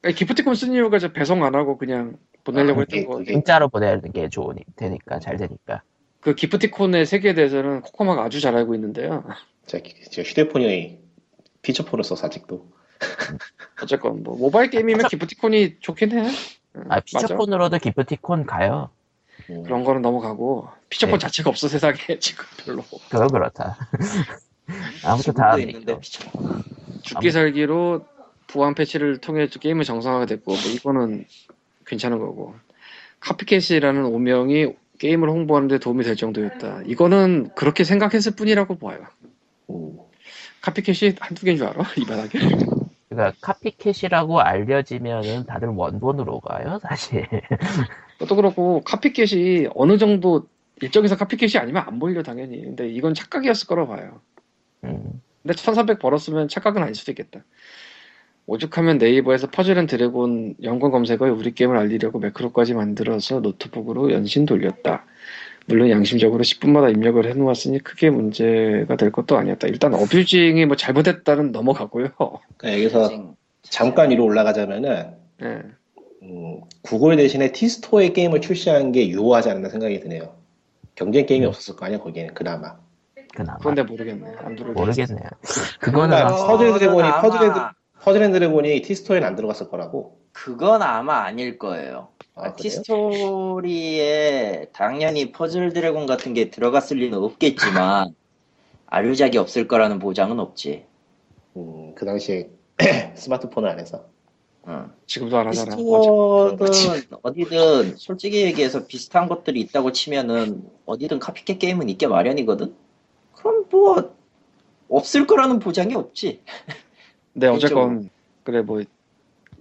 Speaker 3: 그러니까 기프티콘 쓴 이유가 저 배송 안 하고 그냥 보내려고
Speaker 4: 아,
Speaker 3: 했던
Speaker 4: 그게-
Speaker 3: 거.
Speaker 4: 그게-
Speaker 1: 문자로 보내는 게 좋으니 되니까 잘 되니까.
Speaker 3: 그 기프티콘의 세계에 대해서는 코코마가 아주 잘 알고 있는데요.
Speaker 4: 제, 제 휴대폰이 피처폰으로서 아직도
Speaker 3: 어쨌건 뭐 모바일 게임이면 기프티콘이 좋긴 해. 응,
Speaker 1: 아
Speaker 3: 맞아.
Speaker 1: 피처폰으로도 기프티콘 가요.
Speaker 4: 음.
Speaker 3: 그런 거는 넘어가고 피처폰
Speaker 1: 네.
Speaker 3: 자체가 없어 세상에 지금 별로
Speaker 1: 그건 그렇다. 아무튼
Speaker 2: 지금도
Speaker 1: 다음
Speaker 2: 있는데
Speaker 1: 얘기로.
Speaker 2: 피처
Speaker 3: 죽기 살기로 보안 패치를 통해 게임을 정상화가 됐고 뭐 이거는 괜찮은 거고 카피캣이라는 오명이 게임을 홍보하는데 도움이 될 정도였다 이거는 그렇게 생각했을 뿐이라고 봐요
Speaker 4: 음.
Speaker 3: 카피캣이 한두 개인 줄 알아? 이 바닥에?
Speaker 1: 그러니까 카피캣이라고 알려지면은 다들 원본으로 가요 사실.
Speaker 3: 또 그렇고 카피캣이 어느 정도 일정에서 카피캣이 아니면 안 보이려 당연히. 근데 이건 착각이었을 거라 봐요.
Speaker 1: 음.
Speaker 3: 근데 1300 벌었으면 착각은 아닐 수도 있겠다. 오죽하면 네이버에서 퍼즐앤 드래곤 연관 검색어에 우리 게임을 알리려고 매크로까지 만들어서 노트북으로 연신 돌렸다. 물론 양심적으로 10분마다 입력을 해놓았으니 크게 문제가 될 것도 아니었다. 일단 어뷰징이 뭐 잘못했다는 넘어가고요.
Speaker 4: 그러니까 여기서 잠깐 위로 올라가자면은
Speaker 3: 예.
Speaker 4: 음, 구글 대신에 티스토의 게임을 출시한 게 유효하지 않나 생각이 드네요. 경쟁 게임이
Speaker 3: 음.
Speaker 4: 없었을 거 아니야 거기에는 그나마.
Speaker 1: 그나마
Speaker 3: 그런데 모르겠네. 안 들어올 텐데.
Speaker 1: 모르겠네요. 그거는
Speaker 4: 그러니까
Speaker 1: 막-
Speaker 4: 퍼즐 드래곤이
Speaker 2: 아마-
Speaker 4: 퍼즐 드래- 퍼즐앤드래곤이 티스토에는 안 들어갔을 거라고.
Speaker 2: 그건 아마 아닐 거예요.
Speaker 4: 아, 그래요?
Speaker 2: 티스토리에 당연히 퍼즐 드래곤 같은 게 들어갔을 리는 없겠지만 아류작이 없을 거라는 보장은 없지.
Speaker 4: 음, 그 당시에 스마트폰을 안 해서.
Speaker 2: 응.
Speaker 3: 지금도 안 하잖아.
Speaker 2: 티스토든 어디든 솔직히 얘기해서 비슷한 것들이 있다고 치면은 어디든 카피캣 게임은 있게 마련이거든. 그럼 뭐 없을 거라는 보장이 없지.
Speaker 3: 네, 어쨌건 그래 뭐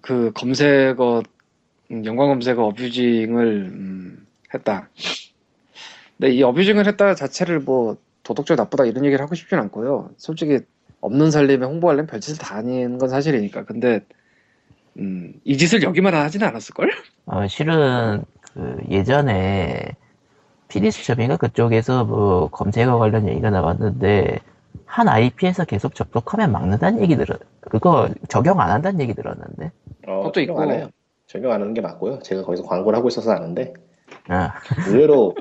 Speaker 3: 그 검색어 음, 연관 검색어 어뷰징을 음, 했다. 근데 이 어뷰징을 했다 자체를 뭐 도덕적 나쁘다 이런 얘기를 하고 싶진 않고요. 솔직히 없는 살림에 홍보하려면 별짓을 다 하는 건 사실이니까. 근데 음, 이 짓을 여기만 하진 않았을 걸?
Speaker 1: 어, 실은 그 예전에 피디수첩인가 그쪽에서 뭐 검색어 관련 얘기가 나왔는데 한 IP에서 계속 접속하면 막는다는 얘기 들었 그거 적용 안 한다는 얘기 들었는데
Speaker 4: 어,
Speaker 3: 그것도
Speaker 4: 적용
Speaker 3: 있고.
Speaker 4: 안 해요. 적용 안 하는 게 맞고요. 제가 거기서 광고를 하고 있어서 아는데
Speaker 1: 아,
Speaker 4: 의외로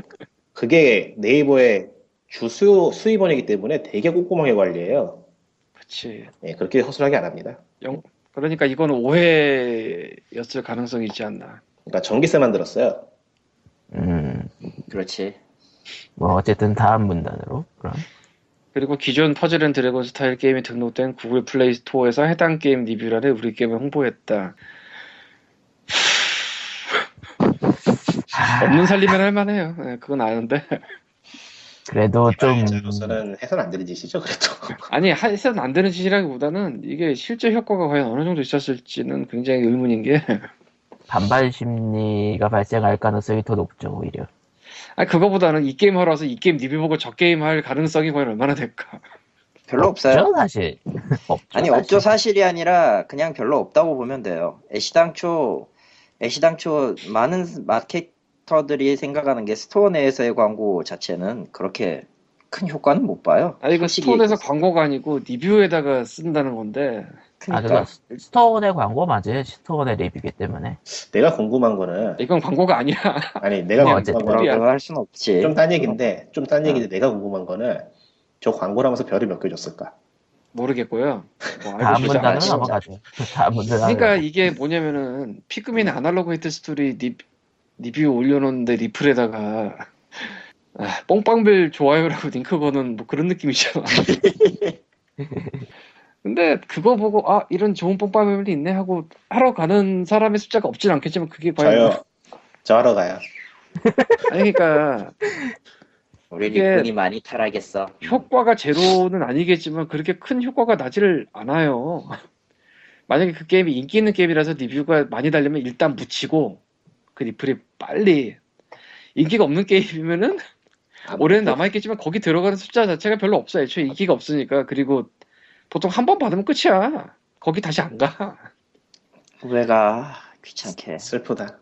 Speaker 4: 그게 네이버의 주수 수입원이기 때문에 되게 꼼꼼하게 관리해요.
Speaker 3: 그렇지.
Speaker 4: 예, 그렇게 허술하게 안 합니다.
Speaker 3: 그러니까 이건 오해였을 가능성이 있지 않나.
Speaker 4: 그러니까 전기세만 들었어요.
Speaker 1: 음,
Speaker 2: 그렇지.
Speaker 1: 뭐 어쨌든 다음 문단으로 그럼
Speaker 3: 그리고 기존 퍼즐 앤 드래곤 스타일 게임이 등록된 구글 플레이 스토어에서 해당 게임 리뷰란에 우리 게임을 홍보했다. 없는 살림은 할만해요. 예, 그건 아는데.
Speaker 1: 그래도 어, 좀
Speaker 4: 개발자로서는 해선 안 되는 짓이죠. 그래도
Speaker 3: 아니, 해서는 안 되는 짓이라기보다는 이게 실제 효과가 과연 어느 정도 있었을지는 굉장히 의문인 게.
Speaker 1: 반발 심리가 발생할 가능성이 더 높죠 오히려
Speaker 3: 아니, 그거보다는 이 게임 하러 와서 이 게임 리뷰 보고 저 게임 할 가능성이 과연 얼마나 될까.
Speaker 2: 별로 없어요.
Speaker 1: 없죠, 사실 네. 없죠
Speaker 2: 아니
Speaker 1: 사실.
Speaker 2: 없죠 사실이 아니라 그냥 별로 없다고 보면 돼요. 애시당초 애시당초 많은 마케터들이 생각하는 게 스토어 내에서의 광고 자체는 그렇게 큰 효과는 못 봐요.
Speaker 3: 아니, 이거
Speaker 2: 솔직히
Speaker 3: 스톤에서
Speaker 2: 얘기해서.
Speaker 3: 광고가 아니고 리뷰에다가 쓴다는 건데.
Speaker 1: 아,
Speaker 2: 그러니까
Speaker 1: 그거 스톤의 광고 맞아요 스톤의 랩이기 때문에
Speaker 4: 내가 궁금한 거는
Speaker 3: 이건 광고가 아니야.
Speaker 4: 아니 내가
Speaker 1: 뭐
Speaker 4: 궁금한
Speaker 1: 어쨌든.
Speaker 4: 거는
Speaker 2: 뭐라고 할 수는 없지.
Speaker 4: 좀 딴 얘기인데 좀 딴 얘기인데 내가 궁금한 거는 저 광고를 하면서 별을 몇 개 줬을까?
Speaker 3: 모르겠고요. 뭐 알고
Speaker 1: 다음
Speaker 3: 싶지 않아요.
Speaker 1: 문단으로
Speaker 2: 진짜.
Speaker 1: 넘어가죠 다음 문단으로
Speaker 3: 그러니까 이게 뭐냐면은 피그민
Speaker 4: 네.
Speaker 3: 아날로그 히트 스토리 리, 리뷰 올려놓는데 리플에다가 아, 뽕빵벨 좋아요라고 링크 거는 뭐 그런 느낌이잖아. 근데 그거 보고 아 이런 좋은 뽕빵벨이 있네 하고 하러 가는 사람의 숫자가 없진 않겠지만 그게 과연
Speaker 4: 저요. 저 하러 가요.
Speaker 3: 아니 그러니까
Speaker 2: 우리
Speaker 3: 이게-
Speaker 2: 리꾼이 많이 타락했어.
Speaker 3: 효과가 제로는 아니겠지만 그렇게 큰 효과가 나지를 않아요. 만약에 그 게임이 인기 있는 게임이라서 리뷰가 많이 달리면 일단 묻히고 그 리플이 빨리 인기가 없는 게임이면은 올해는 남아있겠지만 거기 들어가는 숫자 자체가 별로 없어. 애초에 인기가 없으니까 그리고 보통 한 번 받으면 끝이야. 거기 다시 안 가.
Speaker 2: 후배가 귀찮게.
Speaker 4: 슬프다.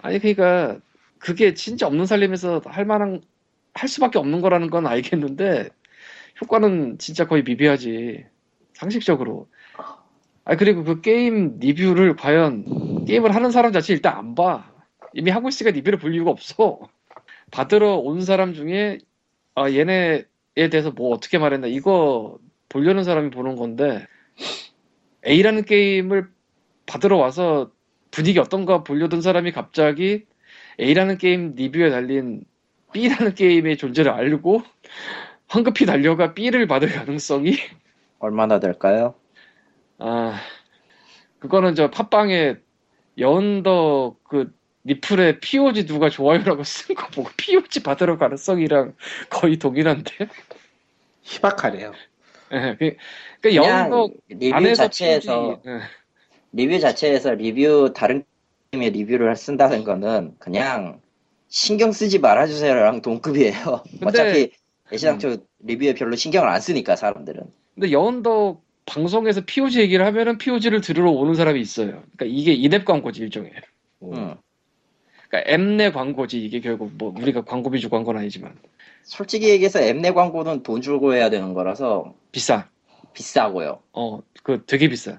Speaker 3: 아니 그러니까 그게 진짜 없는 살림에서 할 만한 할 수밖에 없는 거라는 건 알겠는데 효과는 진짜 거의 미비하지 상식적으로 아 그리고 그 게임 리뷰를 과연 게임을 하는 사람 자체 일단 안 봐 이미 하고 있으니까 리뷰를 볼 이유가 없어 받으러 온 사람 중에 아 얘네에 대해서 뭐 어떻게 말했나 이거 보려는 사람이 보는 건데 A라는 게임을 받으러 와서 분위기 어떤가 보려던 사람이 갑자기 A라는 게임 리뷰에 달린 B라는 게임의 존재를 알고 황급히 달려가 B를 받을 가능성이
Speaker 2: 얼마나 될까요?
Speaker 3: 아 그거는 저 팟빵에 연더 그 리플에 POG 누가 좋아요라고 쓴 거 보고 POG 받으러 가능성이랑 거의 동일한데
Speaker 4: 희박하네요.
Speaker 3: 예, 그- 그러니까 영도
Speaker 2: 그냥 리뷰
Speaker 3: 안에서
Speaker 2: 자체에서
Speaker 3: 예,
Speaker 2: 리뷰 자체에서 리뷰 다른 팀의 리뷰를 쓴다는 거는 그냥 신경 쓰지 말아주세요랑 동급이에요.
Speaker 3: 근데- 음.
Speaker 2: 어차피 애시당초 리뷰에 별로 신경을 안 쓰니까 사람들은.
Speaker 3: 근데 여운도 방송에서 POG 얘기를 하면은 POG를 들으러 오는 사람이 있어요. 그러니까 이게 이랩 광고지 일종의.
Speaker 2: 음.
Speaker 3: 그러니까 엠내 광고지 이게 결국 뭐 우리가 광고비 주고 한 건 아니지만
Speaker 2: 솔직히 얘기해서 엠넷 광고는 돈 주고 해야 되는 거라서
Speaker 3: 비싸.
Speaker 2: 비싸고요.
Speaker 3: 어, 그 되게 비싸.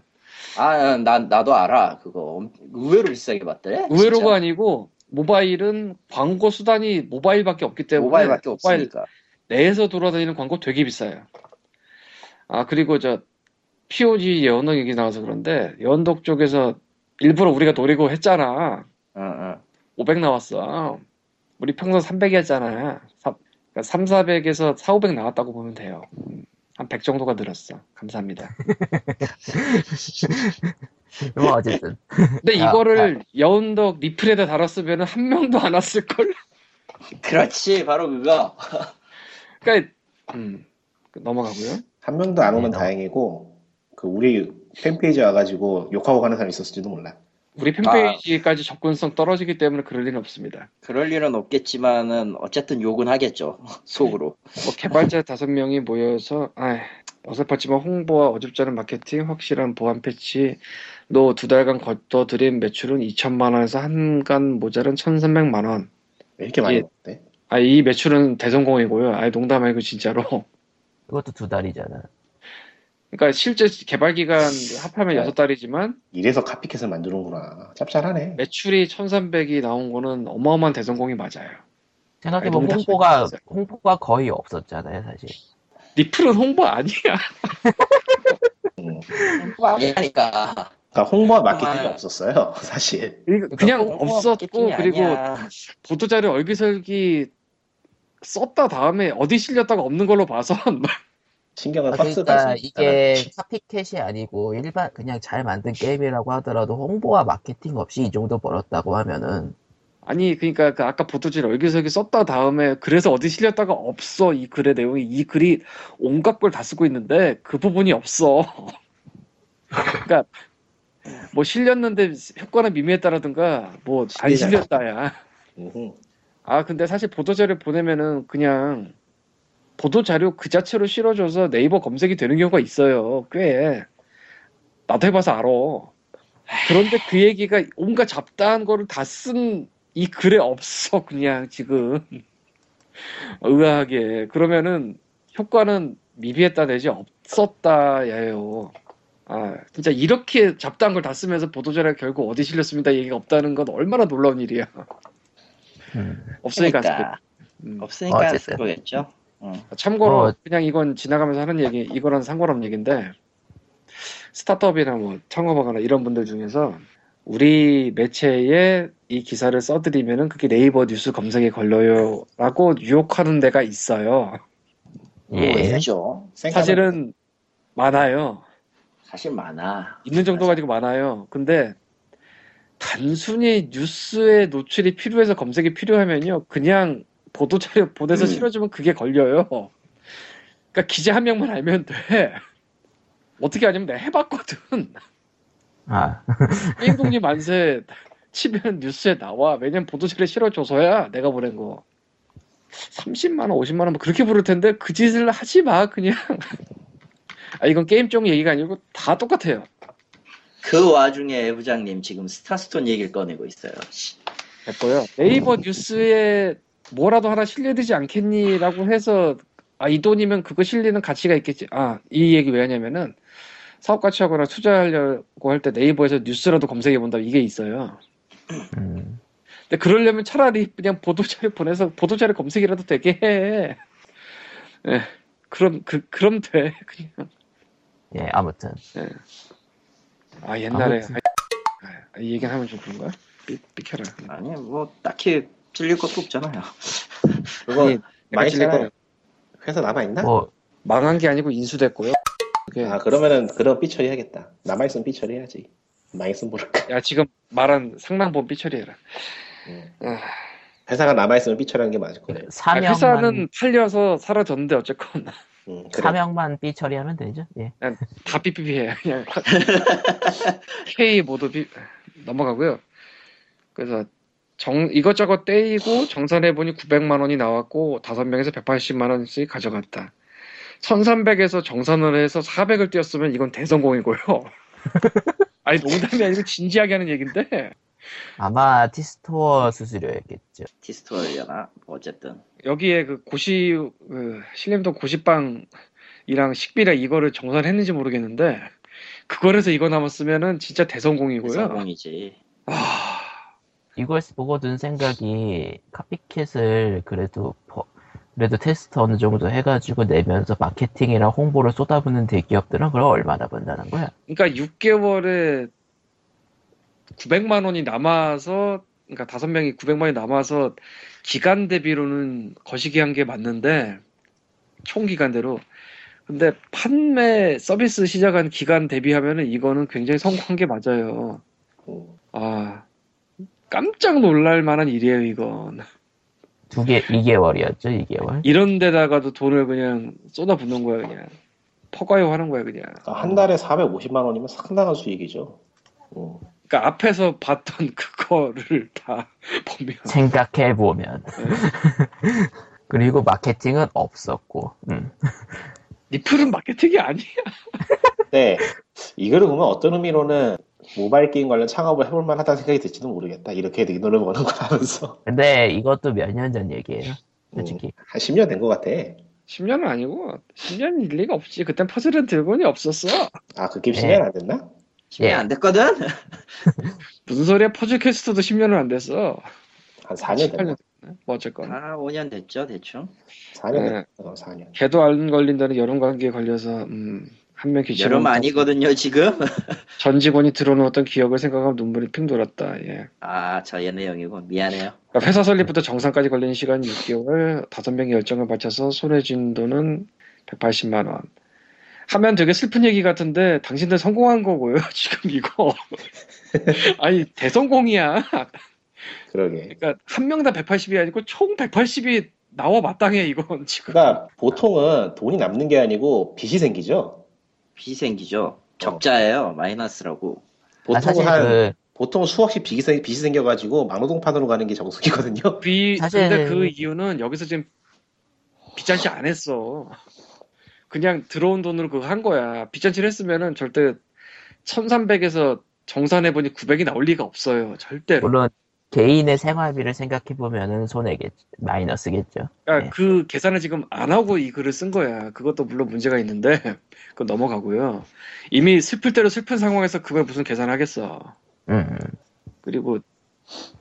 Speaker 2: 아, 난 나도 알아. 그거 엄- 의외로 비싸게 받더래.
Speaker 3: 의외로가
Speaker 2: 진짜.
Speaker 3: 아니고 모바일은 광고 수단이 모바일밖에 없기 때문에
Speaker 2: 모바일밖에
Speaker 3: 모바일
Speaker 2: 없으니까.
Speaker 3: 내에서 돌아다니는 광고 되게 비싸요. 아 그리고 저 POG 예언덕 얘기 나와서 그런데 예언덕 쪽에서 일부러 우리가 노리고 했잖아.
Speaker 2: 응, 응.
Speaker 3: 500 나왔어. 우리 평소 300이었잖아. 3, 400에서 4, 500 나왔다고 보면 돼요. 한 100 정도가 늘었어. 감사합니다.
Speaker 1: 뭐 어쨌든
Speaker 3: 근데
Speaker 1: 아,
Speaker 3: 이거를 여운덕 리플에다 달았으면 한 명도 안 왔을걸?
Speaker 2: 그렇지, 바로 그거.
Speaker 3: 그니까, 음, 넘어가고요.
Speaker 4: 한 명도 안 오면
Speaker 1: 네,
Speaker 4: 다행이고 그 우리 팬페이지 와가지고 욕하고 가는 사람 이 있었을지도 몰라.
Speaker 3: 우리 팬페이지까지 접근성 떨어지기 때문에 그럴 일은 없습니다.
Speaker 2: 그럴 일은 없겠지만은 어쨌든 욕은 하겠죠. 속으로.
Speaker 3: 뭐 개발자 다섯 명이 모여서 아이, 어설펐지만 홍보와 어줍잖은 마케팅, 확실한 보안 패치, 너 두 달간 걷어들인 매출은 2천만 원에서 한간 모자른 1,300만 원.
Speaker 4: 왜 이렇게 많이
Speaker 3: 예.
Speaker 4: 먹대?
Speaker 3: 아, 이 매출은 대성공이고요. 아, 농담 아니고 진짜로.
Speaker 1: 그것도 두 달이잖아.
Speaker 3: 그러니까 실제 개발 기간 합하면 여섯 달이지만
Speaker 4: 이래서 카피캣을 만드는구나. 짭짤하네.
Speaker 3: 매출이 1300이 나온 거는 어마어마한 대성공이 맞아요.
Speaker 1: 생각해보면
Speaker 3: 아니, 너무
Speaker 1: 홍보가
Speaker 3: 다시
Speaker 1: 홍보가 거의 없었잖아요 사실.
Speaker 3: 리플은 홍보 아니야.
Speaker 2: 아니니까.
Speaker 4: 그러니까 홍보와 마케팅이
Speaker 2: 아.
Speaker 4: 없었어요. 사실
Speaker 3: 그냥
Speaker 2: 홍보와
Speaker 3: 없었고
Speaker 2: 마케팅이
Speaker 3: 그리고
Speaker 2: 아니야.
Speaker 3: 보도자료 얼기설기 썼다 다음에 어디 실렸다가 없는 걸로 봐서 뭐
Speaker 4: 신경을
Speaker 1: 아,
Speaker 4: 박스
Speaker 1: 그러니까
Speaker 4: 박스
Speaker 1: 이게 카피캣이 아니고 일반 그냥 잘 만든 게임이라고 하더라도 홍보와 마케팅 없이 이 정도 벌었다고 하면은
Speaker 3: 아니 그러니까 그 아까 보도자료 얼기설기 썼다 다음에 그래서 어디 실렸다가 없어 이 글의 내용이 이 글이 온갖 걸 다 쓰고 있는데 그 부분이 없어. 그러니까 뭐 실렸는데 효과는 미미했다라든가 뭐 안 실렸다야. 아, 근데 사실 보도자료 보내면은 그냥 보도자료 그 자체로 실어줘서 네이버 검색이 되는 경우가 있어요. 꽤. 나도 해봐서 알아. 그런데 그 얘기가 온갖 잡다한 거를 다 쓴 이 글에 없어, 그냥 지금. 의아하게. 그러면은 효과는 미비했다 내지 없었다예요. 아, 진짜 이렇게 잡다한 걸 다 쓰면서 보도자료 결국 어디 실렸습니다 얘기가 없다는 건 얼마나 놀라운 일이야.
Speaker 1: 음.
Speaker 3: 없으니까 안 쓰고.
Speaker 2: 그러니까
Speaker 3: 음.
Speaker 2: 없으니까
Speaker 1: 어쨌든.
Speaker 2: 그러겠죠.
Speaker 3: 참고로
Speaker 1: 어.
Speaker 3: 그냥 이건 지나가면서 하는 얘기 이거랑 상관없는 얘기인데 스타트업이나 뭐 창업하거나 이런 분들 중에서 우리 매체에 이 기사를 써드리면은 그게 네이버 뉴스 검색에 걸려요라고 유혹하는 데가 있어요.
Speaker 1: 예.
Speaker 2: 뭐죠?
Speaker 4: 그러니까
Speaker 3: 사실은 많아요.
Speaker 2: 사실 많아.
Speaker 3: 있는 정도 가지고 많아요. 근데 단순히 뉴스에 노출이 필요해서 검색이 필요하면요. 그냥 보도자료 보내서
Speaker 2: 음.
Speaker 3: 실어주면 그게 걸려요. 그러니까 기자 한 명만 알면 돼. 어떻게 아니면 내가 해봤거든.
Speaker 1: 아
Speaker 3: 게임 독립 만세 치면 뉴스에 나와. 왜냐면 보도자료 실어줘서야 내가 보낸 거. 30만원, 50만원 뭐 그렇게 부를 텐데 그 짓을 하지 마, 그냥. 아, 이건 게임 쪽 얘기가 아니고 다 똑같아요.
Speaker 2: 그 와중에 부장님 지금 스타스톤 얘기를 꺼내고 있어요. 씨.
Speaker 3: 됐고요. 네이버 뉴스에 뭐라도 하나 실려되지 않겠니라고 해서 아 이 돈이면 그거 실리는 가치가 있겠지. 아 이 얘기 왜 하냐면은 사업 가치하거나 투자하려고 할 때 네이버에서 뉴스라도 검색해 본다 이게 있어요.
Speaker 1: 음.
Speaker 3: 근데 그러려면 차라리 그냥 보도자료 보내서 보도자료 검색이라도 되게 해. 예. 그럼 그 그럼 돼. 그냥
Speaker 1: 예 아무튼
Speaker 3: 아 옛날에
Speaker 1: 아무튼.
Speaker 3: 아, 아, 이 얘기는 하면 좀 그런가? 삐- 삐켜라.
Speaker 2: 아니 뭐 딱히 틀릴 것도 없잖아요. 그거
Speaker 3: 아니,
Speaker 4: 많이
Speaker 3: 찔릴
Speaker 4: 살아요.
Speaker 3: 거예요.
Speaker 4: 회사 남아 있나?
Speaker 1: 뭐
Speaker 3: 망한 게 아니고 인수됐고요. 그게
Speaker 4: 아 그러면은 그런 삐 처리해야겠다. 남아 있으면 삐 처리해야지. 많이 있으면 모를까.
Speaker 3: 야 지금 말한 상남본 삐처리해라.
Speaker 4: 음.
Speaker 3: 아.
Speaker 1: 네.
Speaker 4: 회사가 네. 남아 있으면 삐 처리하는 게 맞을 거예요.
Speaker 3: 아,
Speaker 1: 사명만
Speaker 3: 회사는 팔려서 사라졌는데 어쨌건
Speaker 4: 음, 그래.
Speaker 1: 사명만 삐 처리하면 되죠. 예.
Speaker 3: 다 삐삐삐해 그냥 K 모두 삐 넘어가고요. 그래서 정 이것저것 떼이고 정산해 보니 900만 원이 나왔고 다섯 명에서 180만 원씩 가져갔다. 1,300에서 정산을 해서 400을 떼었으면 이건 대성공이고요. 아니 농담이 아니고 진지하게 하는 얘긴데
Speaker 1: 아마 티스토어 수수료였겠죠.
Speaker 2: 디스토리아나 뭐 어쨌든
Speaker 3: 여기에 그 고시 그 신림동 고시빵이랑 식비랑 이거를 정산했는지 모르겠는데 그거에서 이거 남았으면은 진짜 대성공이고요.
Speaker 2: 성공이지.
Speaker 3: 아,
Speaker 1: 이걸 보고 든 생각이 카피캣을 그래도 버- 그래도 테스트 어느 정도 해가지고 내면서 마케팅이랑 홍보를 쏟아붓는 대기업들은 그걸 얼마나 번다는 거야?
Speaker 3: 그러니까 6개월에 900만 원이 남아서 그러니까 다섯 명이 900만 원이 남아서 기간 대비로는 거시기 한 게 맞는데 총 기간대로 근데 판매 서비스 시작한 기간 대비하면은 이거는 굉장히 성공한 게 맞아요.
Speaker 4: 음,
Speaker 3: 아 깜짝 놀랄 만한 일이에요 이건
Speaker 1: 두개 2개월이었죠, 2개월.
Speaker 3: 이런 데다가도 돈을 그냥 쏟아붓는 거야 그냥 퍼가요 하는 거야 그냥
Speaker 2: 아.
Speaker 4: 그러니까 한 달에 450만 원이면 상당한 수익이죠. 음,
Speaker 3: 그러니까 앞에서 봤던 그거를 다 보면
Speaker 1: 생각해 보면 그리고 마케팅은 없었고, 음.
Speaker 3: 니플은 마케팅이 아니야.
Speaker 4: 근데 이거를 보면 어떤 의미로는 모바일 게임 관련 창업을 해볼 만하다는 생각이 들지도 모르겠다. 이렇게 눈을 버는 거 하면서 음.
Speaker 1: 근데 이것도 몇 년 전 얘기예요, 솔직히.
Speaker 4: 한 10년 된 것 같아.
Speaker 3: 10년은 아니고 10년일 리가 없지. 그땐 퍼즐은 들곤이 없었어.
Speaker 4: 아, 그 게임
Speaker 1: 네.
Speaker 4: 10년 안 됐나?
Speaker 2: 예. 안 됐거든.
Speaker 3: 무슨 소리야? 퍼즐 퀘스트도 10년은 안 됐어.
Speaker 4: 한 4년 됐나?
Speaker 3: 뭐 어쨌건.
Speaker 2: 아 5년 됐죠 대충.
Speaker 4: 4년
Speaker 3: 네.
Speaker 4: 됐나? 어, 4년.
Speaker 3: 걔도 안 걸린다는 여론 관계에 걸려서 음, 한명 귀치를
Speaker 2: 여름 아니거든요 지금.
Speaker 3: 전 직원이 들어놓았던 기억을 생각하면 눈물이 핑 돌았다. 예.
Speaker 2: 아 저의 내용이고 미안해요.
Speaker 3: 그러니까 회사 설립부터 정산까지 걸리는 시간 6개월, 5명이 열정을 바쳐서 손해진 돈은 180만 원. 하면 되게 슬픈 얘기 같은데 당신들 성공한 거고요. 지금 이거. 아니 대성공이야.
Speaker 4: 그러게.
Speaker 3: 그러니까 한 명 다 180이 아니고 총 180이 나와 마땅해 이건 지금.
Speaker 4: 그러니까 보통은 돈이 남는 게 아니고 빚이 생기죠.
Speaker 2: 빚이 생기죠. 적자예요
Speaker 1: 아,
Speaker 2: 마이너스라고.
Speaker 4: 음, 보통
Speaker 1: 사실
Speaker 4: 한
Speaker 1: 그
Speaker 4: 보통 수억씩 빚이, 생, 빚이 생겨가지고 막노동판으로 가는 게 정석이거든요.
Speaker 3: 비,
Speaker 1: 사실-
Speaker 3: 근데 그 이유는 여기서 지금 빚잔치 안 했어. 그냥 들어온 돈으로 그거 한 거야. 빚잔치를 했으면은 절대 1300에서 정산해보니 900이 나올 리가 없어요. 절대로.
Speaker 1: 물론 개인의 생활비를 생각해 보면은 손해겠, 마이너스겠죠.
Speaker 3: 그러니까
Speaker 1: 예.
Speaker 3: 그 계산을 지금 안 하고 이 글을 쓴 거야. 그것도 물론 문제가 있는데, 그건 넘어가고요. 이미 슬플 대로 슬픈 상황에서 그걸 무슨 계산하겠어.
Speaker 1: 음.
Speaker 3: 그리고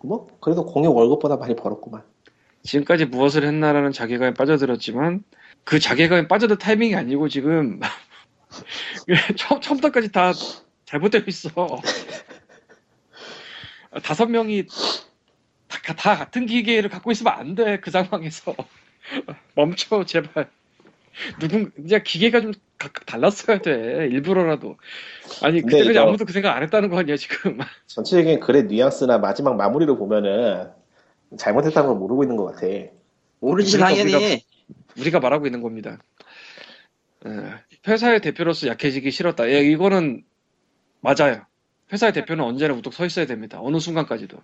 Speaker 4: 뭐 그래도 공역 월급보다 많이 벌었구만.
Speaker 3: 지금까지 무엇을 했나라는 자괴감에 빠져들었지만 그 자괴감에 빠져들 타이밍이 아니고 지금 처음 처음부터까지 다 잘못되고 있어. 다섯 명이 다, 다 같은 기계를 갖고 있으면 안 돼 그 상황에서 멈춰 제발 누군 이제 기계가 좀 각각 달랐어야 돼 일부러라도 아니
Speaker 4: 근데
Speaker 3: 그때까지
Speaker 4: 이거-
Speaker 3: 아무도 그 생각 안 했다는 거 아니야 지금
Speaker 4: 전체적인 글의 뉘앙스나 마지막 마무리를 보면은 잘못했다는 걸 모르고 있는 것 같아.
Speaker 2: 모르지
Speaker 3: 그러니까
Speaker 2: 당연히.
Speaker 3: 우리가- 우리가 말하고 있는 겁니다. 예, 회사의 대표로서 약해지기 싫었다. 예, 이거는 맞아요. 회사의 대표는 언제나 우뚝 서 있어야 됩니다. 어느 순간까지도.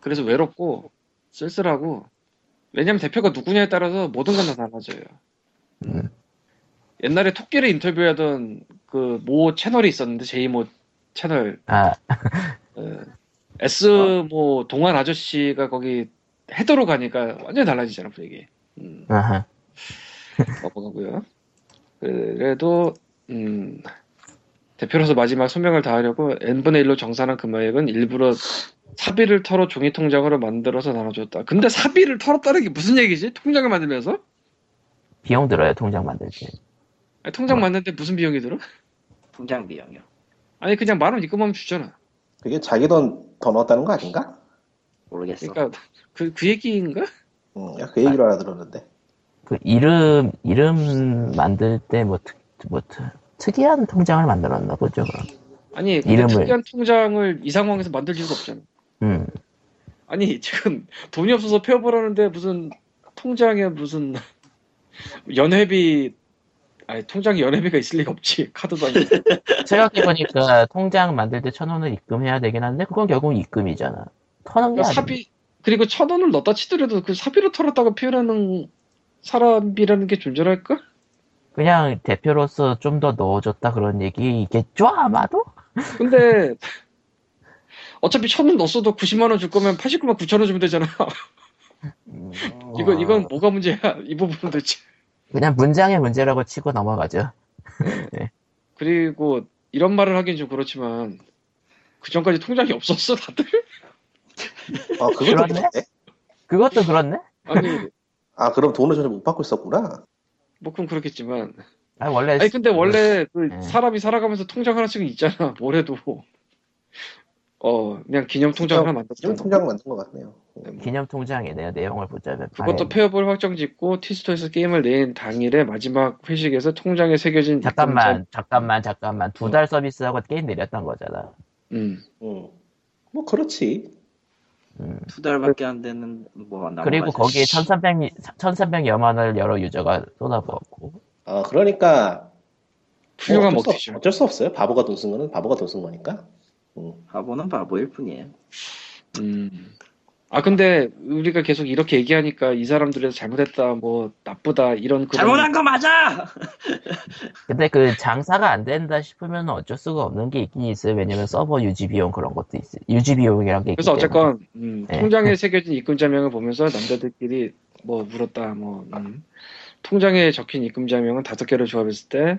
Speaker 3: 그래서 외롭고 쓸쓸하고 왜냐면 대표가 누구냐에 따라서 모든 건 다 달라져요.
Speaker 1: 음.
Speaker 3: 옛날에 토끼를 인터뷰하던 그 모 채널이 있었는데 제이모 채널
Speaker 1: 아,
Speaker 3: 어, S 뭐 동안 아저씨가 거기 헤더로 가니까 완전히 달라지잖아 분위기. 음.
Speaker 1: 아하.
Speaker 3: 넘어가고요. 그래도 음, 대표로서 마지막 소명을 다하려고 n분의 1로 정산한 금액은 일부러 사비를 털어 종이 통장으로 만들어서 나눠줬다. 근데 사비를 털었다는 게 무슨 얘기지? 통장을 만들면서?
Speaker 1: 비용 들어요, 통장 만들 때.
Speaker 3: 아니, 통장
Speaker 1: 뭐.
Speaker 3: 만드는데 무슨 비용이 들어?
Speaker 2: 통장 비용이요.
Speaker 3: 아니 그냥 만 원 입금하면 주잖아.
Speaker 4: 그게 자기 돈 더 넣었다는 거 아닌가?
Speaker 2: 모르겠어.
Speaker 3: 그러니까 그, 그 얘기인가?
Speaker 4: 응, 그 얘기를 하나 들었는데.
Speaker 1: 그 이름 이름 만들 때뭐 뭐, 특- 특이한 통장을 만들었나 보죠. 그럼.
Speaker 3: 아니 근데
Speaker 1: 이름을.
Speaker 3: 특이한 통장을 이 상황에서 만들 이유가 없잖아.
Speaker 1: 음.
Speaker 3: 아니 지금 돈이 없어서 폐업을 하는데 무슨 통장에 무슨 연회비 아니 통장에 연회비가 있을 리가 없지 카드도 아니고
Speaker 1: 생각해보니까 통장 만들 때 천 원을 입금해야 되긴 한데 그건 결국 입금이잖아. 터는 게
Speaker 3: 그러니까
Speaker 1: 아니야.
Speaker 3: 사비 그리고 천 원을 넣다 치더라도 그 사비로 털었다고 표현하는 사람이라는 게 존재할까?
Speaker 1: 그냥 대표로서 좀 더 넣어줬다 그런 얘기겠죠 아마도?
Speaker 3: 근데 어차피 천 원 넣었어도 90만 원 줄 거면 89만 9천 원 주면 되잖아.
Speaker 1: 음,
Speaker 3: 이거
Speaker 1: 어,
Speaker 3: 이건 뭐가 문제야? 이 부분은 도대체.
Speaker 1: 그냥 문장의 문제라고 치고 넘어가죠.
Speaker 3: 그리고 이런 말을 하긴 좀 그렇지만 그 전까지 통장이 없었어 다들.
Speaker 4: 아 그것도
Speaker 1: 그렇네.
Speaker 4: 그렇네.
Speaker 1: 그것도 그렇네?
Speaker 3: 아니
Speaker 4: 아 그럼 돈을 전에 못 받고 있었구나.
Speaker 3: 뭐 그럼 그렇겠지만.
Speaker 1: 아 원래
Speaker 3: 아니 근데 원래 그
Speaker 1: 네.
Speaker 3: 사람이 살아가면서 통장 하나씩은 있잖아. 뭐래도. 어 그냥 기념 통장 하나 만들었던
Speaker 4: 지금
Speaker 3: 거.
Speaker 4: 통장을 만든 것 같네요. 음.
Speaker 1: 기념 통장에 내가 내용을 보자면
Speaker 4: 아, 예.
Speaker 3: 그것도 폐업을 확정 짓고 티스토에서 게임을 낸 당일에 마지막 회식에서 통장에 새겨진
Speaker 1: 잠깐만 잠깐만 잠깐만 두 달 서비스하고 게임 내렸던 거잖아.
Speaker 3: 음.
Speaker 4: 음. 뭐 그렇지.
Speaker 1: 음.
Speaker 2: 두 달밖에 안 되는 뭐 남아.
Speaker 1: 그리고 거기에 1300, 1300여만 원을 여러 유저가 쏟아부었고
Speaker 4: 아 그러니까
Speaker 3: 훌륭한
Speaker 4: 뭐 어쩔, 수,
Speaker 3: 먹튀죠.
Speaker 4: 어쩔 수 없어요. 바보가 돈 쓴 거는 바보가 돈 쓴 거니까. 음.
Speaker 2: 바보는 바보일 뿐이에요.
Speaker 3: 음. 아 근데 우리가 계속 이렇게 얘기하니까 이 사람들에서 잘못했다 뭐 나쁘다 이런 그런
Speaker 2: 잘못한 거 맞아.
Speaker 1: 근데 그 장사가 안 된다 싶으면 어쩔 수가 없는 게 있긴 있어요 왜냐면 서버 유지 비용 그런 것도 있어요 유지 비용이란 게 있기
Speaker 3: 그래서
Speaker 1: 때문에.
Speaker 3: 어쨌건 음,
Speaker 1: 네.
Speaker 3: 통장에 새겨진 입금자명을 보면서 남자들끼리 뭐 물었다 뭐 음. 통장에 적힌 입금자명은 다섯 개를 조합했을 때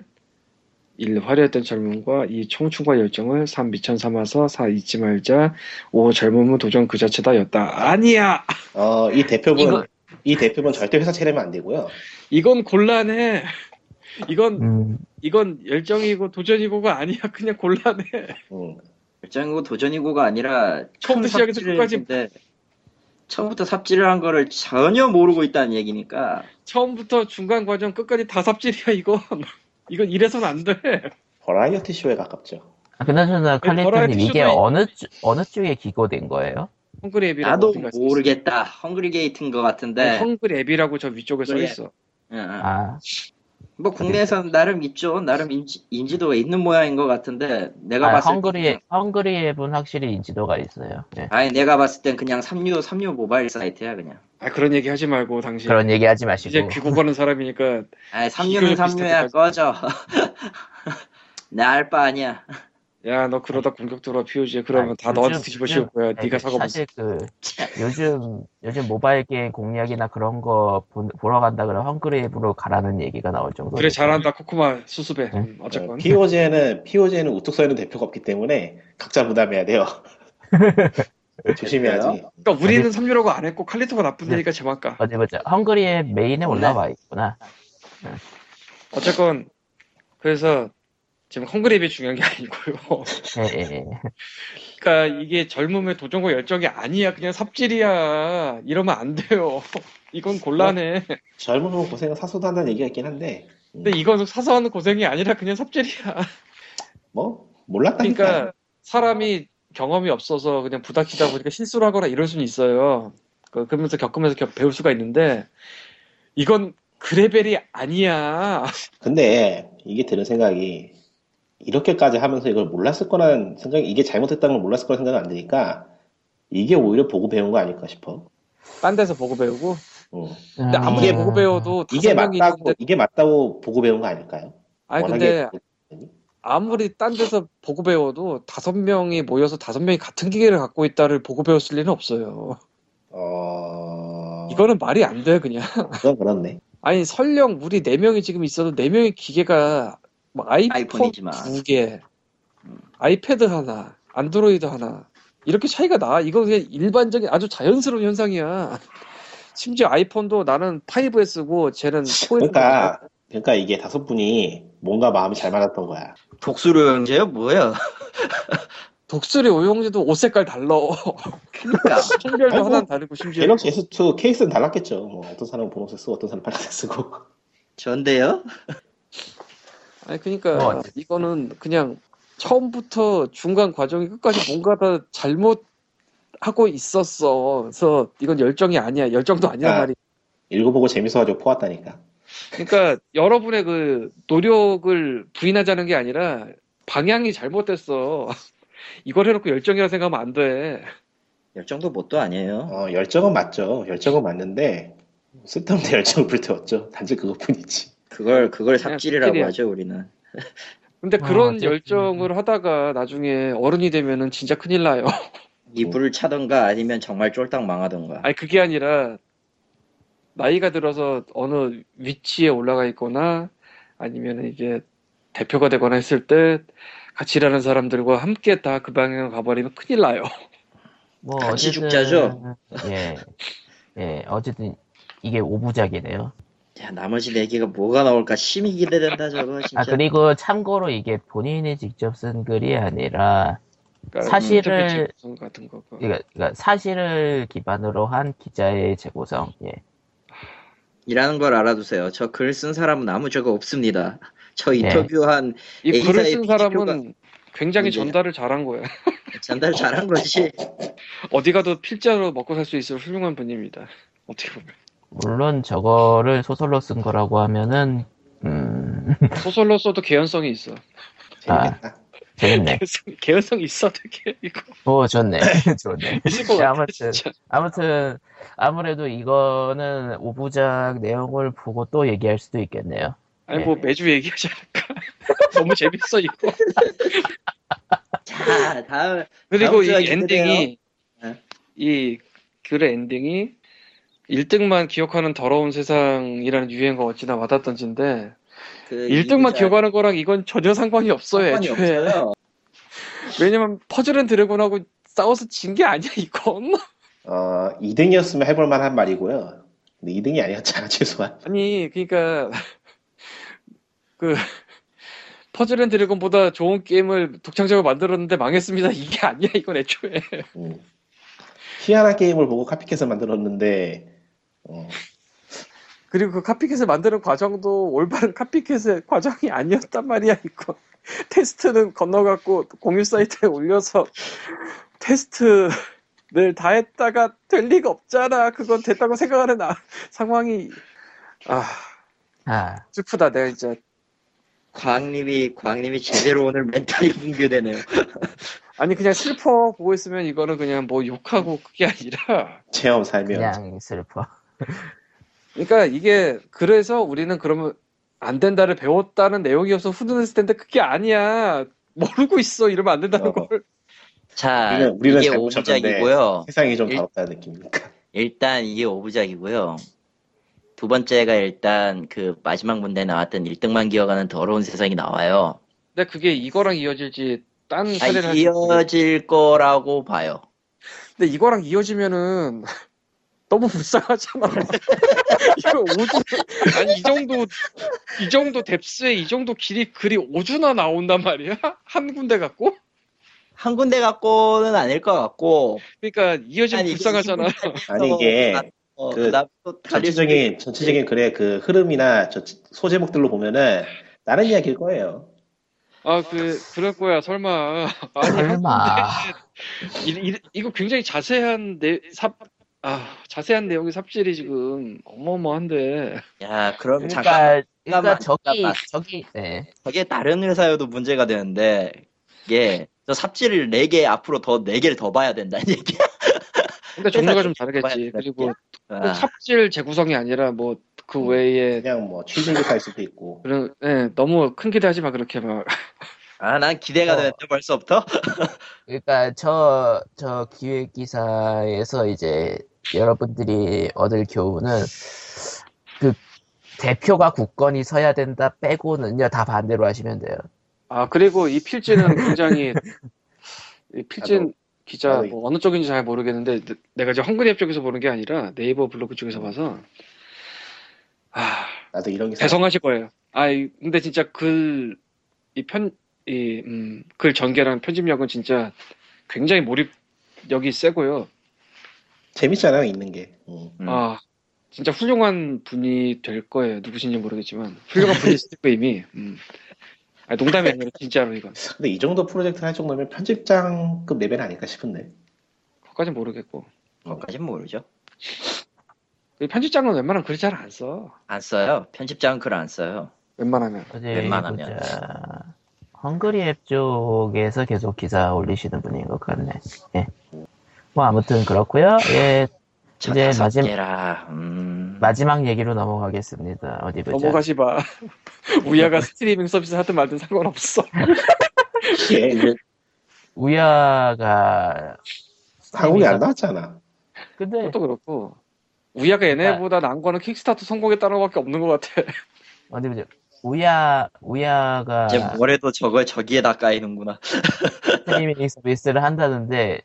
Speaker 3: 1. 화려했던 젊음과 2. 청춘과 열정을 3. 미천 삼아서 4. 잊지 말자 5. 젊음은 도전 그 자체다 였다 아니야
Speaker 4: 어이 대표분
Speaker 1: 이거-
Speaker 4: 이 대표분 절대 회사 차리면 안 되고요.
Speaker 3: 이건 곤란해 이건
Speaker 1: 음,
Speaker 3: 이건 열정이고 도전이고가 아니야 그냥 곤란해
Speaker 4: 음.
Speaker 2: 결정이고 도전이고가 아니라 처음
Speaker 3: 처음부터 시작해서
Speaker 2: 삽질을
Speaker 3: 끝까지-
Speaker 2: 했는데 처음부터 삽질을 한 거를 전혀 모르고 있다는 얘기니까
Speaker 3: 처음부터 중간 과정 끝까지 다 삽질이야 이건 이건 이래선 안돼
Speaker 4: 버라이어티 쇼에 가깝죠.
Speaker 1: 아, 그나저나 칼리터님
Speaker 3: 버라이어티
Speaker 1: 이게
Speaker 3: 쇼도
Speaker 1: 어느 주- 어느 쪽에 기고된 거예요?
Speaker 3: 헝그리 앱이라고
Speaker 2: 나도
Speaker 3: 어딘가 써 있어.
Speaker 2: 모르겠다. 헝그리 게이트인 것 같은데.
Speaker 3: 아니, 헝그리 앱이라고 저 위쪽에 써
Speaker 2: 헝그리 앱.
Speaker 3: 있어
Speaker 2: 응, 응.
Speaker 1: 아
Speaker 2: 뭐 국내에서는 나름 있죠. 나름 인지, 도가 있는 모양인 것 같은데 내가
Speaker 1: 아,
Speaker 2: 봤을
Speaker 1: 헝그리
Speaker 2: 때
Speaker 1: 헝그리 앱은 확실히 인지도가 있어요 예.
Speaker 2: 아니 내가 봤을 땐 그냥 삼류 삼류 모바일 사이트야 그냥.
Speaker 3: 아 그런 얘기 하지 말고 당신
Speaker 1: 그런 얘기 하지 마시고
Speaker 3: 이제 귀국하는 사람이니까
Speaker 2: 아니 삼류는
Speaker 3: 비교를
Speaker 2: 삼류야
Speaker 3: 비슷하게
Speaker 2: 꺼져. 나 알 바 아니야.
Speaker 3: 야 너 그러다 공격 들어와 POG에 그러면
Speaker 1: 아니,
Speaker 3: 다 너한테
Speaker 1: 요즘-
Speaker 3: 뒤집어 씌울 거야
Speaker 1: 네, 그
Speaker 3: 네가 사과 못해
Speaker 1: 사실 그 요즘 요즘 모바일 게임 공략이나 그런 거 보, 보러 간다 그러면 헝그리 앱으로 가라는 얘기가 나올 정도로
Speaker 3: 그래 잘한다 코코마 수습해
Speaker 1: 네.
Speaker 3: 음, 어쨌건
Speaker 4: POG에는 POG에는 우뚝 서 있는 대표가 없기 때문에 각자 부담해야 돼요. 조심해야지.
Speaker 3: 그러니까
Speaker 1: 네.
Speaker 3: 우리는 삼유라고 안 했고 칼리토가 나쁜 데니까 제만 까
Speaker 1: 어디 보자. 헝그리 앱 메인에
Speaker 2: 네.
Speaker 1: 올라와 있구나.
Speaker 3: 어쨌건 그래서 지금 헝그리 앱이 중요한 게 아니고요
Speaker 1: 예, 예, 예.
Speaker 3: 그러니까 이게 젊음의 도전과 열정이 아니야. 그냥 삽질이야. 이러면 안 돼요. 이건 곤란해.
Speaker 4: 젊으면 고생은 사소도 한다는 얘기가 있긴 한데 음.
Speaker 3: 근데 이건 사소한 고생이 아니라 그냥 삽질이야.
Speaker 4: 뭐 몰랐다니까.
Speaker 3: 그러니까 사람이 경험이 없어서 그냥 부닥치다 보니까 실수를 하거나 이럴 수는 있어요. 그- 그러면서 겪으면서 겪- 배울 수가 있는데 이건 그 레벨이 아니야.
Speaker 4: 근데 이게 드는 생각이 이렇게까지 하면서 이걸 몰랐을 거라는 생각이 이게 잘못했다는 걸 몰랐을 거라는 생각은 안 드니까 이게 오히려 보고 배운 거 아닐까 싶어.
Speaker 3: 딴 데서 보고 배우고.
Speaker 4: 음.
Speaker 3: 근데 아무리 보고
Speaker 1: 음.
Speaker 3: 배워도 다섯
Speaker 4: 이게
Speaker 3: 명이
Speaker 4: 맞다고
Speaker 3: 있는데
Speaker 4: 이게 맞다고 보고 배운 거 아닐까요?
Speaker 3: 아니 근데
Speaker 4: 워낙에
Speaker 3: 아무리 딴 데서 보고 배워도 다섯 명이 모여서 다섯 명이 같은 기계를 갖고 있다를 보고 배웠을 리는 없어요.
Speaker 4: 어
Speaker 3: 이거는 말이 안 돼, 그냥.
Speaker 4: 그건 그렇네.
Speaker 3: 아니, 설령 우리 네명이 지금 있어도 네명의 기계가 뭐 아이폰
Speaker 2: 아이폰이지만.
Speaker 3: 두 개,
Speaker 2: 음.
Speaker 3: 아이패드 하나, 안드로이드 하나. 이렇게 차이가 나. 이건 그냥 일반적인 아주 자연스러운 현상이야. 심지어 아이폰도 나는 5에 쓰고 쟤는 4에 쓰고
Speaker 4: 그러니까 그러니까 이게 다섯 분이 뭔가 마음이 잘 맞았던 거야.
Speaker 2: 독수리 형제요 뭐야?
Speaker 3: 독수리 오용제도 옷 색깔 달라.
Speaker 2: 그러니까
Speaker 3: 성별도
Speaker 4: 아이고,
Speaker 3: 하나 다르고 심지어
Speaker 4: 갤럭시 S2 케이스는 달랐겠죠. 뭐 어떤 사람은 분홍색 쓰고 어떤 사람은 빨간색 쓰고.
Speaker 2: 전데요?
Speaker 3: 아니 그러니까
Speaker 1: 뭐.
Speaker 3: 이거는 그냥 처음부터 중간 과정이 끝까지 뭔가 다 잘못 하고 있었어. 그래서 이건 열정이 아니야. 열정도 아니란
Speaker 4: 아.
Speaker 3: 말이.
Speaker 4: 읽어보고 재밌어가지고 포왔다니까.
Speaker 3: 그러니까 여러분의 그 노력을 부인하자는 게 아니라 방향이 잘못됐어. 이걸 해놓고 열정이라 생각하면 안 돼.
Speaker 2: 열정도 못도 아니에요.
Speaker 4: 어, 열정은 맞죠. 열정은 맞는데 쓸데없는 열정을 불태웠죠. 단지 그것뿐이지.
Speaker 2: 그걸 그걸
Speaker 3: 그냥
Speaker 2: 삽질이라고
Speaker 3: 삽질이야.
Speaker 2: 하죠 우리는.
Speaker 3: 근데
Speaker 1: 아,
Speaker 3: 그런
Speaker 1: 어쨌든.
Speaker 3: 열정을 하다가 나중에 어른이 되면은 진짜 큰일 나요.
Speaker 2: 이불을 차던가 아니면 정말 쫄딱 망하던가.
Speaker 3: 아니 그게 아니라 나이가 들어서 어느 위치에 올라가 있거나 아니면 이제 대표가 되거나 했을 때 같이 일하는 사람들과 함께 다 그 방향으로 가버리면 큰일 나요.
Speaker 1: 뭐
Speaker 2: 같이
Speaker 1: 어쨌든-
Speaker 2: 죽자죠.
Speaker 1: 예. 예, 어쨌든 이게 5부작이네요.
Speaker 2: 야, 나머지 네 개가 뭐가 나올까 심히 기대된다 저거 진짜.
Speaker 1: 아, 그리고 참고로 이게 본인이 직접 쓴 글이 아니라
Speaker 3: 그러니까
Speaker 1: 사실을-
Speaker 3: 인터뷰 찍은 같은 거고.
Speaker 1: 그러니까, 그러니까 사실을 기반으로 한 기자의 재구성. 예.
Speaker 2: 이라는 걸 알아두세요. 저 글 쓴 사람은 아무 죄가 없습니다. 저
Speaker 1: 네.
Speaker 2: 인터뷰한
Speaker 3: 이 글을
Speaker 2: A사의
Speaker 3: 쓴
Speaker 2: 필요가
Speaker 3: 사람은 굉장히
Speaker 2: 문제야.
Speaker 3: 전달을 잘한 거예요.
Speaker 2: 전달 잘한 거지.
Speaker 3: 어디 가도 필자로 먹고 살 수 있을 훌륭한 분입니다. 어떻게 보면
Speaker 1: 물론 저거를 소설로 쓴 거라고 하면은 음 아,
Speaker 3: 소설로 써도 개연성이 있어.
Speaker 4: 재밌겠다.
Speaker 1: 재밌네.
Speaker 3: 개연성- 개연성이 있어 되게 이거
Speaker 1: 오 좋네. 좋네.
Speaker 3: 있을 것
Speaker 1: 야,
Speaker 3: 같아.
Speaker 1: 아무튼.
Speaker 3: 진짜.
Speaker 1: 아무튼 아무래도 이거는 오부작 내용을 보고 또 얘기할 수도 있겠네요.
Speaker 3: 아니 뭐 매주 얘기하지 않을까. 너무 재밌어 이거.
Speaker 2: 자 다음 다음
Speaker 3: 그리고 이
Speaker 2: 주에
Speaker 3: 엔딩이
Speaker 2: 네.
Speaker 3: 이 글의 엔딩이 1등만 기억하는 더러운 세상이라는 유행어가 어찌나 와닿던지인데
Speaker 2: 그
Speaker 3: 1등만
Speaker 2: 이부작
Speaker 3: 기억하는 거랑 이건 전혀 상관이 없어요.
Speaker 2: 상관이
Speaker 3: 애초에.
Speaker 2: 없어요.
Speaker 3: 왜냐면 퍼즐 앤 드래곤하고 싸워서 진 게 아니야 이건.
Speaker 4: 어, 2등이었으면 해볼 만한 말이고요. 근데 2등이 아니었잖아, 최소한.
Speaker 3: 아니 그러니까 그 퍼즐 앤 드래곤보다 좋은 게임을 독창적으로 만들었는데 망했습니다. 이게 아니야 이건 애초에.
Speaker 4: 음. 희한한 게임을 보고 카피캣을 만들었는데 어,
Speaker 3: 그리고 그 카피캣을 만드는 과정도 올바른 카피캣의 과정이 아니었단 말이야 이거 테스트는 건너갔고 공유 사이트에 올려서 테스트를 다 했다가 될 리가 없잖아 그건 됐다고 생각하는 나- 상황이 아
Speaker 1: 아
Speaker 3: 슬프다 내가 진짜
Speaker 2: 광님이 광님이 제대로 오늘 멘탈이 붕괴되네요.
Speaker 3: 아니 그냥 슬퍼 보고 있으면 이거는 그냥 뭐 욕하고 그게 아니라
Speaker 4: 체험 살면
Speaker 1: 그냥 슬퍼.
Speaker 3: 그러니까 이게 그래서 우리는 그러면 안 된다를 배웠다는 내용이어서 훈훈했을 텐데 그게 아니야 모르고 있어 이러면 안 된다는
Speaker 4: 어.
Speaker 3: 걸
Speaker 2: 자
Speaker 4: 우리는- 우리는
Speaker 2: 이게
Speaker 4: 잘 보셨는데.
Speaker 2: 오부작이고요.
Speaker 4: 세상이 좀
Speaker 2: 일- 그
Speaker 4: 더럽다는 느낌이니까.
Speaker 2: 일단 이게 오부작이고요. 두 번째가 일단 그 마지막 문제에 나왔던 1등만 기억하는 더러운 세상이 나와요.
Speaker 3: 근데 그게 이거랑 이어질지 딴
Speaker 2: 아,
Speaker 3: 사례를 할지 모르겠-
Speaker 2: 이어질 거라고 봐요.
Speaker 3: 근데 이거랑 이어지면은 너무 불쌍하잖아.
Speaker 2: 네.
Speaker 3: 이거 오주 아니 이 정도 이 정도 뎁스에 이 정도 길이 글이 오주나 나온단 말이야 한 군데 갖고
Speaker 2: 한 군데 갖고는 아닐 것 같고
Speaker 3: 그러니까 이어지면
Speaker 2: 아니, 이게
Speaker 3: 불쌍하잖아.
Speaker 4: 아니 이게
Speaker 2: 어,
Speaker 4: 그
Speaker 2: 그다음 또 달릴 수도
Speaker 4: 전체적인 전체적인 글의 그 흐름이나 저 소제목들로 보면은 다른 이야기일 거예요.
Speaker 3: 아 그 그럴 거야 설마. 아니, 한
Speaker 1: 설마.
Speaker 3: 이, 이, 이거 굉장히 자세한 내삽아 자세한 내용의 삽질이 지금 어마어마한데.
Speaker 2: 야, 그럼 잠깐
Speaker 1: 그러니까 그러니까
Speaker 2: 잠깐만,
Speaker 1: 저기
Speaker 2: 잠깐만.
Speaker 1: 저기 네.
Speaker 2: 저게 다른 회사여도 문제가 되는데 이게 저 삽질을 네 개 앞으로 더 네 개를 더 봐야 된다는 얘기야.
Speaker 3: 근데 종류가 좀
Speaker 2: 봐야
Speaker 3: 다르겠지.
Speaker 2: 된다.
Speaker 3: 그리고 꼭
Speaker 2: 아,
Speaker 3: 뭐 삽질 재구성이 아니라 뭐 그
Speaker 2: 네.
Speaker 3: 외에
Speaker 4: 그냥 뭐 취재기사일 수도 있고.
Speaker 3: 그런 예 너무 큰 기대하지 마 그렇게 막
Speaker 2: 아, 난 기대가
Speaker 1: 어.
Speaker 2: 되는데 벌써부터.
Speaker 1: 그러니까 저 저 기획 기사에서 이제 여러분들이 얻을 교훈은 그 대표가 굳건히 서야 된다 빼고는요 다 반대로 하시면 돼요.
Speaker 3: 아 그리고 이 필진은 굉장히 이 필진
Speaker 4: 나도-
Speaker 3: 기자
Speaker 4: 나도
Speaker 3: 뭐 어느 쪽인지 잘 모르겠는데 내- 내가 지금 헝그리앱 쪽에서 보는 게 아니라 네이버 블로그 쪽에서 봐서 아
Speaker 4: 나도 이런 기사.
Speaker 3: 대성하실 거예요. 아 이- 근데 진짜 글이편이글 음, 전개랑 편집력은 진짜 굉장히 몰입력이 세고요.
Speaker 4: 재밌잖아요 있는 게. 음.
Speaker 2: 음.
Speaker 3: 아 진짜 훌륭한 분이 될 거예요. 누구신지 모르겠지만 훌륭한 분이 있을 거예요 이미. 음. 아 농담이 아니라 진짜로 이건.
Speaker 4: 근데 이 정도 프로젝트 할 정도면 편집장급 레벨 아닐까 싶은데.
Speaker 3: 그것까진 모르겠고.
Speaker 2: 그까진 모르죠.
Speaker 3: 그 편집장은 웬만하면 글을 잘 안 써.
Speaker 2: 안 써요. 편집장은 글을 안 써요.
Speaker 6: 웬만하면.
Speaker 1: 어디
Speaker 2: 웬만하면.
Speaker 1: 보자. 헝그리 앱 쪽에서 계속 기사 올리시는 분인 것 같네. 예. 뭐 아무튼 그렇고요. 예.
Speaker 2: 저
Speaker 1: 이제
Speaker 2: 다섯
Speaker 1: 마지막-
Speaker 2: 개라. 음.
Speaker 1: 마지막 얘기로 넘어가겠습니다. 어디 보자.
Speaker 3: 넘어가시 마. 우야가 스트리밍 서비스 하든 말든 상관없어.
Speaker 4: 예, 이제
Speaker 1: 우야가
Speaker 4: 한국에 안 나왔잖아.
Speaker 1: 근데
Speaker 3: 그것도 그렇고. 우야가 얘네보다 나은 거는 킥스타트 성공했다는 것밖에 없는 것 같아.
Speaker 1: 어디 보자. 우야 우야가
Speaker 2: 이제 뭐래도 저걸 저기에다 까이는구나.
Speaker 1: 스트리밍 서비스를 한다는데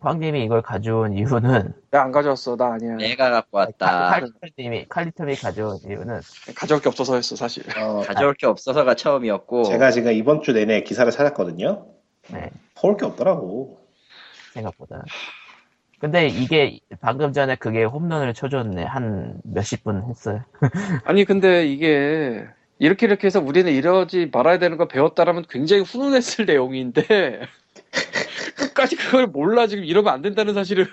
Speaker 1: 황님이 이걸 가져온 이유는
Speaker 3: 내가 안 가져왔어. 나
Speaker 1: 음.
Speaker 3: 아니야.
Speaker 2: 내가 갖고
Speaker 1: 아,
Speaker 2: 왔다.
Speaker 1: 칼리터님이 칼리터이 가져온 이유는
Speaker 3: 가져올 게 없어서 했어 사실.
Speaker 1: 그
Speaker 4: 어,
Speaker 2: 가져올 게 없어서가 처음이었고.
Speaker 4: 제가 지금 이번 주 내내 기사를 찾았거든요.
Speaker 1: 네.
Speaker 4: 볼 게 없더라고.
Speaker 1: 생각보다. 근데 이게 방금 전에 그게 홈런을 쳐줬네. 한 몇십 분 했어요.
Speaker 3: 아니 근데 이게 이렇게 이렇게 해서 우리는 이러지 말아야 되는 걸 배웠다라면 굉장히 훈훈했을 내용인데 끝까지 그걸 몰라 지금 이러면 안 된다는 사실을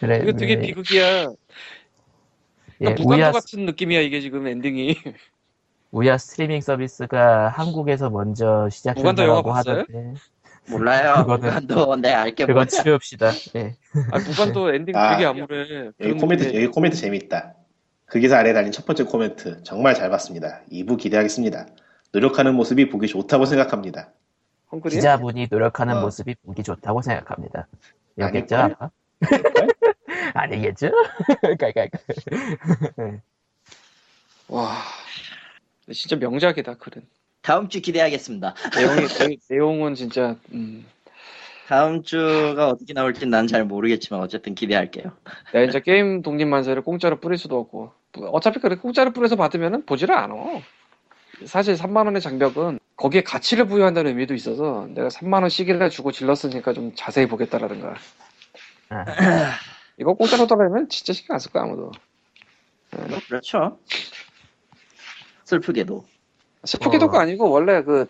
Speaker 1: 그래.
Speaker 3: 이거 되게 비극이야.
Speaker 1: 네,
Speaker 3: 그러니까
Speaker 1: 예,
Speaker 3: 무관도
Speaker 1: 우야,
Speaker 3: 같은 느낌이야 이게 지금 엔딩이.
Speaker 1: 우야 스트리밍 서비스가 한국에서 먼저
Speaker 3: 무관도 영화
Speaker 1: 시작된다고
Speaker 3: 봤어요?
Speaker 1: 하던데.
Speaker 2: 몰라요.
Speaker 1: 그거는-
Speaker 2: 그건도 내가 알게
Speaker 1: 그건
Speaker 2: 뭐지.
Speaker 1: 치웁시다. 예.
Speaker 3: 아 무관도 엔딩
Speaker 4: 아,
Speaker 3: 되게 암울해.
Speaker 4: 여기
Speaker 3: 그런데
Speaker 4: 코멘트 여기 코멘트 재밌다. 그 기사 아래 달린 첫 번째 코멘트 정말 잘 봤습니다. 2부 기대하겠습니다. 노력하는 모습이 보기 좋다고 생각합니다.
Speaker 3: 헝그리야?
Speaker 1: 기자분이 노력하는
Speaker 4: 어.
Speaker 1: 모습이 보기 좋다고 생각합니다. 여겠죠?
Speaker 4: 아닐걸?
Speaker 1: 아마? 아니겠죠? 그러니까, 깔깔깔.
Speaker 3: 와 진짜 명작이다 그런.
Speaker 2: 다음 주 기대하겠습니다.
Speaker 3: 내용이 내- 내용은 진짜 음,
Speaker 2: 다음 주가 어떻게 나올지 난 잘 모르겠지만 어쨌든 기대할게요.
Speaker 3: 내가 이제 게임 독립만세를 공짜로 뿌릴 수도 없고 어차피 그렇게 공짜로 뿌려서 받으면은 보지를 않아 사실 3만 원의 장벽은 거기에 가치를 부여한다는 의미도 있어서 내가 3만 원씩이나 주고 질렀으니까 좀 자세히 보겠다라든가
Speaker 1: 아.
Speaker 3: 이거 공짜로 달라면 진짜 신경 안 쓸 거야 아무도
Speaker 2: 뭐, 그렇죠. 슬프게도.
Speaker 3: 슬프게도가 아니고 원래 그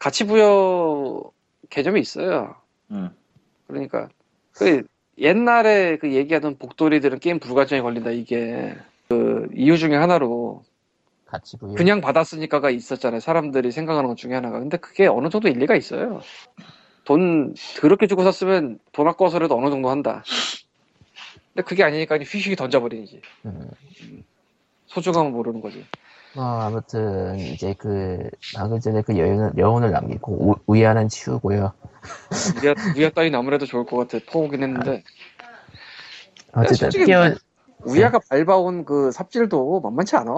Speaker 3: 가치 부여 개념이 있어요
Speaker 2: 음.
Speaker 3: 그러니까 그 옛날에 그 얘기하던 복돌이들은 게임 불가증에 걸린다 이게 그 이유 중에 하나로
Speaker 1: 같이 보기.
Speaker 3: 그냥 받았으니까가 있었잖아요. 사람들이 생각하는 것 중에 하나가. 근데 그게 어느 정도 일리가 있어요. 돈 그렇게 주고 샀으면 돈 아까워서라도 어느 정도 한다. 근데 그게 아니니까 그냥 휘휘 던져버리지.
Speaker 1: 음.
Speaker 3: 소중함을 모르는 거지.
Speaker 1: 어, 아무튼 이제 그 방금 전에 그 여운을, 여운을 남기고 우, 우야는 치우고요.
Speaker 3: 우야, 우야 따윈 아무래도 좋을 것 같아. 퍼오긴 했는데.
Speaker 1: 어쨌든
Speaker 3: 아, 솔직히
Speaker 1: 끼워
Speaker 3: 우야가 밟아온 그 삽질도 만만치 않아.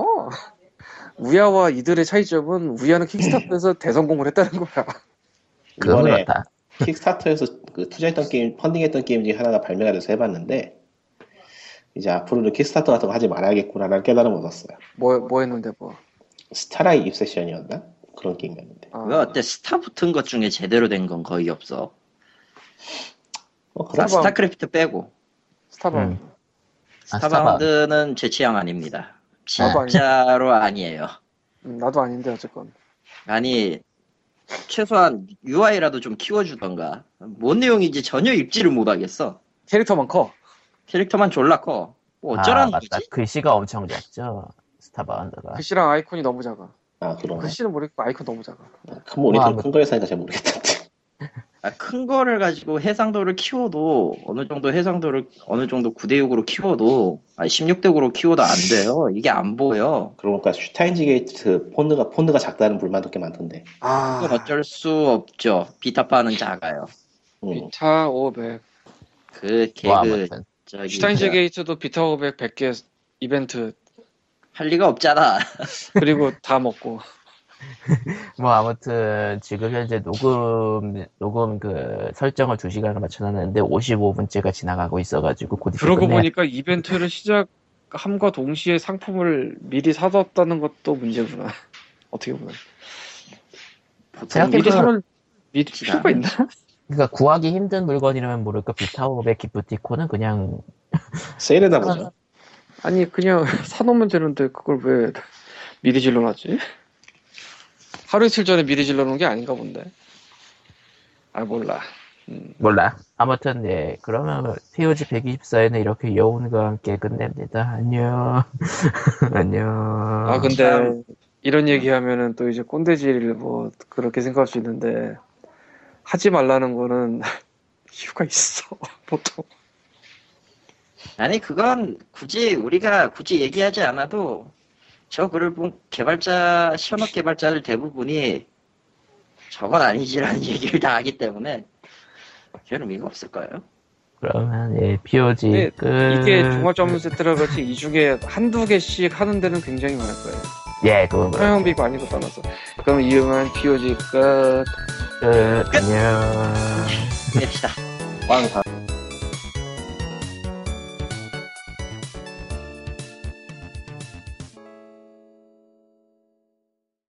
Speaker 3: 우야와 이들의 차이점은 우야는 킥스타트에서 대성공을 했다는 거야.
Speaker 1: 그건
Speaker 4: 이번에
Speaker 1: 그렇다.
Speaker 4: 킥스타터에서 그 투자했던 게임, 펀딩했던 게임 중에 하나가 발매가 돼서 해봤는데 이제 앞으로는 킥스타터 같은 거 하지 말아야겠구나라는 깨달음을 얻었어요.
Speaker 3: 뭐, 뭐 했는데 뭐.
Speaker 4: 스타라이 입세션이었나? 그런 게임이었는데
Speaker 3: 아,
Speaker 2: 그거 어때? 스타 붙은 것 중에 제대로 된 건 거의 없어.
Speaker 4: 뭐 그런
Speaker 2: 아,
Speaker 3: 스타밤.
Speaker 2: 스타크래프트 빼고.
Speaker 3: 스타벅.
Speaker 1: 음. 아, 스타바.
Speaker 2: 스타바운드는 제 취향 아닙니다.
Speaker 3: 스타바운드.
Speaker 2: 진짜로 아니에요.
Speaker 3: 음, 나도 아닌데 어쨌건.
Speaker 2: 아니 최소한 UI라도 좀 키워주던가. 뭔 내용인지 전혀 입지를 못하겠어.
Speaker 3: 캐릭터만 커.
Speaker 2: 캐릭터만 졸라 커. 뭐 어쩌라는
Speaker 1: 아, 맞다.
Speaker 2: 거지?
Speaker 1: 글씨가 엄청 작죠. 스타바운드가.
Speaker 3: 글씨랑 아이콘이 너무 작아.
Speaker 4: 아 그런
Speaker 3: 글씨는 모르겠고 아이콘 너무 작아.
Speaker 4: 큰 모니터
Speaker 1: 뭐,
Speaker 4: 큰 거에서 하니까 잘 모르겠던데
Speaker 2: 아, 큰 거를 가지고 해상도를 키워도 어느 정도 해상도를 어느 정도 9대 6으로 키워도 아 16대 9로 키워도 안 돼요. 이게 안 보여.
Speaker 4: 그러니까 슈타인즈 게이트 폰드가 폰드가 작다는 불만도 꽤 많던데
Speaker 3: 아,
Speaker 2: 그건 어쩔 수 없죠. 비타파는 작아요.
Speaker 4: 음.
Speaker 3: 비타 500.
Speaker 2: 그
Speaker 1: 뭐
Speaker 2: 개그
Speaker 1: 아무튼
Speaker 2: 저기
Speaker 3: 슈타인즈
Speaker 2: 뭐야,
Speaker 3: 게이트도 비타 500 100개 이벤트
Speaker 2: 할 리가 없잖아.
Speaker 3: 그리고 다 먹고.
Speaker 1: 뭐 아무튼 지금 현재 녹음 녹음 그 설정을 2 시간을 맞춰놨는데 55분째가 지나가고 있어가지고 곧 있을
Speaker 3: 그러고
Speaker 1: 끝내야-
Speaker 3: 보니까 이벤트를 시작함과 동시에 상품을 미리 사뒀다는 것도 문제구나. 어떻게 보면.
Speaker 2: 보통
Speaker 1: 생각해보면-
Speaker 3: 미리
Speaker 2: 미리
Speaker 1: 그건-
Speaker 3: 사놓을 미리 필요가 있나?
Speaker 1: 그러니까 구하기 힘든 물건이라면 모를까 비타오의 기프티콘은 그냥
Speaker 4: 세일이나 보죠
Speaker 3: 아니 그냥 사놓으면 되는데 그걸 왜 미리 질러놨지? 하루 이틀 전에 미리 질러놓은 게 아닌가 본데. 아 몰라.
Speaker 1: 몰라. 아무튼 예 그러면 POG 124에는 이렇게 여운과 함께 끝냅니다. 안녕. 안녕.
Speaker 3: 아 네. 근데
Speaker 2: 참.
Speaker 3: 이런 얘기하면은 또 이제 꼰대질 뭐 그렇게 생각할 수 있는데 하지 말라는 거는 이유가 있어 보통
Speaker 2: 아니 그건 굳이 우리가 굳이 얘기하지 않아도 저 글을 본 개발자 현업 개발자들 대부분이 저건 아니지라는 얘기를 다 하기 때문에 별 의미가 없을 거예요.
Speaker 1: 그러면 예 POG
Speaker 3: 네,
Speaker 1: 끝.
Speaker 3: 이게 종합 전문 세트라 그렇지 이 중에 한두 개씩 하는 데는 굉장히 많을 거예요
Speaker 1: 예 그건 그렇고.
Speaker 3: 사용비가 아니고 떠나서 그럼 이용한 POG가
Speaker 1: 끝. 안녕.
Speaker 2: 끝냅시다.
Speaker 4: 왕 다-